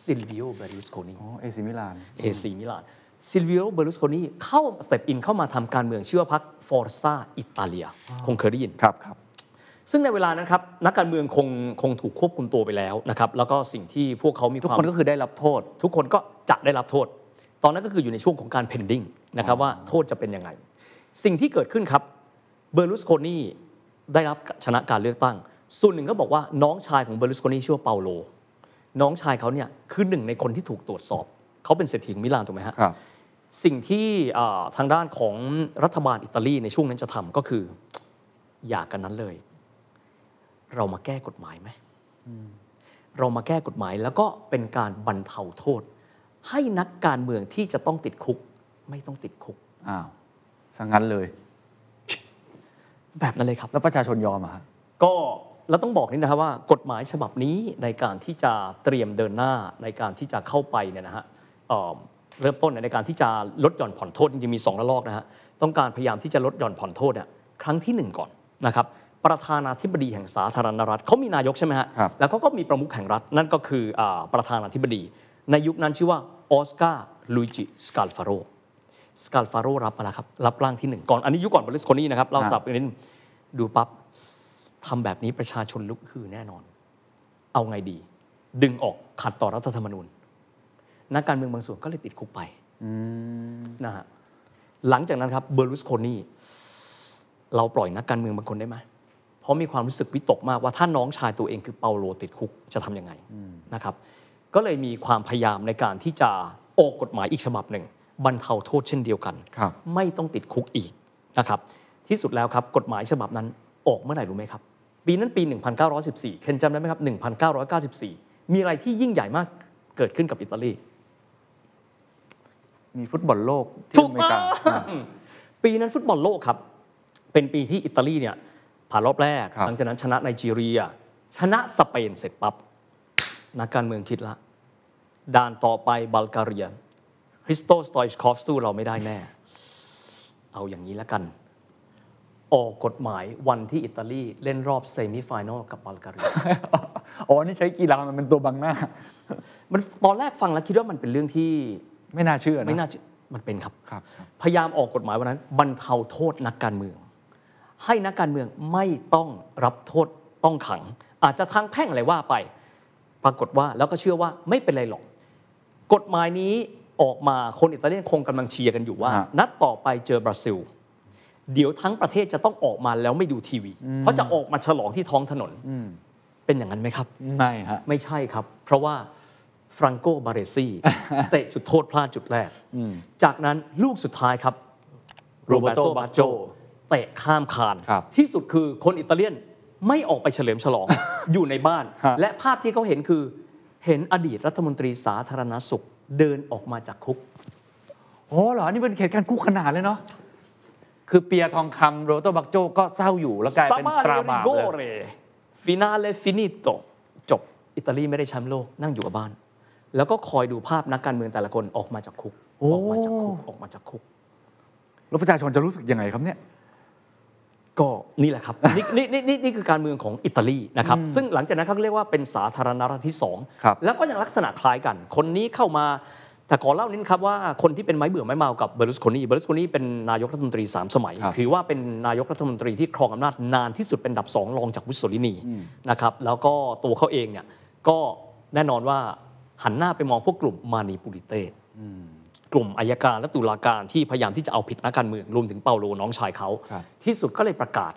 C: ซิลวิโอเบรุสโคนี
B: อ๋อเอซิมิลาน
C: เอซีมิลานซิลวิโอเบอรุสโคนีเข้าสเต็ปอินเข้ามาทำการเมืองชื่อว่าพรรคฟอร์ซาอิตาเลียคงเคยได้ยิน
B: ครับครับ
C: ซึ่งในเวลานั้นครับ นักการเมืองคงคงถูกควบคุมตัวไปแล้วนะครับ แล้วก็สิ่งที่พวกเขามี
B: ทุก
C: ความ
B: คนก็คือได้รับโทษ
C: ทุกคนก็จะได้รับโทษ ตอนนั้นก็คืออยู่ในช่วงของการ pending นะครับว่าโทษจะเป็นยังไง สิ่งที่เกิดขึ้นครับ เบอร์ลุสโคนีได้รับชนะการเลือกตั้ง ส่วนหนึ่งก็บอกว่าน้องชายของเบอร์ลุสโคนีชื่อว่าเปาโล น้องชายเขาเนี่ยคือหนึ่งในคนที่ถูกตรวจสอบ เขาเป็นเศรษฐีของมิลานถูกไหมฮะ
D: ครับ
C: สิ่งที่อ่าทางด้านของรัฐบาลอิตาลีในช่วงนั้นจะทำก็คือ อย่ากันนั้นเลย เรามาแก้กฎหมายไหมเรามาแก้กฎหมายแล้วก็เป็นการบรรเทาโทษ ให้นักการเมืองที่จะต้องติดคุก ไม่ต้องติดคุก
E: อ้าวสังงั้นเลย
C: แบบนั้นเลยครับ
E: แล้วประชาชนยอมเหรอ่ะ
C: ก็เราต้องบอกนี่นะครับว่ากฎหมายฉบับนี้ในการที่จะเตรียมเดินหน้าในการที่จะเข้าไปเนี่ยนะฮะเอ่อเริ่มต้นในการที่จะลดหย่อนผ่อนโทษจริงๆมี2ระลอกนะฮะต้องการพยายามที่จะลดหย่อนผ่อนโทษเนี่ยครั้งที่หนึ่งก่อนนะครับประธานาธิบดีแห่งสาธารณรัฐเขามีนายกใช่ไหมฮะ
E: ครับ
C: แล้วเขาก็มีประมุขแห่งรัฐนั่นก็คืออาประธานาธิบดี ในยุคนั้นชื่อว่าออสการ์ลุยจิสกาลฟาโร สกาลฟาโรรับมาแล้วครับ รับร่างที่หนึ่งก่อนอันนี้ยุคก่อนบริสโคนี่นะครับ เรา
E: ครับ
C: สับอันนี้ดูปั๊บทำแบบนี้ประชาชนลุกฮือแน่นอน เอาไงดี ดึงออกขัดต่อรัฐธรรมนูญนักการเมืองบางส่วนก็เลยติดคุกไปนะฮะหลังจากนั้นครับเบอร์ลุสโคนี่เราปล่อยนักการเมืองบางคนได้ไหมเพราะมีความรู้สึกวิตกมากว่าถ้าน้องชายตัวเองคือเปาโลติดคุกจะทำยังไงนะครับ ก็เลยมีความพยายามในการที่จะออกกฎหมายอีกฉบับหนึ่งบรรเทาโทษเช่นเดียวกัน
E: ครับ
C: ไม่ต้องติดคุกอีกนะครับที่สุดแล้วครับกฎหมายฉบับนั้นออกเมื่อไหร่รู้ไหมครับ ปีนั้นปี 1914เคนจำได้ไหมครับ 1994 มีอะไรที่ยิ่งใหญ่มากเกิดขึ้นกับอิตาลี
E: มีฟุตบอลโลก
C: ถู
E: ที่
C: ก
E: อเมริกา
C: ต้อง
E: อ่า
C: ปีนั้นฟุตบอลโลกครับ เป็นปีที่อิตาลีเนี่ยผ่านรอบแรก
E: ครับ
C: หลังจากนั้นชนะไนจีเรีย ชนะสเปนเสร็จปับ๊บนักการเมืองคิดละ ด่านต่อไปบัลการียคริสโตสตอยชคอฟสู้เราไม่ได้แน่ เอาอย่างนี้แล้วกัน ออกกฎหมายวันที่อิตาลีเล่นรอบเซมิไฟแนอลกับบัลการีย
E: อ๋อ นี่ใช้กีฬามันเป็นตัวบังหน้า
C: มันตอนแรกฟังแล้วคิดว่ามันเป็นเรื่องที่
E: ไม่น่าเชื่อนะ
C: ไม่น่าเชื่อมันเป็นครับ
E: ครับ
C: พยายามออกกฎหมายวันนั้นบรรเทาโทษนักการเมือง ให้นักการเมืองไม่ต้องรับโทษต้องขัง อาจจะทางแพ่งอะไรว่าไป ปรากฏว่าแล้วก็เชื่อว่าไม่เป็นไรหรอก กฎหมายนี้ออกมาคนอิตาเลียนคงกำลังเชียร์กันอยู่ว่า
E: ฮะ
C: นัดต่อไปเจอบราซิล เดี๋ยวทั้งประเทศจะต้องออกมาแล้วไม่ดูทีวี เพราะจะออกมาฉลองที่ท้องถนนเป็นอย่างนั้นไหมครับ
E: ไม่ฮะ
C: ไม่ใช่ครับ เพราะว่าฟรังโกบาเร ซี่ เตะจุดโทษพลาดจุดแรก จากนั้นลูกสุดท้ายครับ โรเบ
B: Roberto
C: โตบาโจ
B: Baggio
C: เตะข้ามคาน
E: ครับ
C: ที่สุดคือคนอิตาเลียนไม่ออกไปเฉลิมฉล อง อยู่ในบ้าน และภาพที่เขาเห็นคือเห็นอดีตรัฐมนตรีสาธารณสุขเดินออกมาจากคุก
B: โอ้เหรอ นี่เป็นเหตุการณ์คู่ขนานเลยเนาะ คือเปียทองคำโรเบอร์โตบักโจก็เศร้าอยู่แล้วกลายเป็นตราบาปเลย
C: ฟินาเลฟินิโตจบ อิตาลีไม่ได้แชมป์โลกนั่งอยู่กับบ้าน แล้วก็คอยดูภาพนักการเมืองแต่ละคนออกมาจากคุก
E: โอ้
C: ออกมาจากคุก ออกมาจากคุก
E: แล้วประชาชนจะรู้สึกยังไงครับเนี่ย
C: ก็นี่แห ละครับ นี่นี่นี่นี่นี่คือการเมืองของอิตาลีนะครับ ซึ่งหลังจากนั้นเขาเรียกว่าเป็นสาธารณรัฐที่สอง
E: ครับ
C: แล้วก็ยังลักษณะคล้ายกัน คนนี้เข้ามาแต่ขอเล่านิดนะครับว่าคนที่เป็นไม้เบื่อไม้เมากับเบอร์ลุสโคนีเบอร์ลุสโคนีเป็นนายกรัฐมนตรี 3 สมัย ถือว่าเป็นนายกรัฐมนตรีที่ครองอำนาจนานที่สุดเป็นอันดับ 2 รองจากมุสโสลินีนะครับแล้วก็ตัวเขาเองเนี่ยก็แน่นอนว่าหันหน้าไปมองพวกกลุ่มมานิปูลิเต กลุ่มอายการและตุลาการที่พยายามที่จะเอาผิดนักการเมืองรวมถึงเปาโลน้องชายเขา
E: ครับ
C: ที่สุดก็เลยประกาศ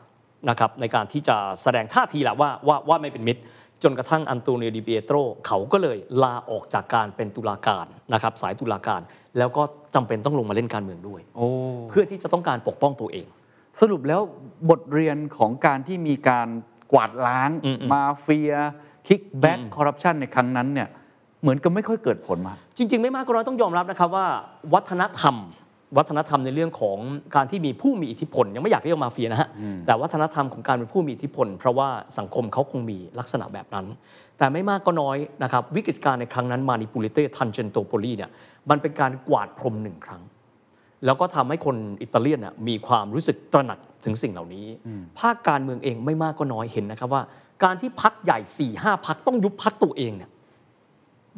C: นะครับในการที่จะแสดงท่าทีแหละว่าว่าว่าไม่เป็นมิตร จนกระทั่งอันโตนิโอดิเปียโตรเขาก็เลยลาออกจากการเป็นตุลาการนะครับสายตุลาการแล้วก็จำเป็นต้องลงมาเล่นการเมืองด้วย
E: โอ้
C: เพื่อที่จะต้องการปกป้องตัวเอง
B: สรุปแล้วบทเรียนของการที่มีการกวาดล้าง
F: อืมอืม
B: มาเฟียคิกแบ็กคอร์รัปชันในครั้งนั้นเนี่ยเหมือนกับไม่ค่อยเกิดผลมา
C: จริง ๆ ไม่มากก็น้อยต้องยอมรับนะครับว่าวัฒนธรรม วัฒนธรรมในเรื่องของการที่มีผู้มีอิทธิพล ยังไม่อยากเรียกมาเฟียนะฮะแต่วัฒนธรรมของการเป็นผู้มีอิทธิพล เพราะว่าสังคมเขาคงมีลักษณะแบบนั้น แต่ไม่มากก็น้อยนะครับวิกฤตการณ์ในครั้งนั้นมานิปูลิเตทันเจนโตโปลีเนี่ยมันเป็นการกวาดพรมหนึ่งครั้ง แล้วก็ทำให้คนอิตาเลียนน่ะมีความรู้สึกตระหนักถึงสิ่งเหล่านี้ ภาคการเมืองเองไม่มากก็น้อยเห็นนะครับว่า การที่พักใหญ่4ี่ห้าพักต้องยุบพักตัวเองเนี่ย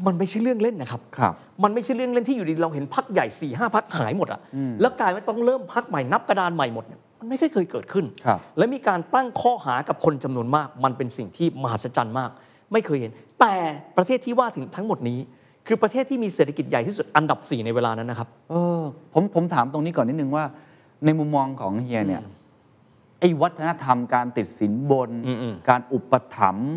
C: มันไม่ใช่เรื่องเล่นนะครับ
B: ครับ
C: มันไม่ใช่เรื่องเล่นที่อยู่ดีเราเห็นพักใหญ่4ี่ห้าพักหายหมดอะแล้วกลายว่าต้องเริ่มพักใหม่นับกระดานใหม่หมดเนี่ยมันไม่เคยเคยเกิดขึ้น
B: ครับ
C: และมีการตั้งข้อหากับคนจำนวนมาก มันเป็นสิ่งที่มหัศจรรย์มาก ไม่เคยเห็น แต่ประเทศที่ว่าถึงทั้งหมดนี้ คือประเทศที่มีเศรษฐกิจใหญ่ที่สุดอันดับสี่ในเวลานั้นนะครับ
B: เออผมผมถามตรงนี้ก่อนนิดนึงว่า ในมุมมองของเฮียเนี่ยไอ้วัฒนธรรมการติดสินบน
C: อืมอืม
B: การอุปถัมภ์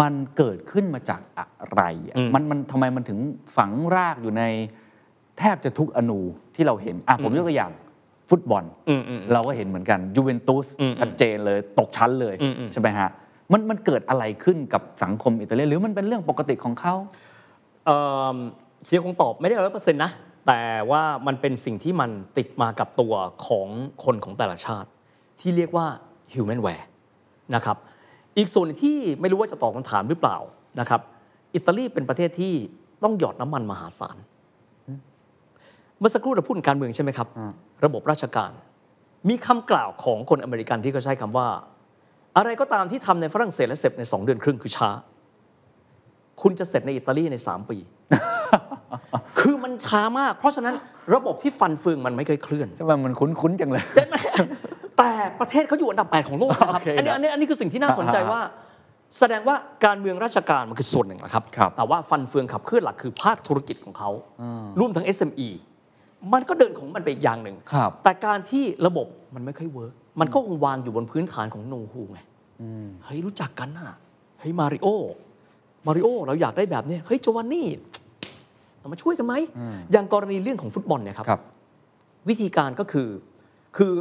B: มันเกิดขึ้นมาจากอะไรอะ
C: อืม
B: มันมันทำไมมันถึงฝังรากอยู่ในแทบจะทุกอนูที่เราเห็นอ่ะผมยกตัวอย่างฟุตบอล
C: อืมอืม
B: เราก็เห็นเหมือนกันยูเวนตุส
C: อืม
B: ชัดเจนเลยตกชั้นเลย
C: อืมอืม
B: ใช่ไหมฮะมันมันเกิดอะไรขึ้นกับสังคมอิตาเลียนหรือมันเป็นเรื่องปกติของเขา
C: เอิ่มเคียร์คงตอบไม่ได้ร้อยเปอร์เซ็นต์นะ แต่ว่ามันเป็นสิ่งที่มันติดมากับตัวของคนของแต่ละชาติ ที่เรียกว่า humanware นะครับ อีกส่วนหนึ่งที่ไม่รู้ว่าจะตอบคำถามหรือเปล่านะครับ อิตาลีเป็นประเทศที่ต้องหยอดน้ำมันมหาศาล เมื่อสักครู่เราพูดถึงการเมืองใช่ไหมครับ ระบบราชการ มีคำกล่าวของคนอเมริกันที่เขาใช้คำว่า อะไรก็ตามที่ทำในฝรั่งเศสและเสร็จใน 2 เดือนครึ่งคือช้า คุณจะเสร็จในอิตาลีใน 3 ปี คือมันช้ามาก เพราะฉะนั้นระบบที่ฟันเฟืองมันไม่เคยเคลื่อน
B: ทำไมมันคุ้นๆจังเลย
C: ใช่ไหม แต่ประเทศเขาอยู่อันดับ 8 ของโลกนะครับ
B: โอเค
C: อันนี้อันนี้อันนี้คือสิ่งที่น่าสนใจว่า แสดงว่าการเมืองราชการมันคือส่วนหนึ่งนะครับ
B: ครับ
C: แต่ว่าฟันเฟืองขับเคลื่อนหลักคือภาคธุรกิจของเขาร่วมทั้ง SME มันก็เดินของมันไปอีกอย่างหนึ่ง
B: ครับ
C: แต่การที่ระบบมันไม่ค่อยเวิร์กมันก็คงวางอยู่บนพื้นฐานของโนฮูไงเฮ้ย รู้จักกันน่ะ เฮ้ย มาริโอ มาริโอ เราอยากได้แบบเนี้ยเฮ้ยโจวานนี่เอามาช่วยกันไหม อย่างกรณีเรื่องของฟุตบอลเนี่ยครับ
B: ครับ
C: วิธีการก็คือ คือ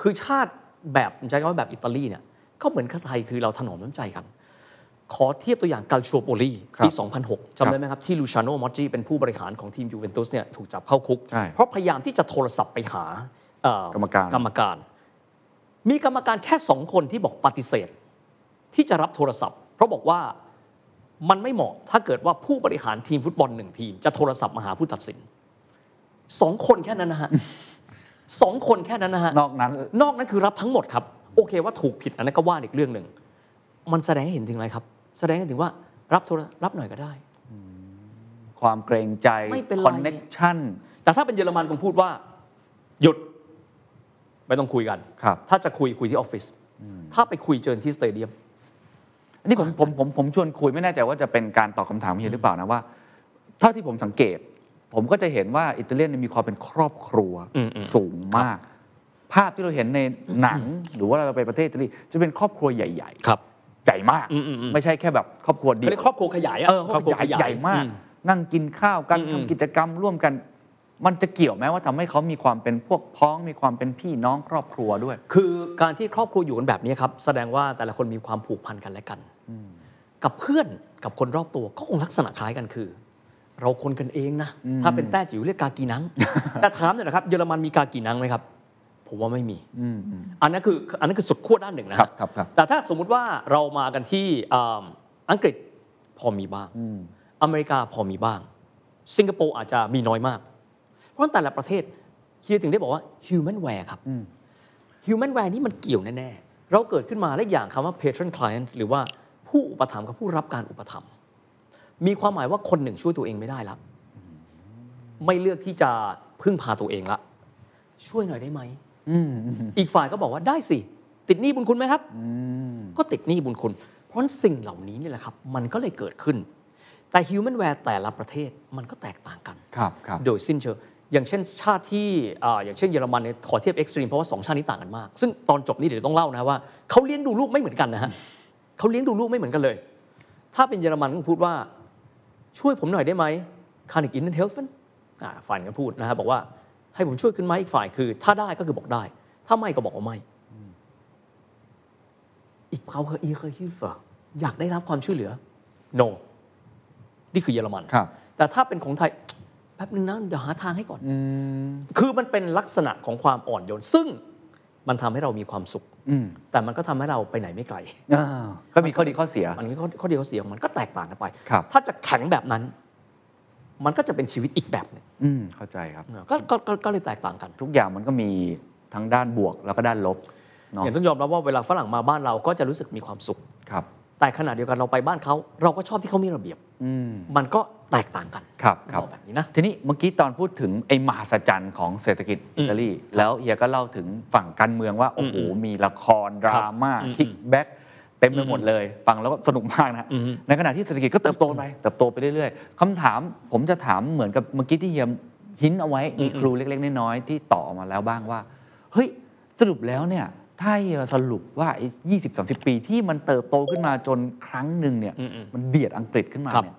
C: คือชาติแบบผมใช้คำว่าแบบอิตาลีเนี่ย ก็เหมือนกับไทยคือเราถนอมน้ำใจกัน ขอเทียบตัวอย่างกาลชัวโปลีปี 2006จำได้ไหมครับ ที่ลูชาโนมอ t จิเป็นผู้บริหารของทีมยูเวนตุสเนี่ยถูกจับเข้าคุก
B: ใช่
C: เพราะพยายามที่จะโทรศัพท์ไปหาเอ่อก
B: รรมการ
C: กรรมการ มีกรรมการแค่สองคนที่บอกปฏิเสธ ที่จะรับโทรศัพท์ เพราะบอกว่ามันไม่เหมาะถ้าเกิดว่าผู้บริหารทีมฟุตบอลหนึ่งทีม จะโทรศัพท์มาหาผู้ตัดสินสองคนแค่นั้นนะฮะ สองคนแค่นั้นนะฮะ
B: นอกนั้น
C: นอกนั้นคือรับทั้งหมดครับ โอเคว่าถูกผิดอันนั้นก็ว่าอีกเรื่องหนึ่ง มันแสดงให้เห็นถึงอะไรครับ แสดงให้เห็นถึงว่ารับโทรรับหน่อยก็ได้
B: ความเกรงใจ
C: ไม่เป็นไร
B: คอนเน็ชัน
C: แต่ถ้าเป็นเยอรมันคงพูดว่า หยุดไม่ต้องคุยกัน
B: ครับ
C: ถ้าจะคุยคุยที่ออฟฟิศถ้าไปคุยเจอที่สเตเดียม
B: อันนี้ผมผมผมผมชวนคุยไม่แน่ใจว่าจะเป็นการตอบคำถามเฮียหรือเปล่านะว่า เท่าที่ผมสังเกต ผมก็จะเห็นว่าอิตาเลียนเนยมีความเป็นครอบครัว
C: อืมอืม
B: สูงมาก ภาพที่เราเห็นในหนัง หรือว่าเราไปประเทศอิตาลีจะเป็นครอบครัวใหญ่
C: ครับ
B: ๆ ใหญ่มาก
C: อืมอืมอืม
B: ไม่ใช่แค่แบบครอบครัวเดียว
C: เขาเรียกครอบครัวขยายอะ
B: เออครอบครัวใหญ่ใหญ่มาก
C: อื
B: นั่งกินข้าวกัน
C: อืม
B: ทำ
C: อืม
B: กิจกรรมร่วมกัน มันจะเกี่ยวไหมว่าทำให้เขามีความเป็นพวกพ้องมีความเป็นพี่น้องครอบครัวด้วย
C: คือการที่ครอบครัวอยู่กันแบบนี้ครับ แสดงว่าแต่ละคนมีความผูกพันกันและกัน กับเพื่อนกับคนรอบตัวก็คงลักษณะคล้ายกันคือ เราคนกันเองนะ ถ้าเป็นแต้จิ๋วเรียกกากีนัง แต่ถามหน่อยนะครับเยอรมันมีกากีนังไหมครับ ผมว่าไม่มี
B: อืมอืม
C: อันนั้นคืออันนั้นคือสุดขั้วด้านหนึ่งนะ
B: ค
C: ฮะ
B: รับครับครับ
C: แต่ถ้าสมมุติว่าเรามากันที่อ่าอังกฤษพอมีบ้าง
B: อืม
C: อเมริกาพอมีบ้าง สิงคโปร์อาจจะมีน้อยมาก เพราะแต่ละประเทศเคียร์ถึงได้บอกว่า humanware ครับ
B: อืม
C: humanware นี่มันเกี่ยวแน่ ๆ เราเกิดขึ้นมาและอีกอย่างคำว่า patron client หรือว่าผู้อุปถัมภ์กับผู้รับการอุปถัมภ์มีความหมายว่าคนหนึ่งช่วยตัวเองไม่ได้ละไม่เลือกที่จะพึ่งพาตัวเองละ ช่วยหน่อยได้ไหม
B: อืมอืม
C: อีกฝ่ายก็บอกว่าได้สิ ติดหนี้บุญคุณไหมครับ ก็ติดหนี้บุญคุณ เพราะฉะนั้นสิ่งเหล่านี้เนี่ยแหละครับ มันก็เลยเกิดขึ้น แต่ Humanware แต่ละประเทศมันก็แตกต่างกัน
B: ครับครับ
C: โดยสิ้นเชิงอย่างเช่นชาติที่อาอย่างเช่นเยอรมันเนี่ยขอเทียบเอ็กซ์ตรีมเพราะว่าสองชาตินี้ต่างกันมาก ซึ่งตอนจบนี่เดี๋ยวต้องเล่านะว่าเขาเลี้ยงดูลูกไม่เหมือนกันนะฮะเขาเลี้ยงดูลูกไม่เหมือนกันเลย ถ้าเป็นเยอรมันก็พูดว่าช่วยผมหน่อยได้ไหมคานิกินเฮลฟ์นฝ่ายหนึ่งก็พูดนะฮะบอกว่าให้ผมช่วยขึ้นไหมอีกฝ่ายคือ ถ้าได้ก็คือบอกได้ ถ้า ถ้าไม่ก็บอกว่าไม่อีกเขาเคยอีเคยฮิลเฟอร์อยากได้รับความช่วยเหลือ no นี่คือเยอรมัน
B: ครับ
C: แต่ถ้าเป็นของไทยแป๊บนึงนะเดี๋ยวหาทางให้ก่อน คือมันเป็นลักษณะของความอ่อนโยน ซึ่งมันทำให้เรามีความสุข
B: อืม
C: แต่มันก็ทำให้เราไปไหนไม่ไกล
B: อ่าก็มีข้อดีข้อเสีย
C: มันมีข้อข้อดีข้อเสียของมันก็แตกต่างกันไป
B: ครับ
C: ถ้าจะแข็งแบบนั้น มันก็จะเป็นชีวิตอีกแบบหนึง
B: อืมเข้าใจครับ
C: ก็ก็ก็ก็เลยแตกต่างกัน
B: ทุกอย่างมันก็มีทั้งด้านบวกแล้วก็ด้านลบเนาะ
C: อย่างต้องยอมรับว่าเวลาฝรั่งมาบ้านเราก็จะรู้สึกมีความสุข
B: ครับ
C: แต่ขณะเดียวกันเราไปบ้านเขาเราก็ชอบที่เขามีระเบียบ
B: อืม
C: มันก็แตกต่างกัน
B: ครับครับ
C: อกแบบนี้นะ
B: ทีนี้เมื่อกี้ตอนพูดถึงไอ้มหัศจรรย์ของเศรษฐกิจอิตาลีแล้วเฮียก็เล่าถึงฝั่งการเมืองว่า โอ้โห มีละคร ดราม่า
C: อืม
B: คิกแบ็กเต็มไปหมดเลย ฟังแล้วก็สนุกมากนะ
C: อืม
B: ในขณะที่เศรษฐกิจก็เติบโตไปเติบโตไปเรื่อยๆคำถามผมจะถามเหมือนกับเมื่อกี้ที่เฮียหินเอาไว้มีครูเล็กๆน้อยๆที่ต่อมาแล้วบ้างว่า เฮ้ยสรุปแล้วเนี่ยถ้าเราสรุปว่าไอ้ยี่สิบสามสิบปีที่มันเติบโตขึ้นมาจนครั้งหนึ่งเนี่ยมันเบียดอังกฤษขึ้นมา
C: ครับ
B: เนี่ย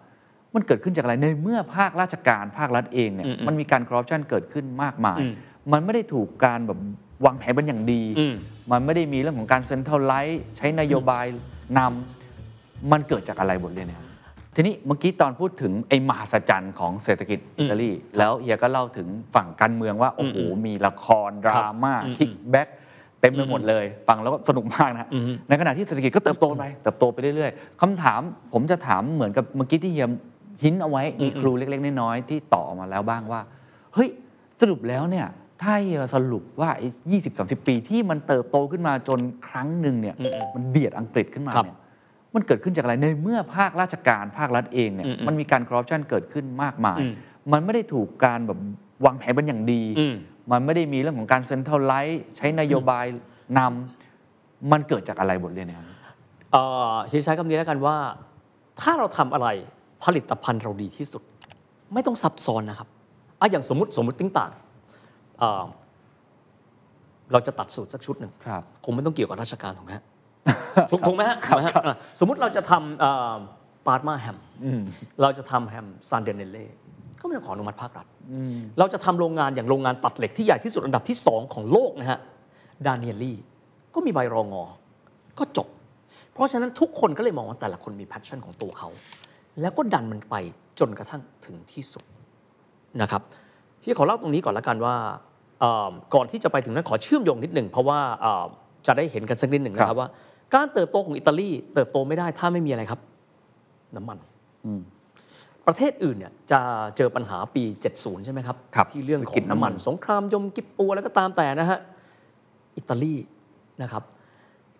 B: มันเกิดขึ้นจากอะไรในเมื่อภาคราชการภาครัฐเองเนี่ย
C: อืมอืม
B: มันมีการคอร์รัปชันเกิดขึ้นมากมาย
C: อืม
B: มันไม่ได้ถูกการแบบวางแผนเป็นอย่างดี
C: อืม
B: มันไม่ได้มีเรื่องของการเซ็นทรัลไลท์ใช้นโยบายนำมันเกิดจากอะไรบทเรียนเนี่ยครับทีนี้เมื่อกี้ตอนพูดถึงไอ้มหัศจรรย์ของเศรษฐกิจอิตาลีแล้วเฮียก็เล่าถึงฝั่งการเมืองว่าโอ้โหมีละคร ดราม่า
C: อืม
B: คิกแบ็กเต็มไปหมดเลย ฟังแล้วก็สนุกมากนะ
C: อืม
B: ในขณะที่เศรษฐกิจก็เติบโตไปเติบโตไปเรื่อยๆคำถามผมจะถามเหมือนกับเมื่อกี้ที่เฮียหินเอาไว้มีครูเล็กๆน้อยๆที่ต่อมาแล้วบ้างว่า เฮ้ยสรุปแล้วเนี่ยถ้าเราสรุปว่าไอ้ยี่สิบสามสิบปีที่มันเติบโตขึ้นมาจนครั้งหนึ่งเนี่ยมันเบียดอังกฤษขึ้นมา
C: ครับ
B: เนี่ยมันเกิดขึ้นจากอะไรในเมื่อภาคราชการภาครัฐเองเนี่ย
C: อืมอืม
B: มันมีการคอร์รัปชันเกิดขึ้นมากมาย
C: อืม
B: มันไม่ได้ถูกการแบบวางแผนเป็นอย่างดี
C: อืม
B: มันไม่ได้มีเรื่องของการเซ็นทรัลไลท์ใช้นโยบายนำมันเกิดจากอะไรบทเรียนเนี่ยครับ
C: เอ่อเฮียใช้คำนี้แล้วกันว่า ถ้าเราทำอะไรผลิตภัณฑ์เราดีที่สุด ไม่ต้องซับซ้อนนะครับอ่ะอย่างสมมติสมมติติ้งต่างเอ่อเราจะตัดสูตรสักชุดหนึ่ง
B: ครับ
C: คงไม่ต้องเกี่ยวกับราชการถูกไหมฮะถูกถูกไหมฮะถูกไหมฮะอ่ะสมมติเราจะทำปาร์มาแฮมเราจะทำแฮมซานเดเนเล่ก็ไม่ต้องขออนุมัติภาครัฐเราจะทำโรงงานอย่างโรงงานตัดเหล็กที่ใหญ่ที่สุดอันดับที่สองของโลกนะฮะดานเนียลี่ก็มีใบรองอ ก็จบ เพราะฉะนั้นทุกคนก็เลยมองว่าแต่ละคนมีแพชชั่นของตัวเขา แล้วก็ดันมันไปจนกระทั่งถึงที่สุดนะครับพี่ขอเล่าตรงนี้ก่อนละกันว่าเอิ่มก่อนที่จะไปถึงนั้นขอเชื่อมโยงนิดหนึ่งเพราะว่าเอิ่มจะได้เห็นกันสักนิดหนึ่งนะค
B: ครั
C: รับบ ว่า การเติบโตของอิตาลีเติบโตไม่ได้ถ้าไม่มีอะไรครับ น้ำมัน ประเทศอื่นเนี่ยจะเจอปัญหาปี 70 ใช่ไหมครับ
B: ครับ
C: ที่เรื่องขอ
B: วิกฤต
C: งน้ำ
B: น้ำมั
C: มัน
B: น
C: สงครามยมกิปปัวแล้วก็ตามแต่นะฮะ อิตาลีนะครับ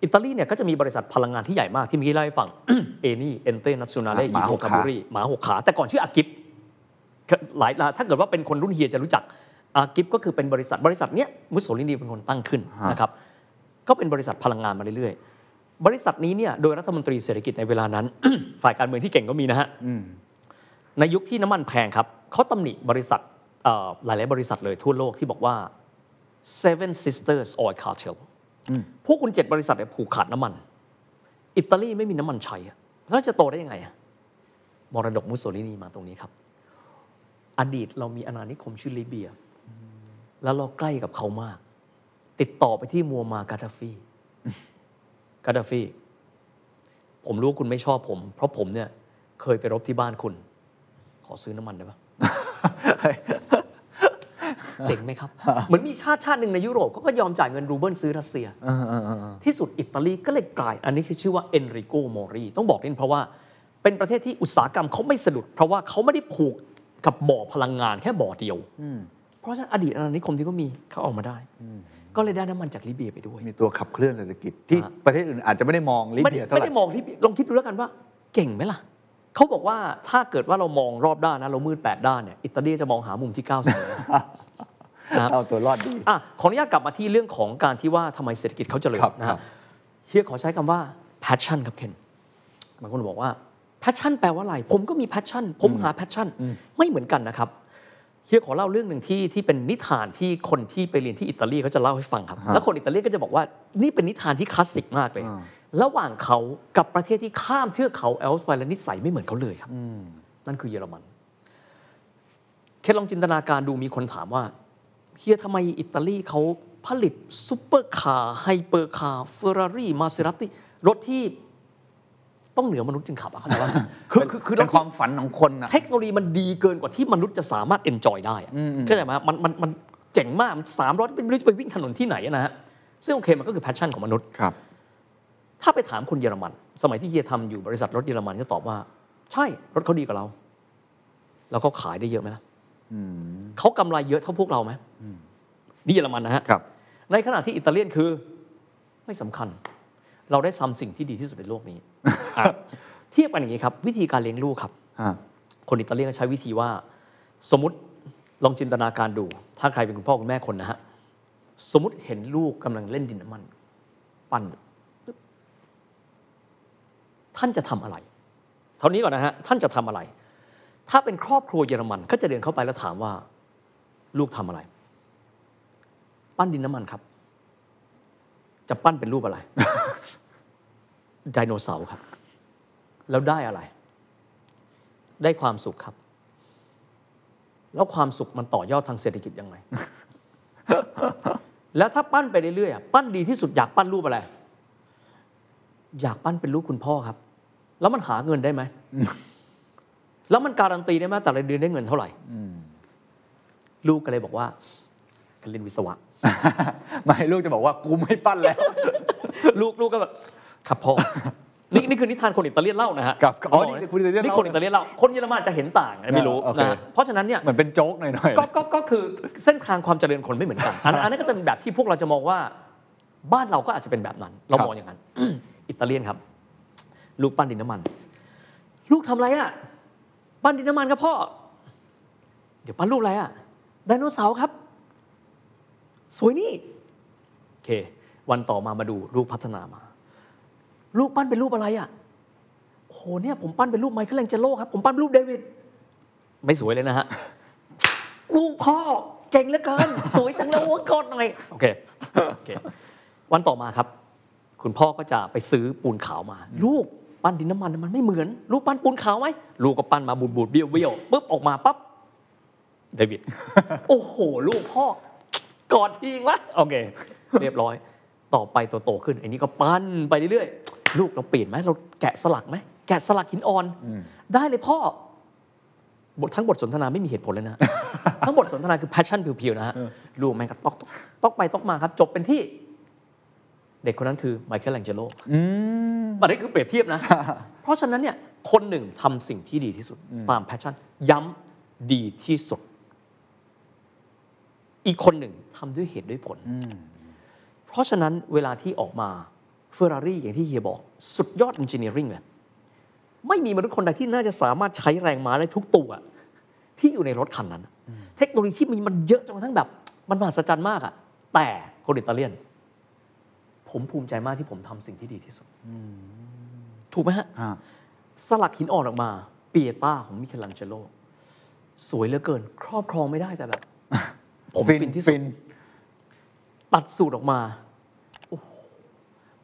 C: อิตาลีเนี่ยก็จะมีบริษัทพลังงานที่ใหญ่มากที่เมอกี้เล่าให้ฟัง เอนี่เอนเตนั n ูนาเล
B: หมา
C: อิโค
B: หกขา
C: คาบูรีหมาหกขา แต่ก่อนชื่ออากิปหลายถ้าเกิดว่าเป็นคนรุ่นเฮียจะรู้จักอากิปก็คือเป็นบริษัทบริษัทเนี้ยมุสโสลินีเป็นคนตั้งขึ้นนะครับ ก็เป็นบริษัทพลังงานมาเรื่อยๆ บริษัทนี้เนี่ยโดยรัฐมนตรีเศรษฐกิจในเวลานั้น ฝ่ายการเมืองที่เก่งก็มีนะฮะ ในยุคที่น้ำมันแพงครับ เขาตำหนิบริษัทเอ่อหลาย ๆ บริษัทเลยทั่วโลกที่บอกว่า Seven Sisters Oil Cartel พวกคุณเจ็ดบริษัทเนี่ยผูกขาดน้ำมัน อิตาลีไม่มีน้ำมันใช้อะแล้วจะโตได้ยังไงอะมรดกมุสโสลินีมาตรงนี้ครับ อดีตเรามีอาณานิคมชื่อลิเบีย แล้วเราใกล้กับเขามาก ติดต่อไปที่มัวมากาดาฟี กาดาฟี ผมรู้ว่าคุณไม่ชอบผม เพราะผมเนี่ยเคยไปรบที่บ้านคุณ ขอซื้อน้ำมันได้ปะ เจ๋งไหมครับ เหมือนมีชาติชาติหนึ่งในยุโรปเขาก็ยอมจ่ายเงินรูเบิลซื้อรัสเซีย ที่สุดอิตาลีก็เลยกลาย อันนี้คือชื่อว่าเอนริโกโมรีต้องบอกนิดนึงเพราะว่าเป็นประเทศที่อุตสาหกรรมเขาไม่สะดุด เพราะว่าเขาไม่ได้ผูกกับบ่อพลังงานแค่บ่อเดียว เพราะฉะนั้นอดีตอาณานิคมที่เขามีเขาเออกมาได้ ก็เลยได้น้ำมันจากลิเบียไปด้วย
B: มีตัวขับเคลื่อนเศรษฐกิจที่
C: ฮะ
B: ประเทศอื่นอาจจะไม่ได้มองลิ
C: ไม่
B: เบี
C: ได้
B: ยเท่า
C: ไม่
B: ไหร่
C: ได้มองลิเบียลองคิดดูแล้วกันว่า เก่งไหมล่ะ เขาบอกว่าถ้าเกิดว่าเรามองรอบด้านนะเรามืดแปดด้านเนี่ยอิตาลีจะมองหามุมที่เก้าเสมอ นะครับ
B: เอาตัวรอดดี
C: อ่ะขออนุญาตกลับมาที่เรื่องของการที่ว่าทำไมเศรษฐกิจเขาเจริญ
B: ครับ
C: นะ
B: ครั
C: ฮะ
B: บ
C: เฮียขอใช้คำว่า passion ครับเคนบางคนบอกว่า passion แปลว่าอะไร ผมก็มี passion ผมหา passion ไม่เหมือนกันนะครับเฮียขอเล่าเรื่องหนึ่งที่ที่เป็นนิทานที่คนที่ไปเรียนที่อิตาลีเขาจะเล่าให้ฟังครับ แล้วคนอิตาลีก็จะบอกว่านี่เป็นนิทานที่คลาสสิกมากเลย ระหว่างเขากับประเทศที่ข้ามเทือกเขาแอลป์ไปและนิสัยไม่เหมือนเขาเลยครับนั่นคือเยอรมันเคนลองจินตนาการดูมีคนถามว่า เฮียทำไมอิตาลีเขา ผลิตซูเปอร์คาร์ไฮเปอร์คาร์เฟอร์รารี่มาเซราติรถที่ต้องเหนือมนุษย์จึงขับ อะเข้าใจว่า คือคือคือร
E: เป็
C: ถ
E: นค
C: ที่
E: วามฝันของคนนะ
C: เทคโนโลยีมันดีเกินกว่าที่มนุษย์จะสามารถเอนจอยได้อะเข้าใจไหมฮะมันมันมันเจ๋งมากมันสามร้อยไม่รู้จะไปวิ่งถนนที่ไหนอะนะฮะซึ่งโอเคมันก็คือแพชชั่นของมนุษย์
E: ครับ
C: ถ้าไปถามคนเยอรมัน สมัยที่เฮียทำอยู่บริษัทรถเยอรมันจะตอบว่า ใช่รถเขาดีกว่าเรา แล้วเขาขายได้เยอะไหมล่ะเขากำไรเยอะเท่าพวกเราไหมนี่เยอรมันนะฮะ
E: ครับ
C: ในขณะที่อิตาเลียนคือ ไม่สำคัญ เราได้ทำสิ่งที่ดีที่สุดในโลกนี้ อ่ ะเทียบกันอย่างนี้ครับ วิธีการเลี้ยงลูกครับ
E: อ่า
C: คนอิตาเลียนก็ใช้วิธีว่า สมมติลองจินตนาการดู ถ้าใครเป็นคุณพ่อคุณแม่คนนะฮะสมมติเห็นลูกกำลังเล่นดินน้ำมัน ปั้นปึ๊บท่านจะทำอะไร เท่านี้ก่อนนะฮะ ท่านจะทำอะไร ถ้าเป็นครอบครัวเยอรมันก็จะเดินเข้าไปแล้วถามว่า ลูกทำอะไร ปั้นดินน้ำมันครับ จะปั้นเป็นรูปอะไร ไดโนเสาร์ครับ แล้วได้อะไร ได้ความสุขครับ แล้วความสุขมันต่อยอดทางเศรษฐกิจยั งไง แล้วถ้าปั้นไปเรื่อยๆอ่ะปั้นดีที่สุดอยากปั้นรูปอะไร อยากปั้นเป็นรูปคุณพ่อครับ แล้วมันหาเงินได้ ไหม แล้วมันการันตีได้ไหมแต่ละเดือนได้เงินเท่าไหร่ลูกก็เลยบอกว่ากันเรียนวิศวะ
E: ไม่ลูกจะบอกว่ากูไม่ปั้น แล้ว
C: ลูกลูกก็แบบครับพ่อ นี่นี่คือนิทานคนอิตาเลียนเล่านะฮะ
E: ครับอ๋อนี่คือคนอิตาเลียนเล่า
C: คนอิตาเลียนเล่าคนเยอรมันอาจจะเห็นต่างนะไม่รู้
E: อ่าโอเค
C: นะฮะเพราะฉะนั้นเนี่ย
E: เหมือนเป็นโจ๊กหน่อยๆ
C: ก็ก็ก็คือเส้นทางความเจริญคนไม่เหมือนกันอันอันนั้นก็จะเป็นแบบที่พวกเราจะมองว่าบ้านเราก็อาจจะเป็นแบบนั้น เรามองอย่างนั้น อิตาเลียนครับ ลูกปั้นดินน้ำมัน ลูกทำอะไรอ่ะปั้นดินน้ำมันครับพ่อ เดี๋ยวปั้นรูปอะไรอ่ะไดโนเสาร์ครับ สวยนี่โอเค วันต่อมามาดูลูกพัฒนามา ลูกปั้นเป็นรูปอะไรอ่ะโอ้โหเนี่ยผมปั้นเป็นรูปไมเคิลแองเจโลครับผมปั้นเป็นรูปเดวิดไม่สวยเลยนะฮะ ลูกพ่อเก่งเหลือเกิน สวยจังเลยโอ้ยกอดหน่อยโอเคโอเค วันต่อมาครับ คุณพ่อก็จะไปซื้อปูนขาวมา ลูกปั้นดินน้ำมันน่ะมันไม่เหมือน ลูกปั้นปูนขาวไหมลูกก็ปั้นมาบูดบูดๆเบี้ยวเบี้ยวๆปุ๊บออกมาปั๊บเด วิด โอ้โห ลูกพ่อกอดทิ้งวะโอเค เรียบร้อย ต่อไปโตโตๆขึ้นไอ้นี่ก็ปั้นไปเรื่อยๆลูกเราเปลี่ยนไหมเราแกะสลักไหมแกะสลักหินอ่อน ได้เลยพ่อ บททั้งบทสนทนาไม่มีเหตุผลเลยนะ ทั้งบทสนทนาคือ passion เพียวๆนะฮะลูกแม่งก็ตอกตอกตอกไปตอกมาครับ จบเป็นที่ เด็กคนนั้นคือไมเคิลแองเจโลอันนี้คือ เปรียบเทียบ นะ เพราะฉะนั้นเนี่ยคนหนึ่งทำสิ่งที่ดีที่สุด ตาม passion ย้ำดีที่สุด อีกคนหนึ่งทำด้วยเหตุด้วยผล เพราะฉะนั้นเวลาที่ออกมาเฟอร์รารี่อย่างที่เฮียบอก สุดยอด engineering เลย ไม่มีมนุษย์คนใดที่น่าจะสามารถใช้แรงม้าได้ทุกตัว ที่อยู่ในรถคันนั้น เทคโนโลยีที่มีมันเยอะจนกระทั่งแบบ มันมหัศจรรย์มากอะแต่คนอิตาเลียน ผมภูมิใจมากที่ผมทำสิ่งที่ดีที่สุด ถูกไหมฮะ
E: ฮะ
C: สลักหินอ่อนออกมาปีเอต้าของมิเคลังเจโล สวยเหลือเกิน ครอบครองไม่ได้แต่แบบ ผมฟินที่สุด ตัดสูตรออกมา โอ้โห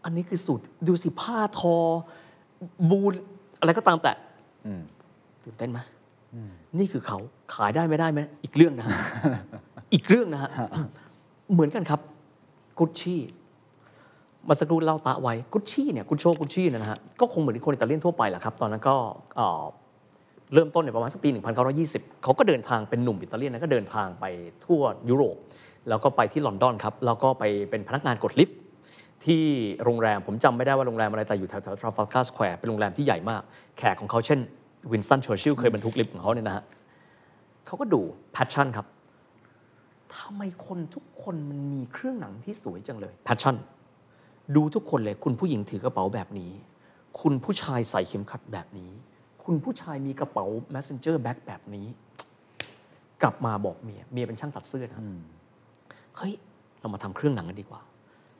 C: อันนี้คือสูตร ดูสิผ้าทอ บูนอะไรก็ตามแต่ตื่นเต้นไหมนี่คือเขาขายได้ไม่ได้ไหมอีกเรื่อง นะฮะ อีกเรื่องนะฮะ เหมือนกันครับ กุชชี่มาสักครู่เล่าตะไว้ กุชชี่เนี่ย กุชโชกุชชี่เนยนะฮะ ก็คงเหมือนคนอิตาเลียนทั่วไปแหละครับ ตอนนั้นก็เอ่อเริ่มต้นเนี่ยประมาณสักปี 1920 เขาก็เดินทางเป็นหนุ่มอิตาเลียนนะก็เดินทางไปทั่วยุโรป แล้วก็ไปที่ลอนดอนครับ แล้วก็ไปเป็นพนักงานกดลิฟต์ ที่โรงแรม ผมจำไม่ได้ว่าโรงแรมอะไรแต่อยู่แถวๆทราฟัลการ์สแควร์เป็นโรงแรมที่ใหญ่มาก แขกของเขาเช่นวินสตันเชอร์ชิลเคยบรรทุกลิฟต์ของเขาเนี่ยนะฮะเขาก็ดูแพชชั่นครับ ทำไมคนทุกคนมันมีเครื่องหนังที่สวยจังเลย แพชชั่น ดูทุกคนเลย คุณผู้หญิงถือกระเป๋าแบบนี้ คุณผู้ชายใส่เข็มขัดแบบนี้ คุณผู้ชายมีกระเป๋า messenger bag แบบนี้ กลับมาบอกเมีย เมียเป็นช่างตัดเสื้อนะครับเฮ้ย เรามาทำเครื่องหนังกันดีกว่า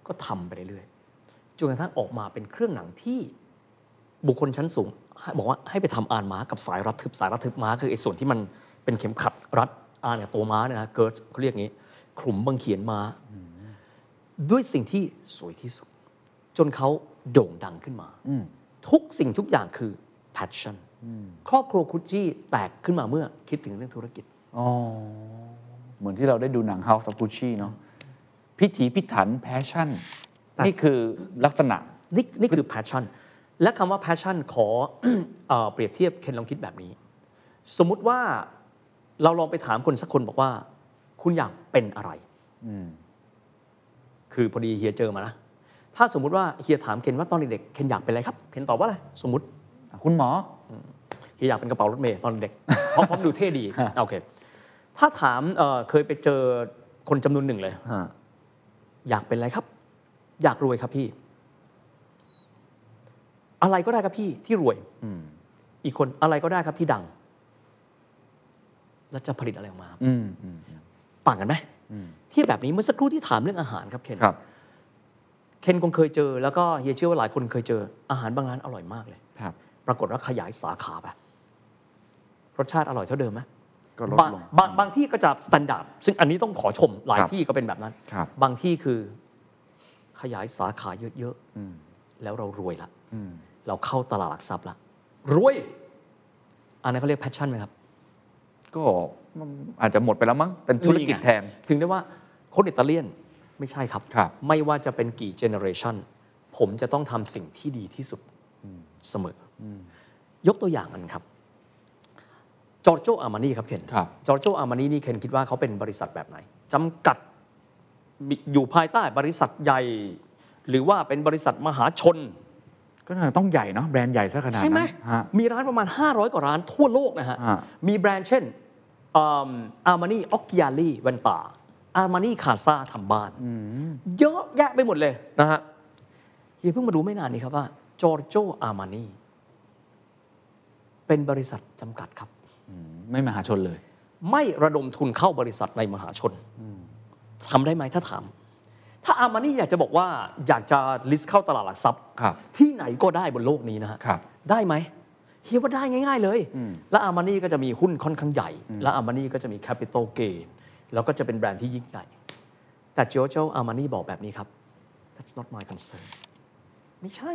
C: ก็ทำไปเรื่อยๆจนกระทั่งออกมาเป็นเครื่องหนังที่บุคคลชั้นสูงให้บอกว่าให้ไปทำอานม้ากับสายรัดทึบสายรัดทึบม้าคือไอ้ส่วนที่มันเป็นเข็มขัดรัดอานกับตัวม้าเนี่ยนะเกิร์ดเขาเรียกอย่างงี้ขลุมบังเขียนม้า ด้วยสิ่งที่สวยที่สุด จนเขาโด่งดังขึ้นมา ทุกสิ่งทุกอย่างคือ passion ครอบครัวคุชชี่แตกขึ้นมาเมื่อคิดถึงเรื่องธุรกิจ
E: อ๋อ เหมือนที่เราได้ดูหนัง House of Gucci เนาะ พิถีพิถันแพชชั่น นี่คือลักษณะ
C: นี่นี่คือ passion และคำว่า passion ขอ เอ่อเปรียบเทียบเคนลองคิดแบบนี้ สมมุติว่าเราลองไปถามคนสักคนบอกว่า คุณอยากเป็นอะไร คือพอดีเฮียเจอมานะ ถ้าสมมุติว่าเฮียถามเคนว่าตอนเด็กๆเคนอยากเป็นอะไรครับ เคนตอบว่าอะไร สมมติ
E: คุณหมอ
C: ที่อยากเป็นกระเป๋ารถเมย์ตอนเด็ก เพราะเพราะมันดูเท่ดีโอเค ถ้าถามเอ่อเคยไปเจอคนจำนวนหนึ่งเลย
E: ฮะ
C: อยากเป็นอะไรครับ อยากรวยครับพี่ อะไรก็ได้ครับพี่ที่รวยอีกคนอะไรก็ได้ครับที่ดัง แล้วจะผลิตอะไรออกมา
E: อืมอืม
C: ต่างกันไหมเที่แบบนี้เมื่อสักครู่ที่ถามเรื่องอาหารครับเคน
E: ครับ
C: เคนคงเคยเจอ แล้วก็เฮียเชื่อว่าหลายคนเคยเจออาหารบางร้านอร่อยมากเลย
E: ครับ
C: ปรากฏว่าขยายสาขาไปรสชาติอร่อยเท่าเดิมไหม
E: ก็ลด
C: บาง
E: ลง
C: บางบางที่ก็จะสแตนดาร์ดซึ่งอันนี้ต้องขอชมหลาย
E: ครับ
C: ที่ก็เป็นแบบนั้น
E: ครับ
C: บางที่คือขยายสาขาเยอะๆแล้วเรารวยละ
E: อืม
C: เราเข้าตลาดหลักทรัพย์ละรวย อันนั้นเขาเรียกแพชชั่นไหมครับ
E: ก็อาจจะหมดไปแล้วมั้ง เป็นธุรกิจ
C: ไง
E: แทน
C: ถึงได้ว่าคนอิตาเลียนไม่ใช่ครับ
E: ครับ
C: ไม่ว่าจะเป็นกี่เจเนอเรชันผมจะต้องทำสิ่งที่ดีที่สุดเสมออยกตัวอย่างมันครับจอร์โจอามานีครับเคน
E: ครับ
C: จอร์โจอามานีนี่เคนคิดว่าเขาเป็นบริษัทแบบไหนจำกัดมีอยู่ภายใต้บริษัทใหญ่ หรือว่าเป็นบริษัทมหาชน
E: ก็น่าจะต้องใหญ่เนาะแบรนด์ใหญ่ซะขนาดนั้น
C: ใช่ไหม
E: ฮะ
C: มีร้านประมาณ 500 กว่าร้านทั่วโลกนะฮะ
E: ฮะ
C: มีแบรนด์เช่นอามานีออกกิอาลีแวนตาอามานีคาซาทำบ้าน เยอะแยะไปหมดเลยนะฮะเฮียเพิ่งมาดูไม่นานนี้ครับว่าจอร์โจอามานีเป็นบริษัทจำกัดครับ
E: ไม่มหาชนเลย
C: ไม่ระดมทุนเข้าบริษัทในมหาชนทำได้ไหมถ้าถาม ถ้าอามานี่อยากจะบอกว่าอยากจะลิสต์เข้าตลาดหลักทรัพย์
E: ครับ
C: ที่ไหนก็ได้บนโลกนี้นะฮะ
E: ครับ
C: ได้ไหมเฮียว่าได้ง่าย ๆ เลย และอามานี่ก็จะมีหุ้นค่อนข้างใหญ่ และอามานี่ก็จะมีแคปิตอลเกนแล้วก็จะเป็นแบรนด์ที่ยิ่งใหญ่ แต่จิโอเจ้าอามานี่บอกแบบนี้ครับ that's not my concern ไม่ใช่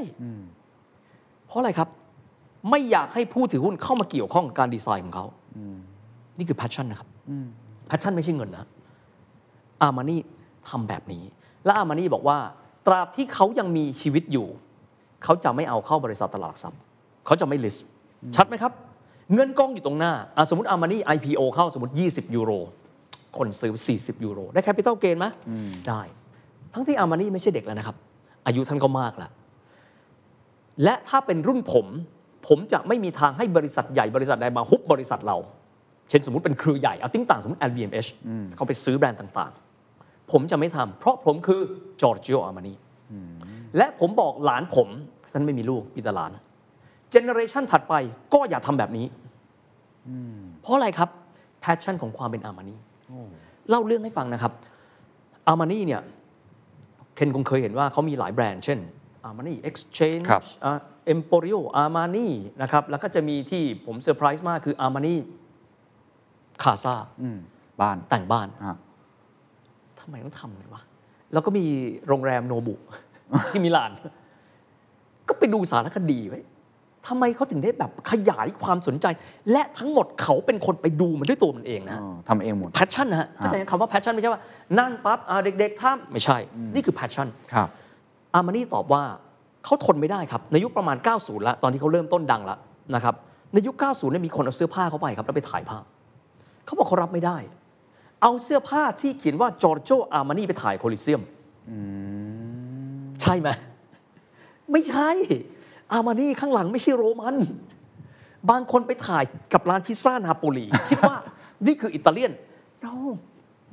C: เพราะอะไรครับ ไม่อยากให้ผู้ถือหุ้นเข้ามาเกี่ยวข้องกับการดีไซน์ของเขา นี่คือ passion นะครับ passion ไม่ใช่เงินนะ อามานี่ทำแบบนี้ และอามานี่บอกว่า ตราบที่เขายังมีชีวิตอยู่ เขาจะไม่เอาเข้าบริษัทตลาดหลักทรัพย์เขาจะไม่ list ชัดไหมครับ เงินกองอยู่ตรงหน้าอ่ะสมมติอามานี่ IPO เข้าสมมติ 20 ยูโร คนซื้อ 40 ยูโร ได้ capital gain ไหมได้ ทั้งที่อามานี่ไม่ใช่เด็กแล้วนะครับ อายุท่านก็มากแล้ว และถ้าเป็นรุ่นผม ผมจะไม่มีทางให้บริษัทใหญ่บริษัทใดมาฮุบบริษัทเรา เช่นสมมติเป็นเครือใหญ่เอาติ้งต่างสมมติ LVMH เขาไปซื้อแบรนด์ต่างๆ ผมจะไม่ทำเพราะผมคือจอร์จิโออามานีและผมบอกหลานผมท่านไม่มีลูกมีแต่หลาน เจเนอเรชันถัดไปก็อย่าทำแบบนี้เพราะอะไรครับแพชชั่นของความเป็นอามานีเล่าเรื่องให้ฟังนะครับอามานีเนี่ย เคนคงเคยเห็นว่าเขามีหลายแบรนด์ เช่น Armani Exchange
E: ครับ
C: อ่า Emporio Armani นะครับ แล้วก็จะมีที่ผมเซอร์ไพรส์มากคือ Armani Casa
E: อืมบ้าน
C: แต่งบ้าน
E: ฮะ
C: ทำไมต้องทำเลยวะ แล้วก็มีโรงแรมโนบุ ที่มิลาน ก็ไปดูสารคดีไว้ยทำไมเขาถึงได้แบบขยายความสนใจ และทั้งหมดเขาเป็นคนไปดูมันด้วยตัวมันเองนะ
E: เออทำเองหมด
C: แพชชั่นนะฮะเข้าใจคำว่าแพชชั่นไม่ใช่ว่า นั่งปั๊บอ่าเด็กๆทำไม่ใช่ นี่คือแพชชั่น
E: ครับ
C: อามานี่ตอบว่าเขาทนไม่ได้ครับ ในยุคประมาณ 90 ละตอนที่เขาเริ่มต้นดังละนะครับในยุค 90เนี่ยมีคนเอาเสื้อผ้าเขาไปครับ แล้วไปถ่ายภาพ เขาบอกเขารับไม่ได้ เอาเสื้อผ้าที่เขียนว่าจอร์โจอามานี่ไปถ่ายโคลิเซียมใช่ไหม ไม่ใช่ อามานี่ข้างหลังไม่ใช่โรมัน บางคนไปถ่ายกับร้านพิซซ่านาโปลี คิดว่านี่คืออิตาเลียน no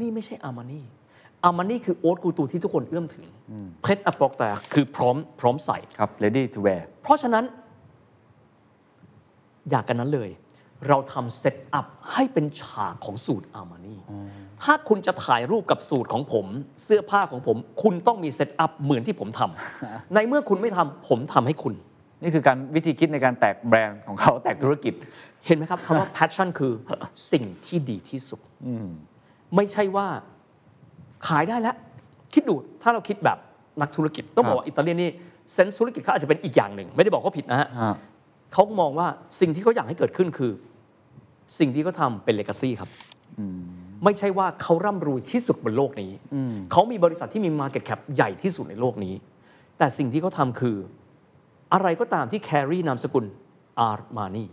C: นี่ไม่ใช่อามานี่ อามานี่คือโอ๊ตกูตูที่ทุกคนเอื้อมถึง เพชรอปอกแต่คือพร้อมพร้อมใส่
E: ครับ ready to wear
C: เพราะฉะนั้น อยากกันนั้นเลย เราทำเซตอัพให้เป็นฉากของสูตรอามานี่ถ้าคุณจะถ่ายรูปกับสูตรของผม เสื้อผ้าของผม คุณต้องมีเซตอัพเหมือนที่ผมท ำ ในเมื่อคุณไม่ทำผมทำให้คุณ
E: นี่คือการวิธีคิดในการแตกแบรนด์ของเขาแตกธุรกิจ
C: เห็นไหมครับค ำว่า passion คือสิ่งที่ดีที่สุดไม่ใช่ว่าขายได้แล้ว คิดดูถ้าเราคิดแบบนักธุรกิจ ต้องบอกว่าอิตาเลียนนี่เซนส์ธุรกิจเขาอาจจะเป็นอีกอย่างหนึ่ง ไม่ได้บอกเขาผิดนะฮะ
E: ฮะ
C: เขามองว่าสิ่งที่เขาอยากให้เกิดขึ้นคือ สิ่งที่เขาทำเป็นเลก a ซีครับ ไม่ใช่ว่าเขาร่ำรวยที่สุดบนโลกนี้ เขามีบริษัทที่มี Market Cap ใหญ่ที่สุดในโลกนี้ แต่สิ่งที่เขาทำคือ อะไรก็ตามที่แครีนามสกุลอาร์มานี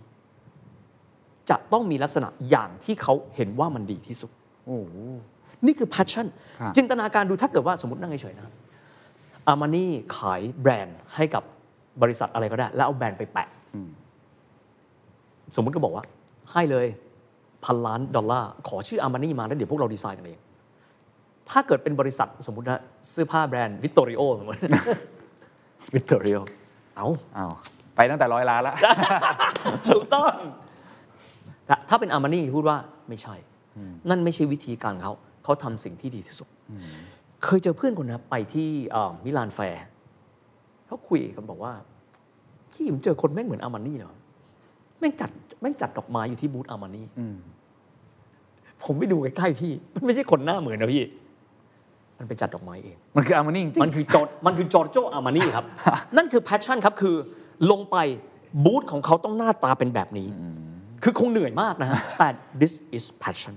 C: จะต้องมีลักษณะอย่างที่เขาเห็นว่ามันดีที่สุด
B: โอ้โห
C: นี่คือ passion
B: ครับ
C: จินตนาการดูถ้าเกิดว่าสมมตินั่งเฉยๆนะอามานี่ขายแบรนด์ให้กับบริษัทอะไรก็ได้ แล้วเอาแบรนด์ไปแปะ สมมติก็บอกว่า ให้เลยพันล้านดอลลาร์ ขอชื่ออามานี่มาแล้วเดี๋ยวพวกเราดีไซน์กันเอง ถ้าเกิดเป็นบริษัทสมมตินะเสื้อผ้าแบรนด์วิตตอริโอสมมติ
B: วิตเตอร์เรียล
C: เอา
B: อ้าวไปตั้งแต่ร้อยล้านละ
C: ถูกต้องแต่ถ้าเป็นอามานี่พูดว่าไม่ใช่ นั่นไม่ใช่วิธีการเขา เขาทำสิ่งที่ดีที่สุด เคยเจอเพื่อนคนนะไปที่เอ่อมิลานแฟร์เขาคุยกันบอกว่าพี่ผมเจอคนแม่งเหมือนอามานี่เนาะแม่งจัดแม่งจัดดอกไม้อยู่ที่บูธอามานี่ผมไปดูใกล้ๆพี่ มันไม่ใช่คนหน้าเหมือนนะพี่ มันไปจัดดอกไม้เอง
B: มันคืออามานี่จริง
C: มันคือจอร์จมันคือจอร์โจอามานี่ ครับ นั่นคือแพชชั่นครับ คือลงไปบูธของเขาต้องหน้าตาเป็นแบบนี้ คือคงเหนื่อยมากนะ ฮะ แต่ this is passion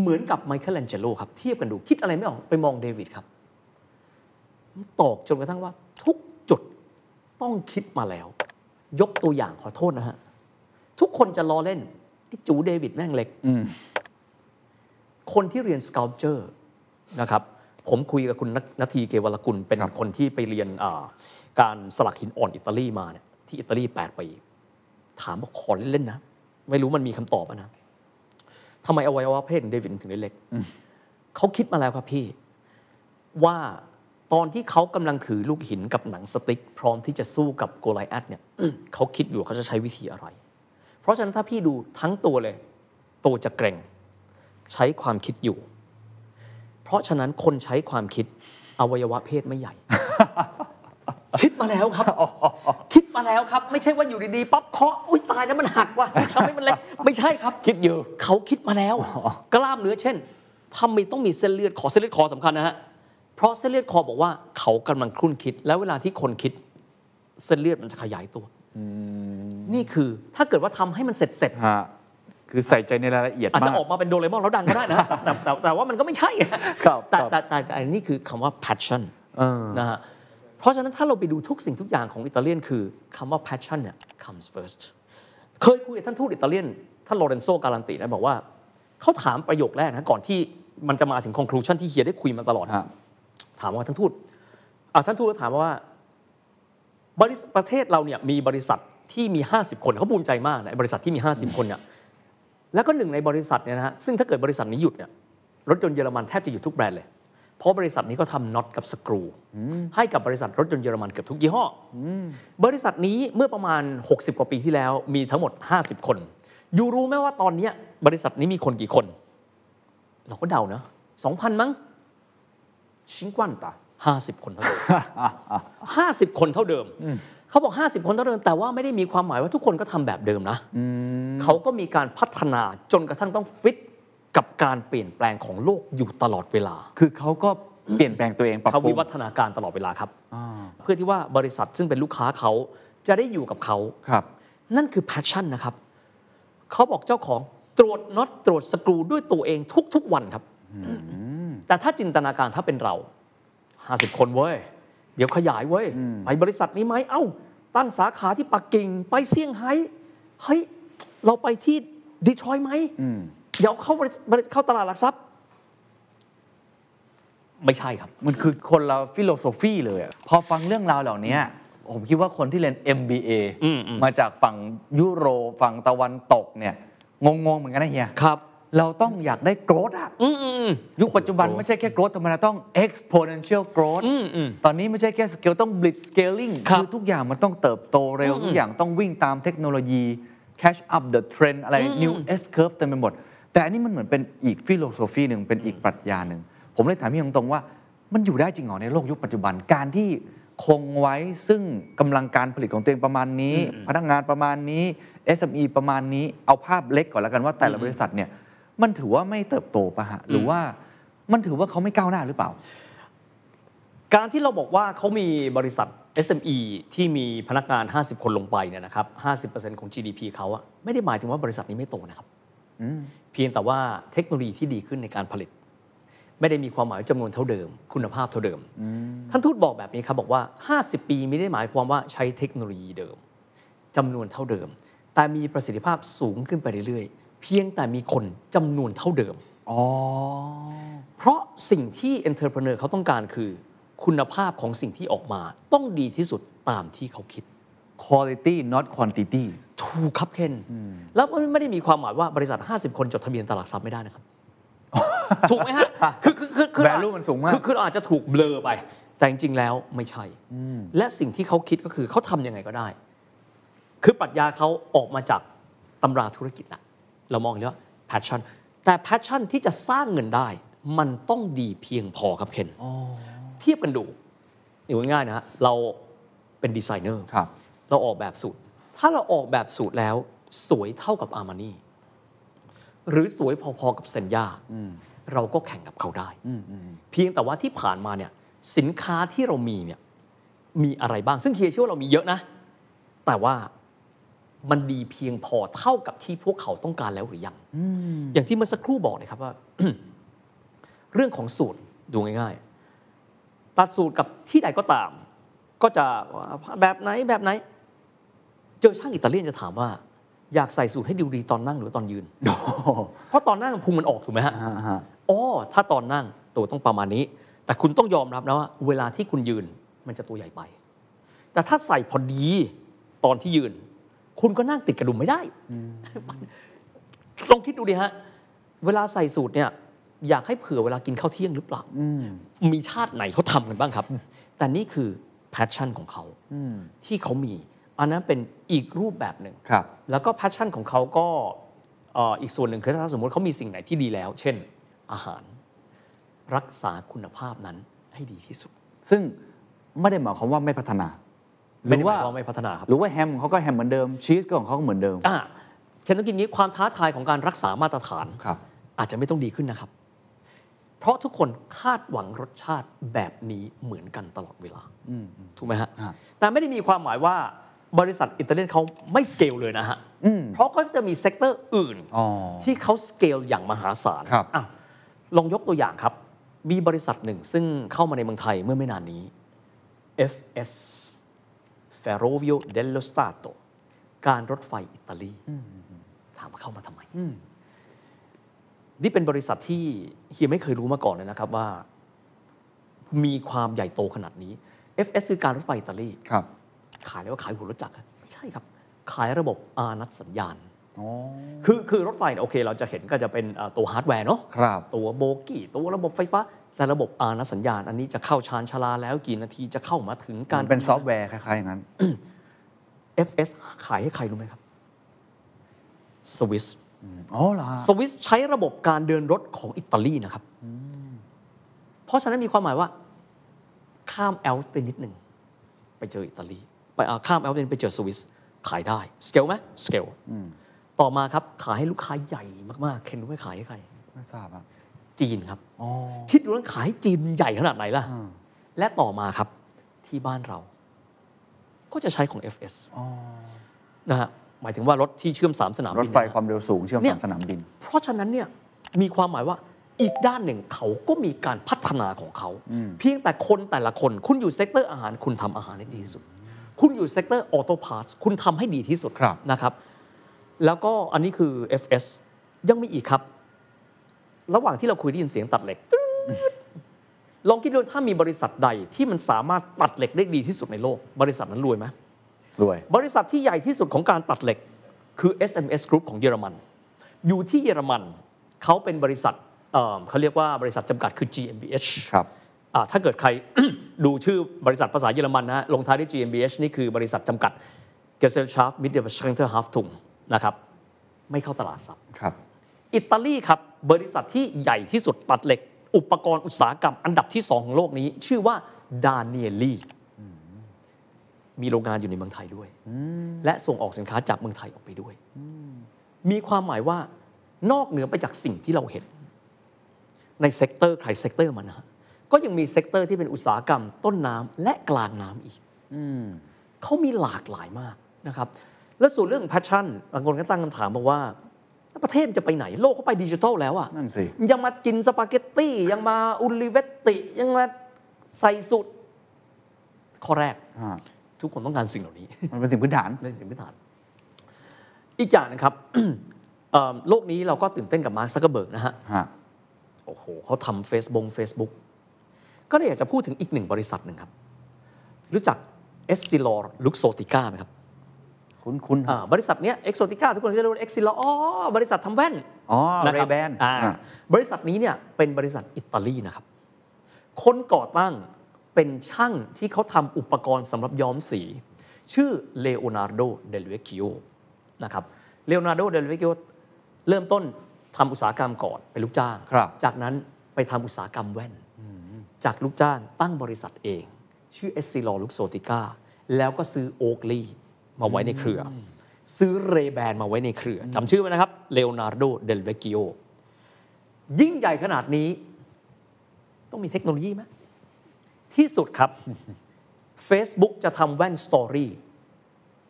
C: เหมือนกับไมเคิลแอนเจโลครับ เทียบกันดู คิดอะไรไม่ออกไปมองเดวิดครับ ตอกจนกระทั่งว่า ทุกจุดต้องคิดมาแล้ว ยกตัวอย่างขอโทษนะฮะ ทุกคนจะล้อเล่นไอ้จูเดวิดแม่งเล็ก คนที่เรียน sculpture นะครับ ผมคุยกับคุณนาทีเกวรกุล เป็นคนที่ไปเรียนอ่าการสลักหินอ่อนอิตาลีมาเนี่ยที่อิตาลี8ปีถามบอกขอเล่นๆนะ ไม่รู้มันมีคำตอบอะนะทำไมอวัยวะเพศของเดวิดถึงได้เล็ก เขาคิดมาแล้วครับพี่ ว่าตอนที่เขากำลังถือลูกหินกับหนังสติ๊ก พร้อมที่จะสู้กับโกไลแอตเนี่ย เขาคิดอยู่เขาจะใช้วิธีอะไร เพราะฉะนั้นถ้าพี่ดูทั้งตัวเลย ตัวจะเกร็ง ใช้ความคิดอยู่ เพราะฉะนั้นคนใช้ความคิดอวัยวะเพศไม่ใหญ่ คิดมาแล้ว ครับ คิดมาแล้วครับ ไม่ใช่ว่าอยู่ดีๆปั๊บเคาะอุ้ยตายแล้วมันหักว่ะทำให้มั นเล็กไม่ใช่ครับ
B: คิดอยู่
C: เขาคิดมา แล้ว กล้ามเนื้อเช่นทำไมต้องมีเส้นเลือดคอเส้นเลือดคอสำคัญนะฮะ เพราะเส้นเลือดคอบอกว่าเขากำลังครุ่นคิด แล้วเวลาที่คนคิด เส้นเลือดมันจะขยายตัวนี่คือถ้าเกิดว่าทำให้มันเสร็จเสร็จๆ
B: ฮะ คือใส่ใจในรายละเอียด
C: อาจจะ
B: มาก
C: ออกมาเป็นโดเรมอนแล้วดังก็ได้ นะ แต่แต่แต่ว่ามันก็ไม่ใช่อะ
B: ครับ
C: แต่
B: ครับ
C: แต่แต่แต่อันนี้คือคำว่า passion
B: เออ
C: นะฮะ เพราะฉะนั้นถ้าเราไปดูทุกสิ่งทุกอย่างของอิตาเลียนคือคำว่า passion เนี่ย comes first เคยคุยกับท่านทูตอิตาเลียน ท่านโลเรนโซการันตินะบอกว่า เขาถามประโยคแรกนะก่อนที่มันจะมาถึง conclusion ที่เฮียได้คุยมาตลอด
B: ฮะ
C: ถามว่าท่านทูตอ่ะท่านทูตก็ถามว่าบริษัทประเทศเราเนี่ยมีบริษัทที่มี 50 คนเขาภูมิใจมากนะไอ้บริษัทที่มี 50 คนเนี่ยแล้วก็หนึ่งในบริษัทเนี่ยนะฮะซึ่งถ้าเกิดบริษัทนี้หยุดเนี่ยรถยนต์เยอรมันแทบจะหยุดทุกแบรนด์เลย เพราะบริษัทนี้ก็ทำน็อตกับสกรู ให้กับบริษัทรถยนต์เยอรมันเกือบทุกยี่ห้ออบริษัทนี้เมื่อประมาณ 60 กว่าปีที่แล้วมีทั้งหมด 50 คนอยู่รู้ไหมว่าตอนเนี้ยบริษัทนี้มีคนกี่คน เราก็เดานะ2,000 มั้ง ชิงกวันตาห้าสิบคนเท่าเดิ ม ห้าสิบคนเท่าเดิม เขาบอกห้าสิบคนเท่าเดิม แต่ว่าไม่ได้มีความหมายว่าทุกคนก็ทำแบบเดิมนะ เขาก็มีการพัฒนาจนกระทั่งต้องฟิตกับการเปลี่ยนแปลงของโลกอยู่ตลอดเวลา
B: คือเขาก็เปลี่ยนแปลงตัวเองปรับ
C: เขา
B: ปรุ
C: วิ
B: ง
C: วัฒนาการตลอดเวลาครับ
B: อ่า
C: เพื่อที่ว่าบริษัทซึ่งเป็นลูกค้าเขาจะได้อยู่กับเขา
B: ครับ
C: นั่นคือ passion นะครับ เขาบอกเจ้าของตรวจน็อตตรวจสกรูด้วยตัวเองทุก ๆ วันครับ แต่ถ้าจินตนาการถ้าเป็นเรา 50 คนเว้ย เดี๋ยวขยายเว้ย ไปบริษัทนี้ไหม เอ้า ตั้งสาขาที่ปักกิ่ง ไปเซี่ยงไฮ้เฮ้ย เราไปที่ดีทรอยต์ไหม
B: อืม
C: เดี๋ยวเข้าบริษัทเข้าตลาดหลักทรัพย์ ไม่ใช่ครับ
B: มันคือคนเราฟิโลโซฟีเลยอะพอฟังเรื่องราวเหล่านี้ผมคิดว่าคนที่เรียน MBA
C: อืมอืม
B: มาจากฝั่งยุโรปฝั่งตะวันตกเนี่ย งง ๆ เหมือนกันนะเฮีย
C: ครับ
B: เราต้องอยากได้โกรธอะ
C: อืมอืมอืม
B: ยุคปัจจุบันไม่ใช่แค่โกรธธรรมดาต้อง exponential growth
C: อืมอืม
B: ตอนนี้ไม่ใช่แค่สเกลต้อง blitz scaling
C: ครับ
B: ทุกอย่างมันต้องเติบโตเร็ว
C: อืม
B: ทุกอย่างต้องวิ่งตามเทคโนโลยี catch up the trend อะไร new S curve เต็มไปหมด แต่อันนี้มันเหมือนเป็นอีกฟิโลโซฟีหนึ่งเป็นอีกปรัชญาหนึ่ง ผมเลยถามพี่ตรงๆว่า มันอยู่ได้จริงเหรอในโลกยุคปัจจุบันการที่คงไว้ซึ่งกำลังการผลิตของตัวเองประมาณนี้ พนักงานประมาณนี้ SME ประมาณนี้เอาภาพเล็กก่อนแล้วกันว่าแต่ละบริษัทเนี่ยมันถือว่าไม่เติบโตปะฮะหรือว่ามันถือว่าเขาไม่ก้าวหน้าหรือเปล่า
C: การที่เราบอกว่าเขามีบริษัท SME ที่มีพนักงาน 50 คนลงไปเนี่ยนะครับ 50%ของ GDP เขาอะไม่ได้หมายถึงว่าบริษัทนี้ไม่โตนะครับ เพียงแต่ว่าเทคโนโลยีที่ดีขึ้นในการผลิต ไม่ได้มีความหมายจำนวนเท่าเดิม คุณภาพเท่าเดิม ท่านทูตบอกแบบนี้ครับบอกว่า 50 ปีไม่ได้หมายความว่าใช้เทคโนโลยีเดิมจำนวนเท่าเดิม แต่มีประสิทธิภาพสูงขึ้นไปเรื่อยๆ เพียงแต่มีคนจำนวนเท่าเดิม
E: อ๋อ
C: เพราะสิ่งที่ entrepreneur เขาต้องการคือ คุณภาพของสิ่งที่ออกมา ต้องดีที่สุดตามที่เขาคิด
E: quality not quantity
C: ถูกครับเคนแล้วมันไม่ได้มีความหมายว่าบริษัท 50 คนจดทะเบียนตลาดทรัพย์ไม่ได้ นะครับ ถูกไหมฮะคือคือคือคือ
E: Value มันสูงมาก
C: คือคือเราอาจจะถูกเบลอไป แต่จริงๆแล้วไม่ใช่ และสิ่งที่เขาคิดก็คือเขาทำยังไงก็ได้ คือปรัชญาเขาออกมาจากตำราธุรกิจนะเรามองแล้วแพชชั่นแต่แพชชั่นที่จะสร้างเงินได้ มันต้องดีเพียงพอครับเคนเทียบกันดูอยู่ง่ายๆนะฮะเราเป็นดีไซเนอร์
E: ครับ
C: เราออกแบบสูตร ถ้าเราออกแบบสูตรแล้ว สวยเท่ากับอาร์มานี่ หรือสวยพอๆกับเซนยาเราก็แข่งกับเขาได้ เพียงแต่ว่าที่ผ่านมาเนี่ย สินค้าที่เรามีเนี่ย มีอะไรบ้าง ซึ่งเฮียเชื่อว่าเรามีเยอะนะ แต่ว่ามันดีเพียงพอเท่ากับที่พวกเขาต้องการแล้วหรือยัง อย่างที่เมื่อสักครู่บอกนะครับว่า เรื่องของสูตรดูง่ายๆ ตัดสูตรกับที่ใดก็ตาม ก็จะแบบไหนแบบไหน เจอช่างอิตาเลียนจะถามว่า อยากใส่สูตรให้ดูดีตอนนั่งหรือตอนยืน เพราะตอนนั่งพุงมันออกถูกไหมฮะ อ๋อ ถ้าตอนนั่งตัวต้องประมาณนี้ แต่คุณต้องยอมรับนะว่า เวลาที่คุณยืนมันจะตัวใหญ่ไป แต่ถ้าใส่พอดีตอนที่ยืน คุณก็นั่งติดกระดุมไม่ได้ลองคิดดูดิฮะ เวลาใส่สูตรเนี่ย อยากให้เผื่อเวลากินข้าวเที่ยงหรือเปล่า มีชาติไหนเขาทำกันบ้างครับ แต่นี่คือแพชชั่นของเขาที่เขามี อันนั้นเป็นอีกรูปแบบหนึ่ง
E: ครับ
C: แล้วก็แพชชั่นของเขาก็เอ่ออีกส่วนหนึ่งคือถ้าสมมติเขามีสิ่งไหนที่ดีแล้ว เช่น อาหารรักษาคุณภาพนั้นให้ดีที่สุด
E: ซึ่งไม่ได้หมายความว่าไม่พัฒนา ห
C: ไม่
E: รื
C: ได้
E: อว่า
C: หมายความว่าไม่พัฒนาครับ
E: หรือว่าแฮมของเขาก็แฮมเหมือนเดิม ชีสก็ของเขาก็เหมือนเดิม
C: อ่าฉันต้องกินงี้ความท้าทายของการรักษามาตรฐาน
E: ครับ
C: อาจจะไม่ต้องดีขึ้นนะครับ เพราะทุกคนคาดหวังรสชาติแบบนี้เหมือนกันตลอดเวลาถูกไหมฮะ
E: ฮะ
C: แต่ไม่ได้มีความหมายว่าบริษัทอิตาเลียนเขาไม่สเกลเลยนะฮะ
E: อืม
C: เพราะก็จะมีเซกเตอร์อื่น
E: อ๋อ
C: ที่เขาสเกลอย่างมหาศาล
E: ครับ
C: อ้าวลองยกตัวอย่างครับ มีบริษัทหนึ่งซึ่งเข้ามาในเมืองไทยเมื่อไม่นานนี้ FS Ferrovio dello Stato การรถไฟอิตาลี ถามว่าเข้ามาทำไม นี่เป็นบริษัทที่เฮียไม่เคยรู้มาก่อนเลยนะครับว่า มีความใหญ่โตขนาดนี้ FS คือการรถไฟอิตาลี
E: ครับ
C: ขายอะไรว่าขายหัวรถจักรอะไม่ใช่ครับ ขายระบบอานัตสัญญาณ
E: อ๋อ
C: คือคือรถไฟเนี่ยโอเค เราจะเห็นก็จะเป็นเอ่อตัวฮาร์ดแวร์เนาะ
E: ครับ
C: ตัวโบกี้ ตัวระบบไฟฟ้า แต่ระบบอาณาสัญญาณ อันนี้จะเข้าชานชาลาแล้วกี่นาทีจะเข้ามาถึงกา
E: การ รเป็นซอฟต์แวร์คล้ายๆอย่างนั้น
C: FS ขายให้ใครรู้ไหมครับสวิส
E: อ๋อเหรอฮะ
C: สวิสใช้ระบบการเดินรถของอิตาลีนะครับ เพราะฉะนั้นมีความหมายว่า ข้ามแอลป์ไปนิดหนึ่ง ไปเจออิตาลี ไปอ่าข้ามแอลป์ไปเจอสวิสขายได้สเกลไหมสเกลต่อมาครับขายให้ลูกค้าใหญ่มากๆเคนรู้ไหมขายให้ใคร
E: ไม่ทราบอะ
C: จีนครับ
E: อ๋อ
C: คิดดูว่าขายจีนใหญ่ขนาดไหนล่ะ
E: อืม
C: และต่อมาครับที่บ้านเรา ก็จะใช้ของ FS
E: อ๋อ
C: นะฮะหมายถึงว่ารถที่เชื่อม 3 สนาม
E: รถไฟ
C: บินนะ
E: ค
C: ฮะ
E: วามเร็วสูงเชื่อม
C: เนี่ย
E: สามสนามบิน
C: เพราะฉะนั้นเนี่ยมีความหมายว่าอีกด้านหนึ่งเขาก็มีการพัฒนาของเขา เพียงแต่คนแต่ละคนคุณอยู่เซกเตอร์อาหารคุณทำอาหารให้ดีที่สุด คุณอยู่เซกเตอร์ออโต้พาร์ทคุณทำให้ดีที่สุด
E: ครับ
C: นะครับ แล้วก็อันนี้คือ FS ยังมีอีกครับ ระหว่างที่เราคุยได้ยินเสียงตัดเหล็ก ลองคิดดูถ้ามีบริษัทใดที่มันสามารถตัดเหล็กได้ดีที่สุดในโลก บริษัทนั้นรวยไหม
E: รวย
C: บริษัทที่ใหญ่ที่สุดของการตัดเหล็ก คือ SMS Group ของเยอรมัน อยู่ที่เยอรมัน เขาเป็นบริษัทเอ่อเขาเรียกว่าบริษัทจำกัดคือ GmbH
E: ครับ
C: อ่าถ้าเกิดใคร ดูชื่อบริษัทภาษาเยอรมันนะฮะลงท้ายด้วย GmbH นี่คือบริษัทจำกัด Gesellschaft mit der s c h r e n t e r Haftung นะครับ ไม่เข้าตลาดซับ
E: ครับ
C: อิตาลีครับ บริษัทที่ใหญ่ที่สุดตัดเหล็ก อุปกรณ์อุตสาหกรรมอันดับที่ 2 ของโลกนี้ ชื่อว่าดาเนียลีมีโรงงานอยู่ในเมืองไทยด้วย และส่งออกสินค้าจากเมืองไทยออกไปด้วย มีความหมายว่านอกเหนือไปจากสิ่งที่เราเห็น ในเซกเตอร์ใครเซกเตอร์มันนะฮะก็ยังมีเซกเตอร์ที่เป็นอุตสาหกรรมต้นน้ำและกลางน้ำอีก เขามีหลากหลายมากนะครับ และส่วนเรื่อง passion บางคนก็ตั้งคำถามมาว่า แล้วประเทศมันจะไปไหน โลกเขาไปดิจิทัลแล้วอะ
E: นั่นสิ
C: ยังมากินสปาเกตตี้ ยังมาอุลิเวตติ ยังมาใส่สุด ข้อแรก
E: อ่า
C: ทุกคนต้องการสิ่งเหล่านี้
E: มันเป็นสิ่งพื้นฐาน
C: เรื่องสิ่งพื้นฐาน อีกอย่างนะครับ เอิ่มโลกนี้เราก็ตื่นเต้นกับมาร์คซักเกอร์เบิร์กนะฮะ
E: ฮะ
C: โอ้โหเขาทำเฟซบง Facebook ก็เลยอยากจะพูดถึงอีกหนึ่งบริษัทหนึ่งครับ รู้จักเอสซิลอร์ลุกโซติก้าไหมครับ
E: คุ้นคุ้น
C: อ่าบริษัทเนี้ยเอ็กโซติก้าทุกคนก็จะรู้เอ็กซิลอร์อ๋อบริษัททำแว่น
E: อ๋อ
C: นะ
E: เร
C: ครับ
E: แบน
C: อ่าบริษัทนี้เนี่ยเป็นบริษัทอิตาลีนะครับ คนก่อตั้งเป็นช่างที่เขาทำอุปกรณ์สำหรับย้อมสี ชื่อเลโอนาร์โด เดลเวคิโอนะครับเลโอนาร์โด เดลเวคิโอเริ่มต้นทำอุตสาหกรรมก่อนเป็นลูกจ้าง
E: ครับ
C: จากนั้นไปทำอุตสาหกรรมแว่น จากลูกจ้างตั้งบริษัทเอง ชื่อเอสซิลอลุกโซติก้าแล้วก็ซื้อโอ k ลีมาไว้ในเครือ ซื้อเรแบนมาไว้ในเครือจำชื่อไว้นะครับเลโอนาร์โดเดลเวกิโอยิ่งใหญ่ขนาดนี้ ต้องมีเทคโนโลยีไหมที่สุด ครับ Facebook จะทำแว่นสตอรี่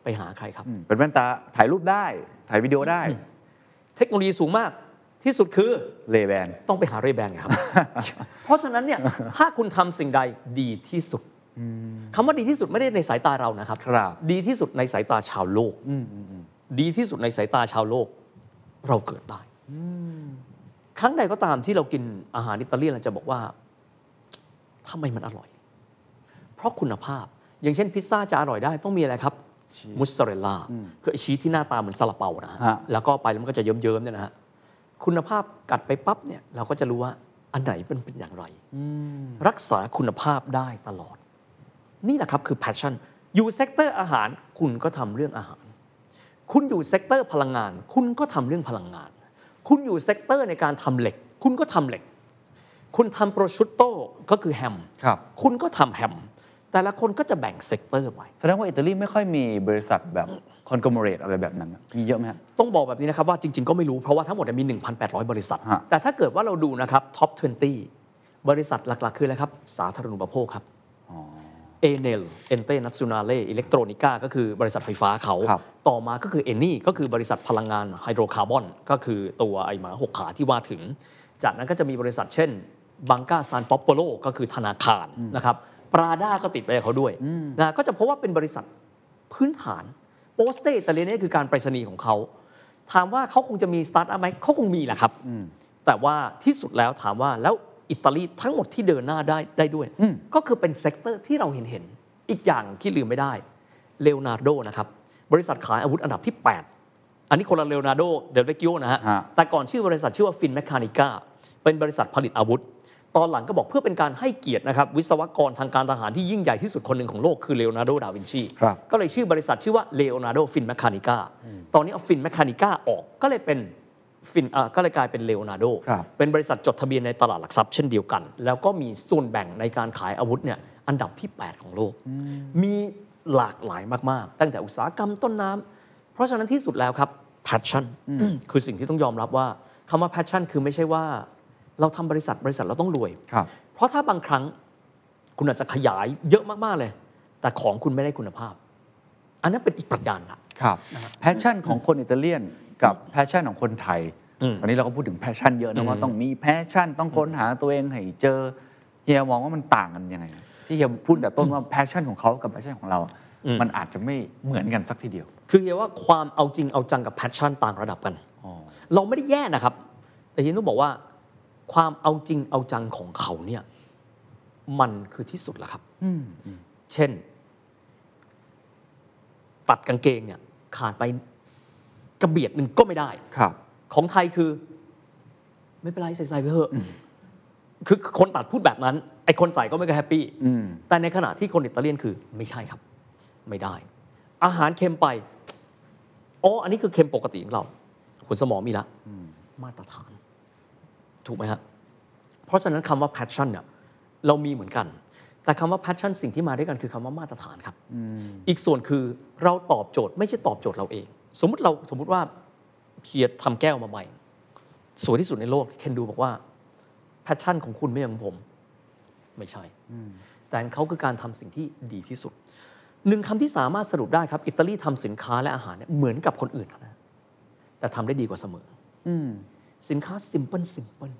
C: ไปหาใครครับ
E: อืมเป็นแว่นตาถ่ายรูปได้ ถ่ายวิดีโอได้
C: เทคโนโลยีสูงมากที่สุดคือ
E: เรแบน
C: ต้องไปหาเรแบน ครับ เพราะฉะนั้นเนี่ยถ้าคุณทำสิ่งใดดีที่สุดคำว่าดีที่สุดไม่ได้ในสายตาเรานะครับ
E: ครับ
C: ดีที่สุดในสายตาชาวโลก ดีที่สุดในสายตาชาวโลก เราเกิดได้ ครั้งใดก็ตามที่เรากินอาหารอิตาเลียนเราจะบอกว่าทำไมมันอร่อย เพราะคุณภาพ อย่างเช่นพิซซ่าจะอร่อยได้ต้องมีอะไรครับ มุสซาเรลล่าคือไอ้ชีสที่หน้าตาเหมือนซาลาเปานะฮะ
E: ฮะ
C: แล้วก็ไปแล้วมันก็จะเยิ้มๆเนี่ยนะฮะ คุณภาพกัดไปปั๊บเนี่ยเราก็จะรู้ว่าอันไหนเป็นเป็นอย่างไร รักษาคุณภาพได้ตลอด นี่แหละครับคือ passion อยู่เซกเตอร์อาหารคุณก็ทำเรื่องอาหาร คุณอยู่เซกเตอร์พลังงาน คุณก็ทำเรื่องพลังงาน คุณอยู่เซกเตอร์ในการทำเหล็ก คุณก็ทำเหล็ก คุณทำโปรชุตโต้ก็คือแฮม
E: ครับ
C: คุณก็ทำแฮม แต่ละคนก็จะแบ่งเซกเตอร์ไป
E: แสดงว่าอิตาลีไม่ค่อยมีบริษัทแบบคอนก o มเรตอะไรแบบนั้นนะมีเยอะไหมฮะ
C: ต้องบอกแบบนี้นะครับ ว่าจริง ๆ ก็ไม่รู้เพราะว่าทั้งหมดเนี่ยมี 1,800 บริษัท
E: ฮะ
C: แต่ถ้าเกิดว่าเราดูนะครับท็อป 20 บริษัทหลัก ๆ คืออะไรครับ สาธารณูปโภคครับเอเนลเอนเตนัซูนาเลอิเล็กโทรนิก้าก็คือบริษัทไฟฟ้าเขา
E: ครับ
C: ต่อมาก็คือเอนี่ก็คือบริษัทพลังงานไฮโดรคาร์บอน ก็คือตัวไอหมาหกขาที่ว่าถึง จากนั้นก็จะมีบริษัทเช่นบังกาซานป๊อปโปโลก็คือธนาคารนะครับปราด้าก็ติดไปกับเขาด้วยนะก็จะพบว่าเป็นบริษัทพื้นฐานโปสเตอิตาเลียนนี่คือการไปรษณีย์ของเขา ถามว่าเขาคงจะมีสตาร์ทอัพไหมเขาคงมีแหละครับ แต่ว่าที่สุดแล้วถามว่าแล้วอิตาลีทั้งหมดที่เดินหน้าได้ได้ด้วย
E: อืม
C: ก็คือเป็นเซกเตอร์ที่เราเห็นเห็นอีกอย่างที่ลืมไม่ได้เลโอนาร์โดนะครับบริษัทขายอาวุธอันดับที่ 8 อันนี้คนละเลโอนาร์โดเดลเวกิโอนะฮะ
E: ฮะ
C: แต่ก่อนชื่อบริษัทชื่อว่าฟินแมคานิก้าเป็นบริษัทผลิตอาวุธ ตอนหลังก็บอกเพื่อเป็นการให้เกียรตินะครับวิศวกรทางการทหารที่ยิ่งใหญ่ที่สุดคนหนึ่งของโลกคือเลโอนาร์โดดาวินชี
E: ครับ
C: ก็เลยชื่อบริษัทชื่อว่าเลโอนาร์โดฟินแมคานิก้าตอนนี้เอาฟินแมคานิก้าออกก็เลยเป็นฟินเอ่อก็เลยกลายเป็นเลโอนาร์โด
E: ครับ
C: เป็นบริษัทจดทะเบียนในตลาดหลักทรัพย์เช่นเดียวกัน แล้วก็มีส่วนแบ่งในการขายอาวุธเนี่ยอันดับที่ 8 ของโลก มีหลากหลายมาก ๆ ตั้งแต่อุตสาหกรรมต้นน้ำ เพราะฉะนั้นที่สุดแล้วครับ passion คือสิ่งที่ต้องยอมรับว่าคำว่า passion คือไม่ใช่ว่า เราทำบริษัทบริษัทเราต้องรวย
E: ครับ
C: เพราะถ้าบางครั้งคุณอาจจะขยายเยอะมาก ๆ เลย แต่ของคุณไม่ได้คุณภาพ อันนั้นเป็นอีกปรัชญาหนึ่งละ
E: ครับแพชชั่นของคนอิตาเลียนกับแพชชั่นของคนไทย
C: อืม
E: ตอนนี้เราก็พูดถึงแพชชั่นเยอะนะว่าต้องมีแพชชั่นต้องค้นหาตัวเองให้เจอเฮียมองว่ามันต่างกันยังไงนะที่เฮียพูดแต่ต้นว่าแพชชั่นของเขากับแพชชั่นของเรา
C: อืม
E: มันอาจจะไม่เหมือนกันสักทีเดียว
C: คือเรียกว่าความเอาจริงเอาจังกับ passion ต่างระดับกัน
E: อ๋อ
C: เราไม่ได้แย่นะครับ แต่ยังต้องบอกว่า ความเอาจริงเอาจังของเขาเนี่ยมันคือที่สุดแล้วครับ
E: อืม
C: เช่น ตัดกางเกงเนี่ยขาดไปกระเบียดหนึ่งก็ไม่ได้
E: ครับ
C: ของไทยคือ ไม่เป็นไรใส่ใส่ไปเถอะคือคนตัดพูดแบบนั้น ไอ้คนใส่ก็ไม่ก็แฮปปี้
E: อืม
C: แต่ในขณะที่คนอิตาเลียนคือไม่ใช่ครับ ไม่ได้ อาหารเค็มไปอ๋ออันนี้คือเค็มปกติของเราขนสมองมีละมาตรฐาน ถูกไหมฮะเพราะฉะนั้นคำว่า passion เนี่ยเรามีเหมือนกัน แต่คำว่า passion สิ่งที่มาด้วยกันคือคำว่ามาตรฐานครับอีกส่วนคือเราตอบโจทย์ ไม่ใช่ตอบโจทย์เราเอง สมมติเราสมมติว่าเพียรทำแก้วมาใหม่สวยที่สุดในโลกเคนดูบอกว่า passion ของคุณไม่เหมือนของผม ไม่ใช่ แต่เขาคือการทำสิ่งที่ดีที่สุด หนึ่งคำที่สามารถสรุปได้ครับ อิตาลีทำสินค้าและอาหารเนี่ยเหมือนกับคนอื่นนะแต่ทำได้ดีกว่าเสมออ
B: อืม
C: สินค้า s ิมเ l ิล i ิมเ l ิล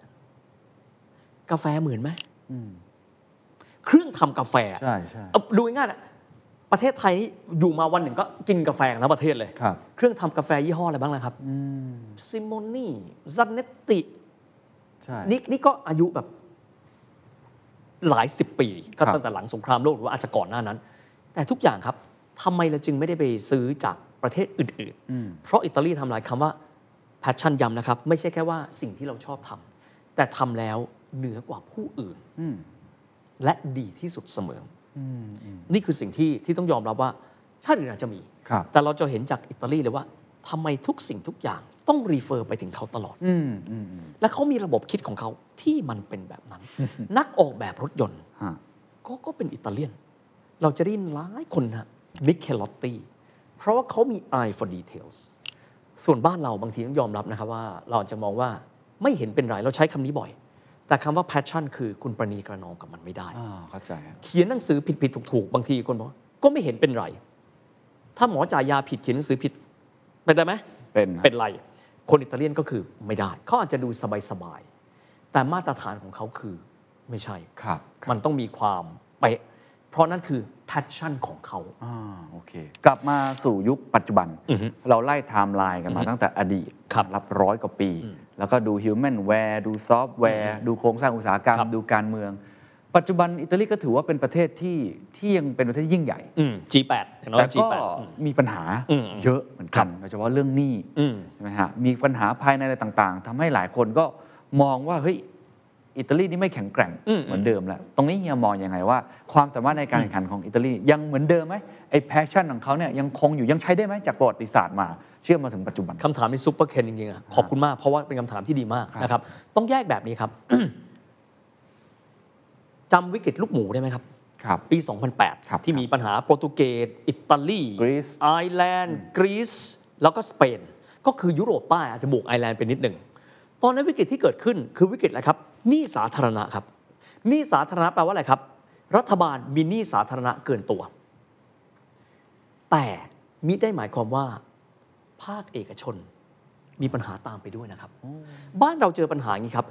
C: กาแฟเหมือนไหม
B: อืม
C: เครื่องทำกาแฟ
B: ใช่ใช่
C: เอาดูง่ายๆนะประเทศไทยนี่อยู่มาวันหนึ่งก็กินกาแฟกันทั้งประเทศเลย
B: ครับ
C: เครื่องทำกาแฟยี่ห้ออะไรบ้างล่ะครับ
B: อืม
C: ซิโมนีซันเนตติ
B: ใช่
C: นี่นี่ก็อายุแบบหลายสิบปี ก็
B: ครับ
C: ตั้งแต่หลังสงครามโลกหรือว่าอาจจะก่อนหน้านั้น แต่ทุกอย่างครับทำไมเราจึงไม่ได้ไปซื้อจากประเทศอื่น ๆ
B: อืม
C: เพราะอิตาลีทำลายคำว่า passion ย้ำนะครับ ไม่ใช่แค่ว่าสิ่งที่เราชอบทำแต่ทำแล้วเหนือกว่าผู้อื่น
B: อืม
C: และดีที่สุดเสมอ
B: อืมอืม
C: นี่คือสิ่งที่ที่ต้องยอมรับว่าชาติอื่นอาจจะมี
B: ครับ
C: แต่เราจะเห็นจากอิตาลีเลยว่าทำไมทุกสิ่งทุกอย่างต้องรีเฟอร์ไปถึงเขาตลอด
B: อืมอืมอืม
C: และเขามีระบบคิดของเขาที่มันเป็นแบบ นั้น นักออกแบบรถยนต์
B: ฮะ
C: ก็ก็เป็นอิตาเลียน เราจะได้ยินหลายคนนะมิเคลอตตีเพราะว่าเขามี eye for details ส่วนบ้านเราบางทีต้องยอมรับนะครับว่า เราอาจจะมองว่าไม่เห็นเป็นไร เราใช้คำนี้บ่อย แต่คำว่า passion คือคุณประนีประนอมกับมันไม่ได้
B: อ่าเข้าใจฮะ
C: เขียนหนังสือผิดผิดถูกถูกๆ บางทีคนบอกว่าก็ไม่เห็นเป็นไร ถ้าหมอจ่ายยาผิดเขียนหนังสือผิด เป็นไรไหม
B: เป็นฮะ
C: เป็นไร คนอิตาเลียนก็คือไม่ได้ เขาอาจจะดูสบายๆ แต่มาตรฐานของเขาคือไม่ใช่
B: ครับครับ
C: มันต้องมีความเป๊ะ เพราะนั่นคือ passion ของเขา
B: อ่าโอเค กลับมาสู่ยุคปัจจุบัน
C: อือฮึ
B: เราไล่ไทม์ไลน์กันมาตั้งแต่อดีต
C: ครับ
B: รับร้อยกว่าปี แล้วก็ดูฮิวแมนแวร์ดูซอฟต์แวร์ ดูโครงสร้างอุตสาหกรรม
C: ครับ
B: ดูการเมือง ปัจจุบันอิตาลีก็ถือว่าเป็นประเทศที่ที่ยังเป็นประเทศที่ยิ่งใหญ่
C: อืม G8 เห็นไหม
B: แต่ก็
C: G8 อืม
B: มีปัญหา
C: อืมอืม
B: เยอะเหมือนกันโดยเฉพาะเรื่องหนี้
C: อืม
B: ใช่ไหมฮะมีปัญหาภายในอะไรต่างๆทำให้หลายคนก็มองว่าเฮ้ยอิตาลีนี่ไม่แข็งแกร่ง
C: อืม
B: เหมือนเดิมแล้วตรงนี้เฮียมองยังไงว่า ความสามารถในการแข่งขันของอิตาลียังเหมือนเดิมไหมไอ้แพชชั่นของเขาเนี่ยยังคงอยู่ยังใช้ได้ไหมจากประวัติศาสตร์มา เชื่อมมาถึงปัจจุบัน
C: คำถามในซุปเปอร์เคนจริงๆอะขอบคุณมาก เพราะว่าเป็นคำถามที่ดีมาก
B: ครับ
C: นะครับ ต้องแยกแบบนี้ครับ จำวิกฤตลูกหมูได้ไหมครับ
B: ครับ
C: ปี 2008
B: ครับ
C: ที่มีปัญหาโปรตุเกส อิตาลี
B: กรีซ
C: ไอร์แลนด์ กรีซ แล้วก็สเปน ก็คือยุโรปใต้อาจจะบวกไอร์แลนด์ไปนิดหนึ่ง ตอนนั้นวิกฤตที่เกิดขึ้นคือวิกฤตอะไรครับหนี้สาธารณะครับหนี้สาธารณะแปลว่าอะไรครับ รัฐบาลมีหนี้สาธารณะเกินตัว แต่มิได้หมายความว่า ภาคเอกชนมีปัญหาตามไปด้วยนะครับ บ้านเราเจอปัญหาอย่างนี้ครับ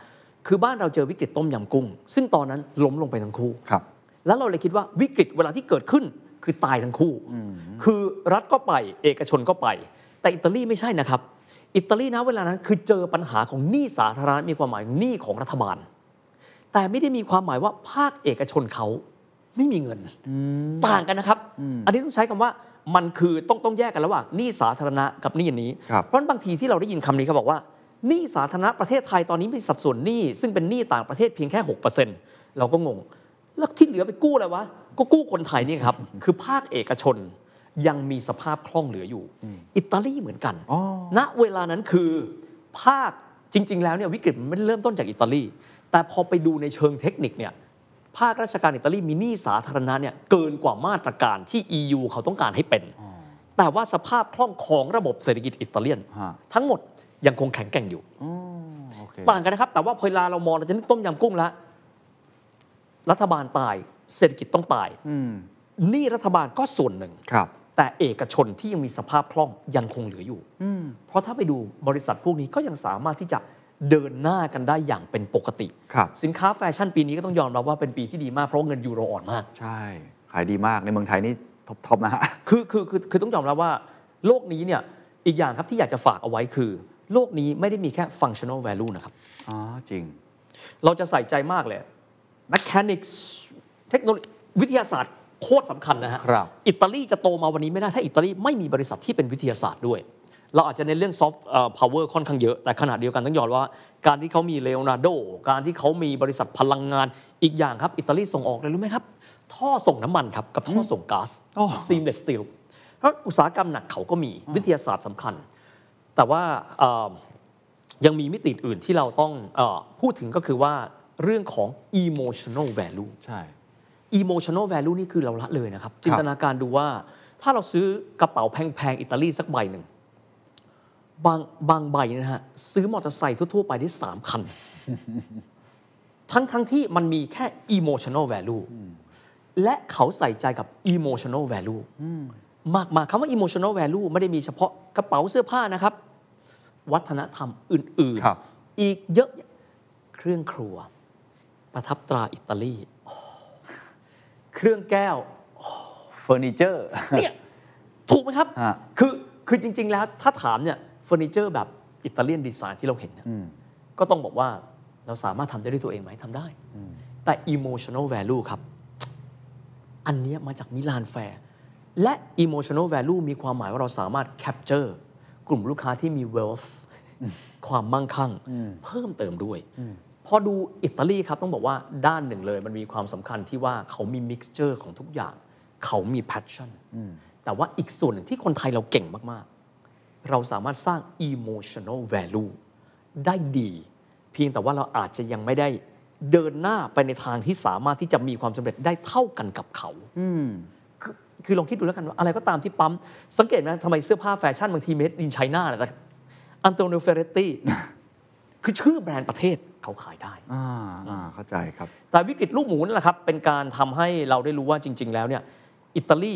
C: คือบ้านเราเจอวิกฤตต้มยำกุ้ง ซึ่งตอนนั้นล้มลงไปทั้งคู่
B: ครับ
C: แล้วเราเลยคิดว่าวิกฤตเวลาที่เกิดขึ้นคือตายทั้งคู่ คือรัฐก็ไปเอกชนก็ไป แต่อิตาลีไม่ใช่นะครับ อิตาลีนะเวลานั้นคือเจอปัญหาของหนี้สาธารณะมีความหมายหนี้ของรัฐบาล แต่ไม่ได้มีความหมายว่าภาคเอกชนเขาไม่มีเงิน ต่างกันนะครับ อันนี้ต้องใช้คำว่ามันคือต้องต้องแยกกันระหว่างหนี้สาธารณะกับหนี้อย่างนี้
B: ครับ
C: เพราะฉะนั้นบางทีที่เราได้ยินคำนี้เขาบอกว่าหนี้สาธารณะประเทศไทยตอนนี้มีสัดส่วนหนี้ซึ่งเป็นหนี้ต่างประเทศเพียงแค่ 6%เราก็งง แล้วที่เหลือไปกู้อะไรวะ ก็กู้คนไทยนี่ครับ คือภาคเอกชนยังมีสภาพคล่องเหลืออยู่ อิตาลีเหมือนกัน
B: อ๋อ
C: ณเวลานั้นคือภาคจริง ๆ แล้วเนี่ยวิกฤตมันไม่ได้เริ่มต้นจากอิตาลี แต่พอไปดูในเชิงเทคนิคเนี่ยภาคราชการอิตาลีมีหนี้สาธารณะเนี่ยเกินกว่ามาตรการที่ EU เขาต้องการให้เป็น แต่ว่าสภาพคล่องของระบบเศรษฐกิจอิตาเลียน
B: ฮะ
C: ทั้งหมดยังคงแข็งแกร่งอยู่
B: โอเค
C: ต่างกันนะครับ แต่ว่าพอเวลาเรามองเราจะนึกต้มยำกุ้งละรัฐบาลตายเศรษฐกิจต้องตาย
B: อืม
C: หนี้รัฐบาลก็ส่วนหนึ่ง
B: ครับ
C: แต่เอกชนที่ยังมีสภาพคล่องยังคงเหลืออยู่ เพราะถ้าไปดูบริษัทพวกนี้ก็ยังสามารถที่จะเดินหน้ากันได้อย่างเป็นปกติ
B: ครับ
C: สินค้าแฟชั่นปีนี้ก็ต้องยอมรับว่าเป็นปีที่ดีมากเพราะเงินยูโรอ่อนมาก
B: ใช่ ขายดีมากในเมืองไทยนี่ท็อปท็อปนะฮะ
C: คือคือคือคือต้องยอมรับว่าโลกนี้เนี่ยอีกอย่างครับที่อยากจะฝากเอาไว้คือ โลกนี้ไม่ได้มีแค่ functional value นะครับ
B: อ๋อจริง
C: เราจะใส่ใจมากเลย mechanics เทคโนโลยีวิทยาศาสตร์โคตรสำคัญนะฮะ
B: ครับ
C: อิตาลีจะโตมาวันนี้ไม่ได้ ถ้าอิตาลีไม่มีบริษัทที่เป็นวิทยาศาสตร์ด้วย เราอาจจะในนเรื่องซอฟต์พาวเวอร์ค่อนข้างเยอะ แต่ขณะเดียวกันต้องยอมรับว่า การที่เขามีเลโอนาร์โด การที่เขามีบริษัทพลังงานอีกอย่างครับ อิตาลีส่งออกเลยรู้ไหมครับ ท่อส่งน้ำมันครับ กับท่อส่งก๊าซ
B: อ๋อ
C: ซีมเลสสตีลเพราะอุตสาหกรรมหนักเขาก็มีวิทยาศาสตร์สำคัญ แต่ว่าเอ่อยังมีมิติอื่นที่เราต้องเออพูดถึงก็คือว่าเรื่องของ emotional value
B: ใช่
C: emotional value นี่คือเราละเลยนะครับ จินตนาการดูว่าถ้าเราซื้อกระเป๋าแพง ๆ อิตาลีสักใบหนึ่ง บางบางใบนะฮะ ซื้อมอเตอร์ไซค์ทั่ว ๆ ไปได้สามคัน ทั้งทั้งที่มันมีแค่ emotional value และเขาใส่ใจกับ emotional value มาก ๆคำว่า emotional value ไม่ได้มีเฉพาะกระเป๋าเสื้อผ้านะครับ วัฒนธรรมอื่น
B: ครับ
C: ๆ อีกเยอะแยะเครื่องครัว ประทับตราอิตาลีโอ้เครื่องแก้ว
B: เฟอร์นิเจอร์
C: เนี่ยถูกไหมครับ
B: ฮะ
C: คือคือจริง ๆ แล้วถ้าถามเนี่ยเฟอร์นิเจอร์แบบอิตาเลียนดีไซน์ที่เราเห็นเนี่ยก็ต้องบอกว่าเราสามารถทำได้ด้วยตัวเองไหมทำได้ แต่ emotional value ครับ อันเนี้ยมาจากมิลานแฟร์และ emotional value มีความหมายว่าเราสามารถ capture กลุ่มลูกค้าที่มี wealth ความมั่งคั่ง เพิ่มเติมด้วย พอดูอิตาลีครับต้องบอกว่าด้านหนึ่งเลยมันมีความสำคัญที่ว่าเขามี mixture ของทุกอย่าง เขามี passion แต่ว่าอีกส่วนหนึ่งที่คนไทยเราเก่งมาก ๆ เราสามารถสร้าง emotional value ได้ดี เพียงแต่ว่าเราอาจจะยังไม่ได้เดินหน้าไปในทางที่สามารถที่จะมีความสำเร็จได้เท่ากันกับเขา คือคือลองคิดดูแล้วกันว่าอะไรก็ตามที่ปั๊ม สังเกตไหมทำไมเสื้อผ้าแฟชั่นบางทีเมดอินไชน่าแต่อันโตนิโอเฟเรตตี้ คือชื่อแบรนด์ประเทศเขาขายได้
B: อ่าอ่าเข้าใจครับ
C: แต่วิกฤตลูกหมูนั่นแหละครับ เป็นการทำให้เราได้รู้ว่าจริง ๆ แล้วเนี่ยอิตาลี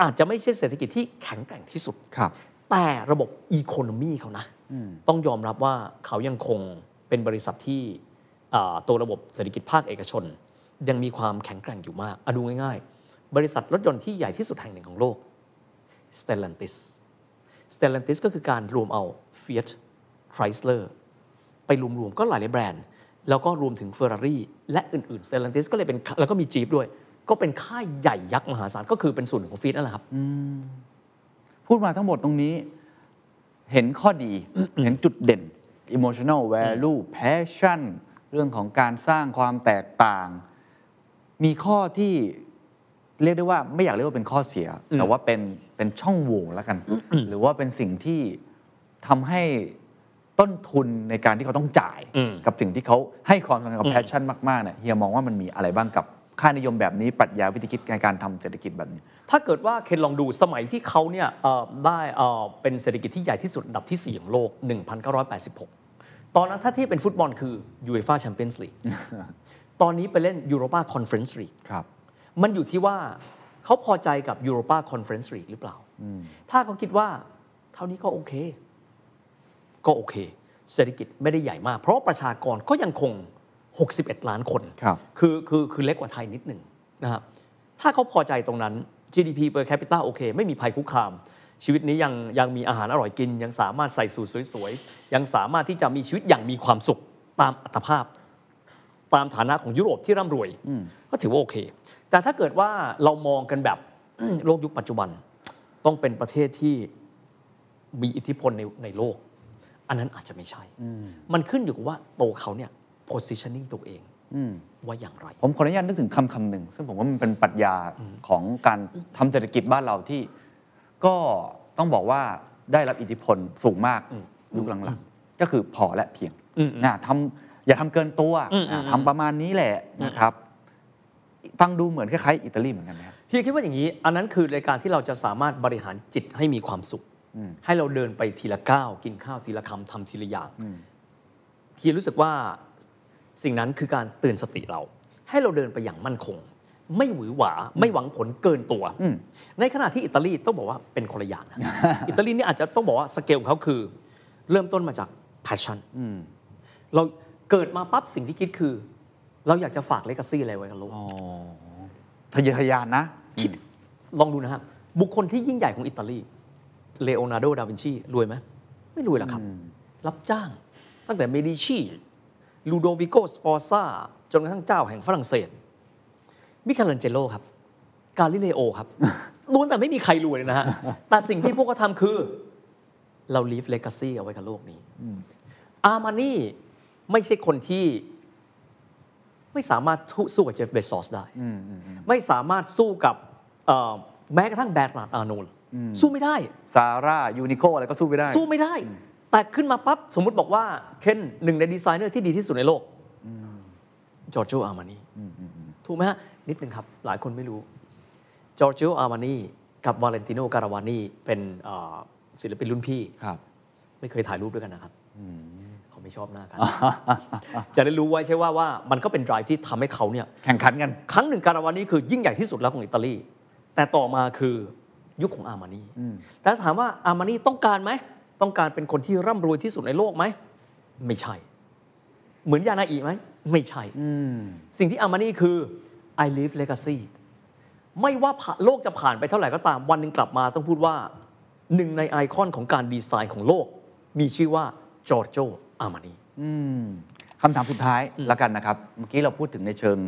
C: อาจจะไม่ใช่เศรษฐกิจที่แข็งแกร่งที่สุด
B: ครับ
C: แต่ระบบอีโคโนมีเขานะ ต้องยอมรับว่าเขายังคงเป็นบริษัทที่อ่าตัวระบบเศรษฐกิจภาคเอกชน ยังมีความแข็งแกร่งอยู่มากอะดูง่ายๆ บริษัทรถยนต์ที่ใหญ่ที่สุดแห่งหนึ่งของโลก Stellantis Stellantis ก็คือการรวมเอา Fiat Chrysler ไปรวมๆ ก็หลายๆแบรนด์ แล้วก็รวมถึง Ferrari และอื่นๆ Stellantis ก็เลยเป็นแล้วก็มี Jeep ด้วย ก็เป็นค่ายใหญ่ยักษ์มหาศาลก็คือเป็นส่วนหนึ่งของ Fiat นั่นแหละครับ
B: พูดมาทั้งหมดตรงนี้เห็นข้อดี เห็นจุดเด่น emotional value passion เรื่องของการสร้างความแตกต่าง มีข้อที่เรียกได้ว่าไม่อยากเรียกว่าเป็นข้อเสีย แต่ว่าเป็นเป็นช่องโหว่แล้วกัน หรือว่าเป็นสิ่งที่ทำให้ต้นทุนในการที่เขาต้องจ่าย
C: อืม
B: กับสิ่งที่เขาให้ความสำคัญกับ passion มากๆเนี่ยเฮียมองว่ามันมีอะไรบ้างกับค่านิยมแบบนี้ปรัชญาวิธีคิดในการทำเศรษฐกิจแบบนี้
C: ถ้าเกิดว่าเคนลองดูสมัยที่เขาเนี่ยเอ่อได้เอ่อเป็นเศรษฐกิจที่ใหญ่ที่สุดอันดับที่ 4 ของโลก 1986 ตอนนั้นถ้าที่เป็นฟุตบอลคือยูเอฟ่าแชมเปี้ยนส์ลีก ตอนนี้ไปเล่นยูโรปาคอนเฟ e รนซ์ลีก
B: ครับ
C: มันอยู่ที่ว่าเขาพอใจกับยูโรปาคอนเฟ e รนซ์ลีกหรือเปล่า ถ้าเขาคิดว่าเท่านี้ก็โอเค ก็โอเค เศรษฐกิจไม่ได้ใหญ่มาก เพราะประชากรก็ยังคง 61 ล้านคน
B: ครับ
C: อคือคือเล็กกว่าไทยนิดหนึ่งนะครับ ถ้าเขาพอใจตรงนั้น GDP per capita โอเค ไม่มีภัยคุกคาม ชีวิตนี้ยังยังมีอาหารอร่อยกิน ยังสามารถใส่สูทสวยๆ ยังสามารถที่จะมีชีวิตอย่างมีความสุขตามอัตภาพ ตามฐานะของยุโรปที่ร่ำรวย ก็ถือว่าโอเค แต่ถ้าเกิดว่าเรามองกันแบบ โลกยุคปัจจุบัน ต้องเป็นประเทศที่มีอิทธิพลในในโลก อันนั้นอาจจะไม่ใช่ มันขึ้นอยู่กับว่าโตวเขาเนี่ย positioning ตัวเองว่าอย่างไร
B: ผมขออนุญาตนึกถึงคำคำหนึ่งซึ่งผมว่ามันเป็นปรัชญาของการทำเศรษฐกิจบ้านเราที่ ก็ต้องบอกว่าได้รับอิทธิพลสูงมากยุคหลังๆ ก็คือพอและเพียง
C: อืม
B: นะทำอย่าทำเกินตัว
C: อืม
B: นะ
C: อืม
B: ทำประมาณนี้แหละนะครับ ฟังดูเหมือนคล้ายๆอิตาลีเหมือนกันไหมครับ
C: เฮียคิดว่าอย่างนี้ อันนั้นคือรายการที่เราจะสามารถบริหารจิตให้มีความสุข ให้เราเดินไปทีละก้าว กินข้าวทีละคำทำทีละอย่างเฮียรู้สึกว่าสิ่งนั้นคือการเตือนสติเรา ให้เราเดินไปอย่างมั่นคง ไม่หวือหวา ไม่หวังผลเกินตัว
B: อืม
C: ในขณะที่อิตาลีต้องบอกว่าเป็นคนละอย่างนะ อิตาลีนี่อาจจะต้องบอกว่าสเกลของเขาคือ เริ่มต้นมาจาก passion เราเกิดมาปั๊บสิ่งที่คิดคือ เราอยากจะฝากเลกาซี่อะไรไว้กับโลก
B: ทะเยอทะยานนะ
C: ลองดูนะครับ บุคคลที่ยิ่งใหญ่ของอิตาลีเลโอนาร์โด ดาวินชีรวยไหม ไม่รวยหรอกครับ รับจ้างตั้งแต่เมดิชีลูโดวิโกสฟอร์ซาจนกระทั่งเจ้าแห่งฝรั่งเศส มิคาเลันเจโลครับ กาลิเลโอ ครับ ล้วนแต่ไม่มีใครรวยเลยนะฮะ แต่สิ่งที่พวกเขาทำคือ เราลีฟเลกาซีเอาไว้กับโลกนี้ อาร์มานี่ไม่ใช่คนที่ไม่สามารถสู้กับเจฟเบซอสได้ ไม่สามารถสู้กับเอ่อแม้กระทั่งแบรนด์อาร์โนลด์สู้ไม่ได้
B: ซาร่า ยูนิโคอะไรก็สู้ไม่ได้
C: สู้ไม่ได้ แต่ขึ้นมาปั๊บ สมมุติบอกว่า เคนหนึ่งในดีไซเนอร์ที่ดีที่สุดในโลกจอร์ g จ อาร์มานีถูกไหมฮะ นิดนึงครับ หลายคนไม่รู้จอร์ g จ อาร์มานีกับวาเลนติโนการาวานีเป็นเอ่อศิลปินรุ่นพี่
B: ครับ
C: ไม่เคยถ่ายรูปด้วยกันนะครับเขาไม่ชอบหน้ากัน จะได้รู้ไว้ใช่ว่าว่ามันก็เป็นดรายที่ทำให้เขาเนี่ย
B: แข่งขันกัน
C: ครั้งหนึ่งการาวานี่คือยิ่งใหญ่ที่สุดแล้วของอิตาลี แต่ต่อมาคือยุคของอาร์มานีแต่ถ้าถามว่าอาร์มานีต้องการไหม ต้องการเป็นคนที่ร่ำรวยที่สุดในโลกไหม ไม่ใช่ เหมือนยานาอิไหม ไม่ใช่ สิ่งที่อามานี่คือ I live legacy ไม่ว่าผ่านโลกจะผ่านไปเท่าไหร่ก็ตามวันหนึ่งกลับมาต้องพูดว่าหนึ่งในไอคอนของการดีไซน์ของโลก มีชื่อว่าจอร์โจอามานี
B: คำถามสุดท้ายละกันนะครับ เมื่อกี้เราพูดถึงในเชิง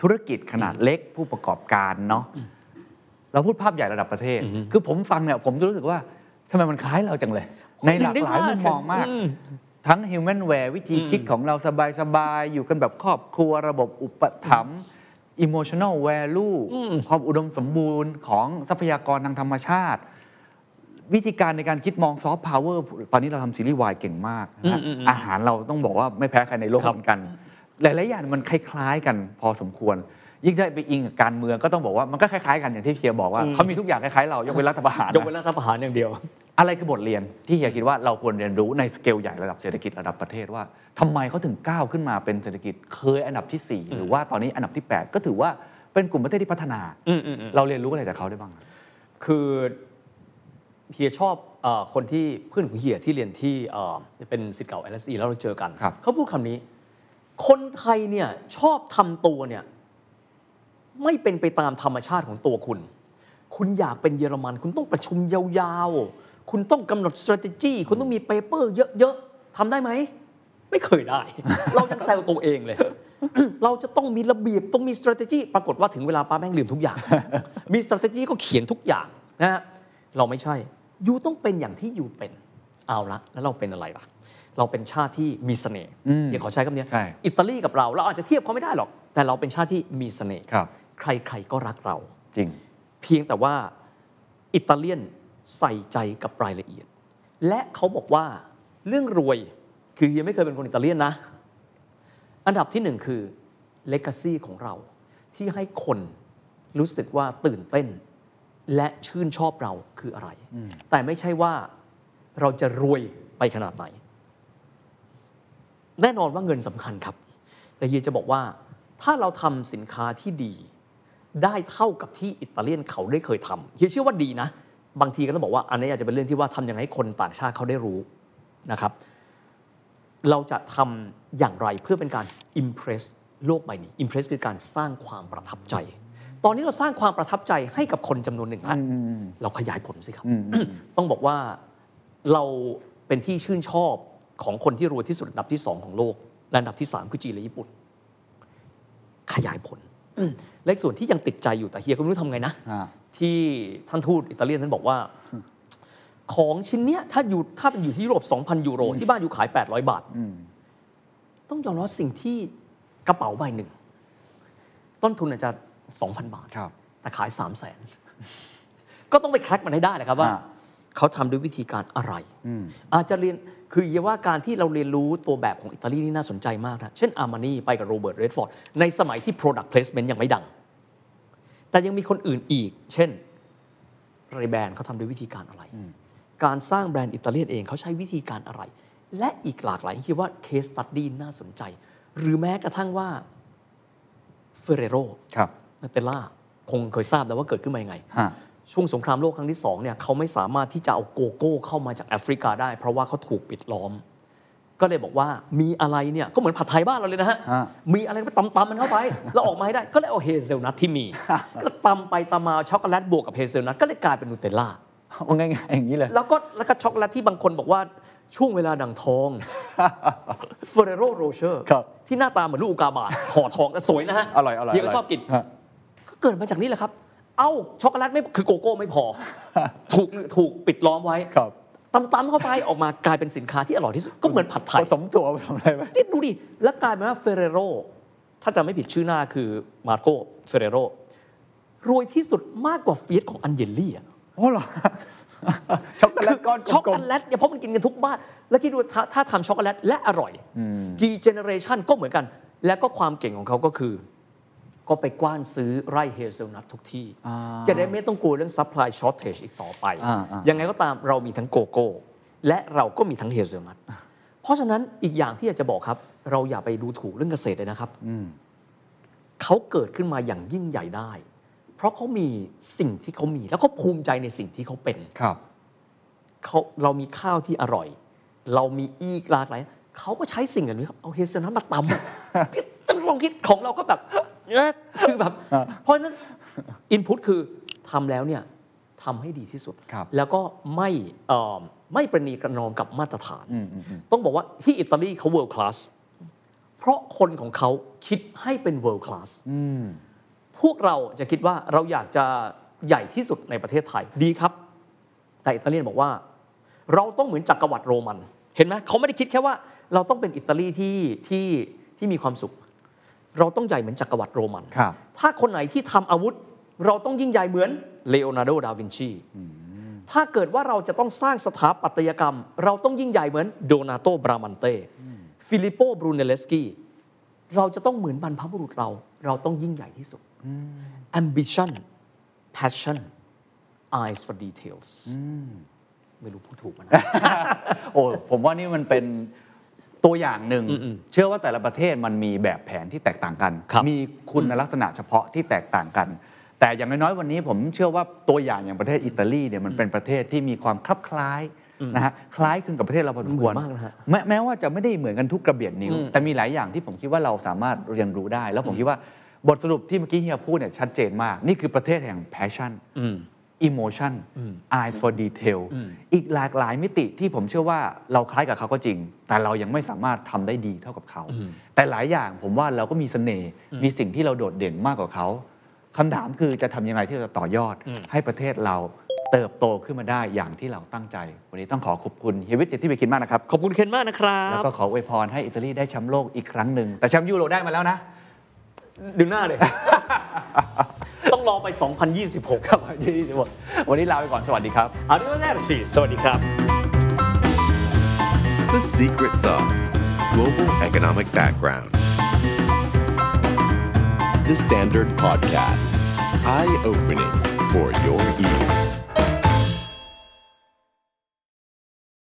B: ธุรกิจขนาดเล็กผู้ประกอบการเนาะเราพูดภาพใหญ่ระดับประเทศ คือผมฟังเนี่ยผมรู้สึกว่าทำไมมันคล้ายเราจังเลย ในหลากหลายมุมมองมาก ทั้ง human wear วิธีคิดของเราสบายๆ อยู่กันแบบครอบครัวระบบอุปถัมภ์ emotional value ความอุดมสมบูรณ์ของทรัพยากรทางธรรมชาติ วิธีการในการคิดมองซอฟต์พาวเวอร์ตอนนี้เราทำซีรีส์วายเก่งมากนะฮะอาหารเราต้องบอกว่าไม่แพ้ใครในโลกเหมือนกัน หลาย ๆ อย่างมันคล้าย ๆ กันพอสมควร ยิ่งถ้าไปอิงกับการเมืองก็ต้องบอกว่ามันก็คล้าย ๆ กันอย่างที่เฮียบอกว่าเขามีทุกอย่างคล้าย ๆ เรายกเว้นรัฐประหารนะ
C: ยกเว้นรัฐประหารอย่างเดียว
B: อะไรคือบทเรียนที่เฮียคิดว่าเราควรเรียนรู้ในสเกลใหญ่ระดับเศรษฐกิจระดับประเทศว่าทำไมเขาถึงก้าวขึ้นมาเป็นเศรษฐกิจเคยอันดับที่ 4 หรือว่าตอนนี้อันดับที่ 8 ก็ถือว่าเป็นกลุ่มประเทศที่พัฒนา เราเรียนรู้อะไรจากเขาได้บ้าง
C: คือเฮียชอบเออคนที่เพื่อนของเฮียที่เรียนที่เอ่อเป็นสิทธิ์เก่า LSE แล้วเราเจอกัน
B: ครับ
C: เขาพูดคำนี้ คนไทยเนี่ยชอบทำตัวเนี่ยไม่เป็นไปตามธรรมชาติของตัวคุณ คุณอยากเป็นเยอรมัน คุณต้องประชุมยาวๆ คุณต้องกำหนด strategy คุณต้องมี paper เยอะๆทำได้ไหม ไม่เคยได้ เรายังแซวตัวเองเลย เราจะต้องมีระเบียบต้องมี strategy ปรากฏว่าถึงเวลาป้าแม่งลืมทุกอย่าง มี strategy ก็เขียนทุกอย่างนะฮะเราไม่ใช่อยูต้องเป็นอย่างที่อยูเป็นเอาละแล้วเราเป็นอะไรล่ะ เราเป็นชาติที่มีเสน่ห์อย่าขอใช้คำเนี้ย
B: ใช่
C: อิตาลีกับเราเราอาจจะเทียบเขาไม่ได้หรอก แต่เราเป็นชาติที่มีเสน่ห์
B: ครับ
C: ใคร ๆก็รักเรา
B: จริง
C: เพียงแต่ว่าอิตาเลียนใส่ใจกับรายละเอียด และเขาบอกว่าเรื่องรวยคือยังไม่เคยเป็นคนอิตาเลียนนะ อันดับที่หนึ่งคือเลก a ซีของเรา ที่ให้คนรู้สึกว่าตื่นเต้น และชื่นชอบเราคืออะไร แต่ไม่ใช่ว่าเราจะรวยไปขนาดไหน แน่นอนว่าเงินสำคัญครับ แต่เฮียจะบอกว่าถ้าเราทำสินค้าที่ดี ได้เท่ากับที่อิตาเลียนเขาได้เคยทำเฮียเชื่อว่าดีนะ บางทีก็ต้องบอกว่าอันนี้อาจจะเป็นเรื่องที่ว่าทำยังไงให้คนต่างชาติเขาได้รู้นะครับ เราจะทำอย่างไรเพื่อเป็นการอิมเพรสโลกใบนี้อิมเพรสคือการสร้างความประทับใจ ตอนนี้เราสร้างความประทับใจให้กับคนจำนวนหนึ่งละเราขยายผลสิครับ ต้องบอกว่าเราเป็นที่ชื่นชอบของคนที่รวยที่สุดอันดับที่สองของโลกและอันดับที่สามคือจีนและญี่ปุ่น ขยายผล และอีกส่วนที่ยังติดใจอยู่แต่เฮียก็ไม่รู้ทำไงนะ
B: อ่า
C: ที่ท่านทูตอิตาเลียนท่านบอกว่า ของชิ้นเนี้ยถ้าอยู่ถ้าเป็นอยู่ที่ยุโรป 2,000 ยูโร ที่บ้านอยู่ขาย 800 บาท ต้องยอมรับว่าสิ่งที่กระเป๋าใบหนึ่ง ต้นทุนอาจจะ 2,000 บาท
B: ครับ
C: แต่ขาย 3 0 0 0 0นก็ต้องไปแคร็กมันให้ได้แหละครับว่า
B: อ่า
C: เขาทำด้วยวิธีการอะไร อาจจะเรียนคือเยาว่าการที่เราเรียนรู้ตัวแบบของอิตาลีนี่น่าสนใจมากนะ เช่นอาร์มานีไปกับโรเบิร์ตเรดฟอร์ดในสมัยที่ Product Placement ยังไม่ดัง แต่ยังมีคนอื่นอีก เช่นเรแบนเขาทำด้วยวิธีการอะไร การสร้างแบรนด์อิตาเลียนเองเขาใช้วิธีการอะไร และอีกหลากหลายที่ว่าเคสตัดดี้น่าสนใจ หรือแม้กระทั่งว่าเฟเรโร
B: ครับ
C: นาเตลล่าคงเคยทราบแล้วว่าเกิดขึ้นมายังไง
B: ฮะ
C: ช่วงสงครามโลกครั้งที่สองเนี่ยเขาไม่สามารถที่จะเอาโกโก้เข้ามาจากแอฟริกาได้ เพราะว่าเขาถูกปิดล้อม ก็เลยบอกว่ามีอะไรเนี่ย ก็เหมือนผัดไทยบ้านเราเลยนะฮะ
B: ฮะ
C: มีอะไรก็ไปตำตำมันเข้าไป แล้วออกมาให้ได้ ก็เลยเอาเฮเซลนัทที่ มี ก็ตำไปตำมาช็อกโกแลตบวกกับเฮเซลนัทก็เลยกลายเป็นนูเทลล่า
B: เอาง่ายๆอย่างนี้เลย
C: แล้วก็แล้วก็ช็อกโกแลตที่บางคนบอกว่าช่วงเวลาดังท อง เฟเรโรโรเชอร์
B: ครับ
C: ที่หน้าตาเหมือนลูกอุกาบาตห่อทองและสวยนะฮะ
B: อร่อยอร่อย
C: เฮียก็ชอบกิน
B: ฮะ
C: ก็เกิดมาจากนี่แหละครับ เอ้า ช็อกโกแลตไม่คือโกโก้ไม่ พอ ถูกถูกปิดล้อมไว้
B: ครับ
C: ตำตำเข้าไปออกมากลายเป็นสินค้าที่อร่อยที่สุด ก็เหมือนผัดไท
B: ผ
C: ย
B: สมถั่วผสมอะไรไหม
C: นี่ดูดิ แล้วกลายเป็นว่าเฟเรโรถ้าจะไม่ผิดชื่อหน้าคือมาโกเฟเรโรรวยที่สุดมากกว่าเฟียสของอันเยลลี่อะ
B: โอ้เหรอ ช็อกโกแลตก้อน
C: ช็อก
B: กล
C: โก
B: ม
C: แลตเนี่ยเพราะมันกินกันทุกบ้าน แล้วคิดดูถ้าถ้าทำช็อกโกแลตและอร่อยกี่เจเนอเรชันก็เหมือนกัน แล้วก็ความเก่งของเขาก็คือ ก็ไปกว้านซื้อไร่เฮเซลนัททุกที่
B: อ่า
C: จะได้ไม่ต้องกลัวเรื่องซัพพลายช็อตเท e อีกต่อไป
B: อ่าอ่ายั
C: ยังไงก็ตามเรามีทั้งโกโก้ และเราก็มีทั้งเฮเซลนัทเพราะฉะนั้นอีกอย่างที่อยากจะบอกครับ เราอย่าไปดูถูกเรื่องเกษตรเลยนะครับ เขาเกิดขึ้นมาอย่างยิ่งใหญ่ได้ เพราะเขามีสิ่งที่เขามี แล้วก็ภูมิใจในสิ่งที่เขาเป็น
B: ๆครับ
C: เขาเรามีข้าวที่อร่อย เรามีอีกหลากหลายเขาก็ใช้สิ่งเหล่านี้ครับเอาเฮเซลนัทมาตำอะ พี่จะลองคิดของเราก็แบบเอ๊ะคือแบบ เพราะฉะนั้นอินพุตคือทำแล้วเนี่ยทำให้ดีที่สุด
B: ครับ
C: แล้วก็ไม่เอ่อไม่ประนีประนอมกับมาตรฐาน ต้องบอกว่าที่อิตาลีเขา world class เพราะคนของเขาคิดให้เป็น world class พวกเราจะคิดว่าเราอยากจะใหญ่ที่สุดในประเทศไทยดีครับ แต่อิตาเลียนบอกว่า เราต้องเหมือนจักรวรรดิโรมัน เห็นไหมเขาไม่ได้คิดแค่ว่า เราต้องเป็นอิตาลีที่ที่ที่มีความสุข เราต้องใหญ่เหมือนจักรวรรดิโรมัน
B: ครับ
C: ถ้าคนไหนที่ทำอาวุธ เราต้องยิ่งใหญ่เหมือนเลโอนาร์โด ดาวินชี ถ้าเกิดว่าเราจะต้องสร้างสถาปัตยกรรม เราต้องยิ่งใหญ่เหมือนโดนาโต บรามันเต้ ฟิลิปโป บรูเนเลสกี้ เราจะต้องเหมือนบรรพบุรุษเรา เราต้องยิ่งใหญ่ที่สุด ambition passion eyes for details ไม่รู้พูดถูกมัน
B: โอ้ผมว่านี่มันเป็นตัวอย่างหนึ่ง เชื่อว่าแต่ละประเทศมันมีแบบแผนที่แตกต่างกัน
C: ครับ
B: มีคุณลักษณะเฉพาะที่แตกต่างกัน แต่อย่างน้อยๆวันนี้ผมเชื่อว่าตัวอย่างอย่างประเทศอิตาลีเนี่ยมันเป็นประเทศที่มีความคลับคล้ายนะฮะคล้ายคลึงกับประเทศเราพอสมควร
C: เหมือนมากนะฮะ
B: แม้แม้ว่าจะไม่ได้เหมือนกันทุกกระเบียดนิ้ว แต่มีหลายอย่างที่ผมคิดว่าเราสามารถเรียนรู้ได้ แล้วผมคิดว่าบทสรุปที่เมื่อกี้เฮียพูดเนี่ยชัดเจนมาก นี่คือประเทศแห่ง passion
C: อืม
B: emotion eye for detail อีกหลากหลายมิติที่ผมเชื่อว่าเราคล้ายกับเขาก็จริง แต่เรายังไม่สามารถทำได้ดีเท่ากับเขา แต่หลายอย่างผมว่าเราก็มีเสน่ห์มีสิ่งที่เราโดดเด่นมากกว่าเขาคำถามคือจะทำยังไงที่เราจะต่อยอด ให้ประเทศเราเติบโตขึ้นมาได้อย่างที่เราตั้งใจ วันนี้ต้องขอขอบคุณเฮยวิทย์สิทธิเวคินมากนะครับ
C: ขอบคุณเคนมากนะครั
B: แล้ว
C: บ
B: ก็ขออวยพรให้อิตาลีได้แชมป์โลกอีกครั้งหนึ่งแต่แชมป์ยูโรได้มาแล้วนะ
C: ดูหน้าเลย ต้องรอไป 2026 ครับ 2026
B: วันนี้ลาไปก่อนสวัสดีครับ
C: เอาที่ว่าแรกสิสวัสดีครับ
A: The Secret Sauce Global Economic Background. The Standard Podcast. Eye opening for your ears.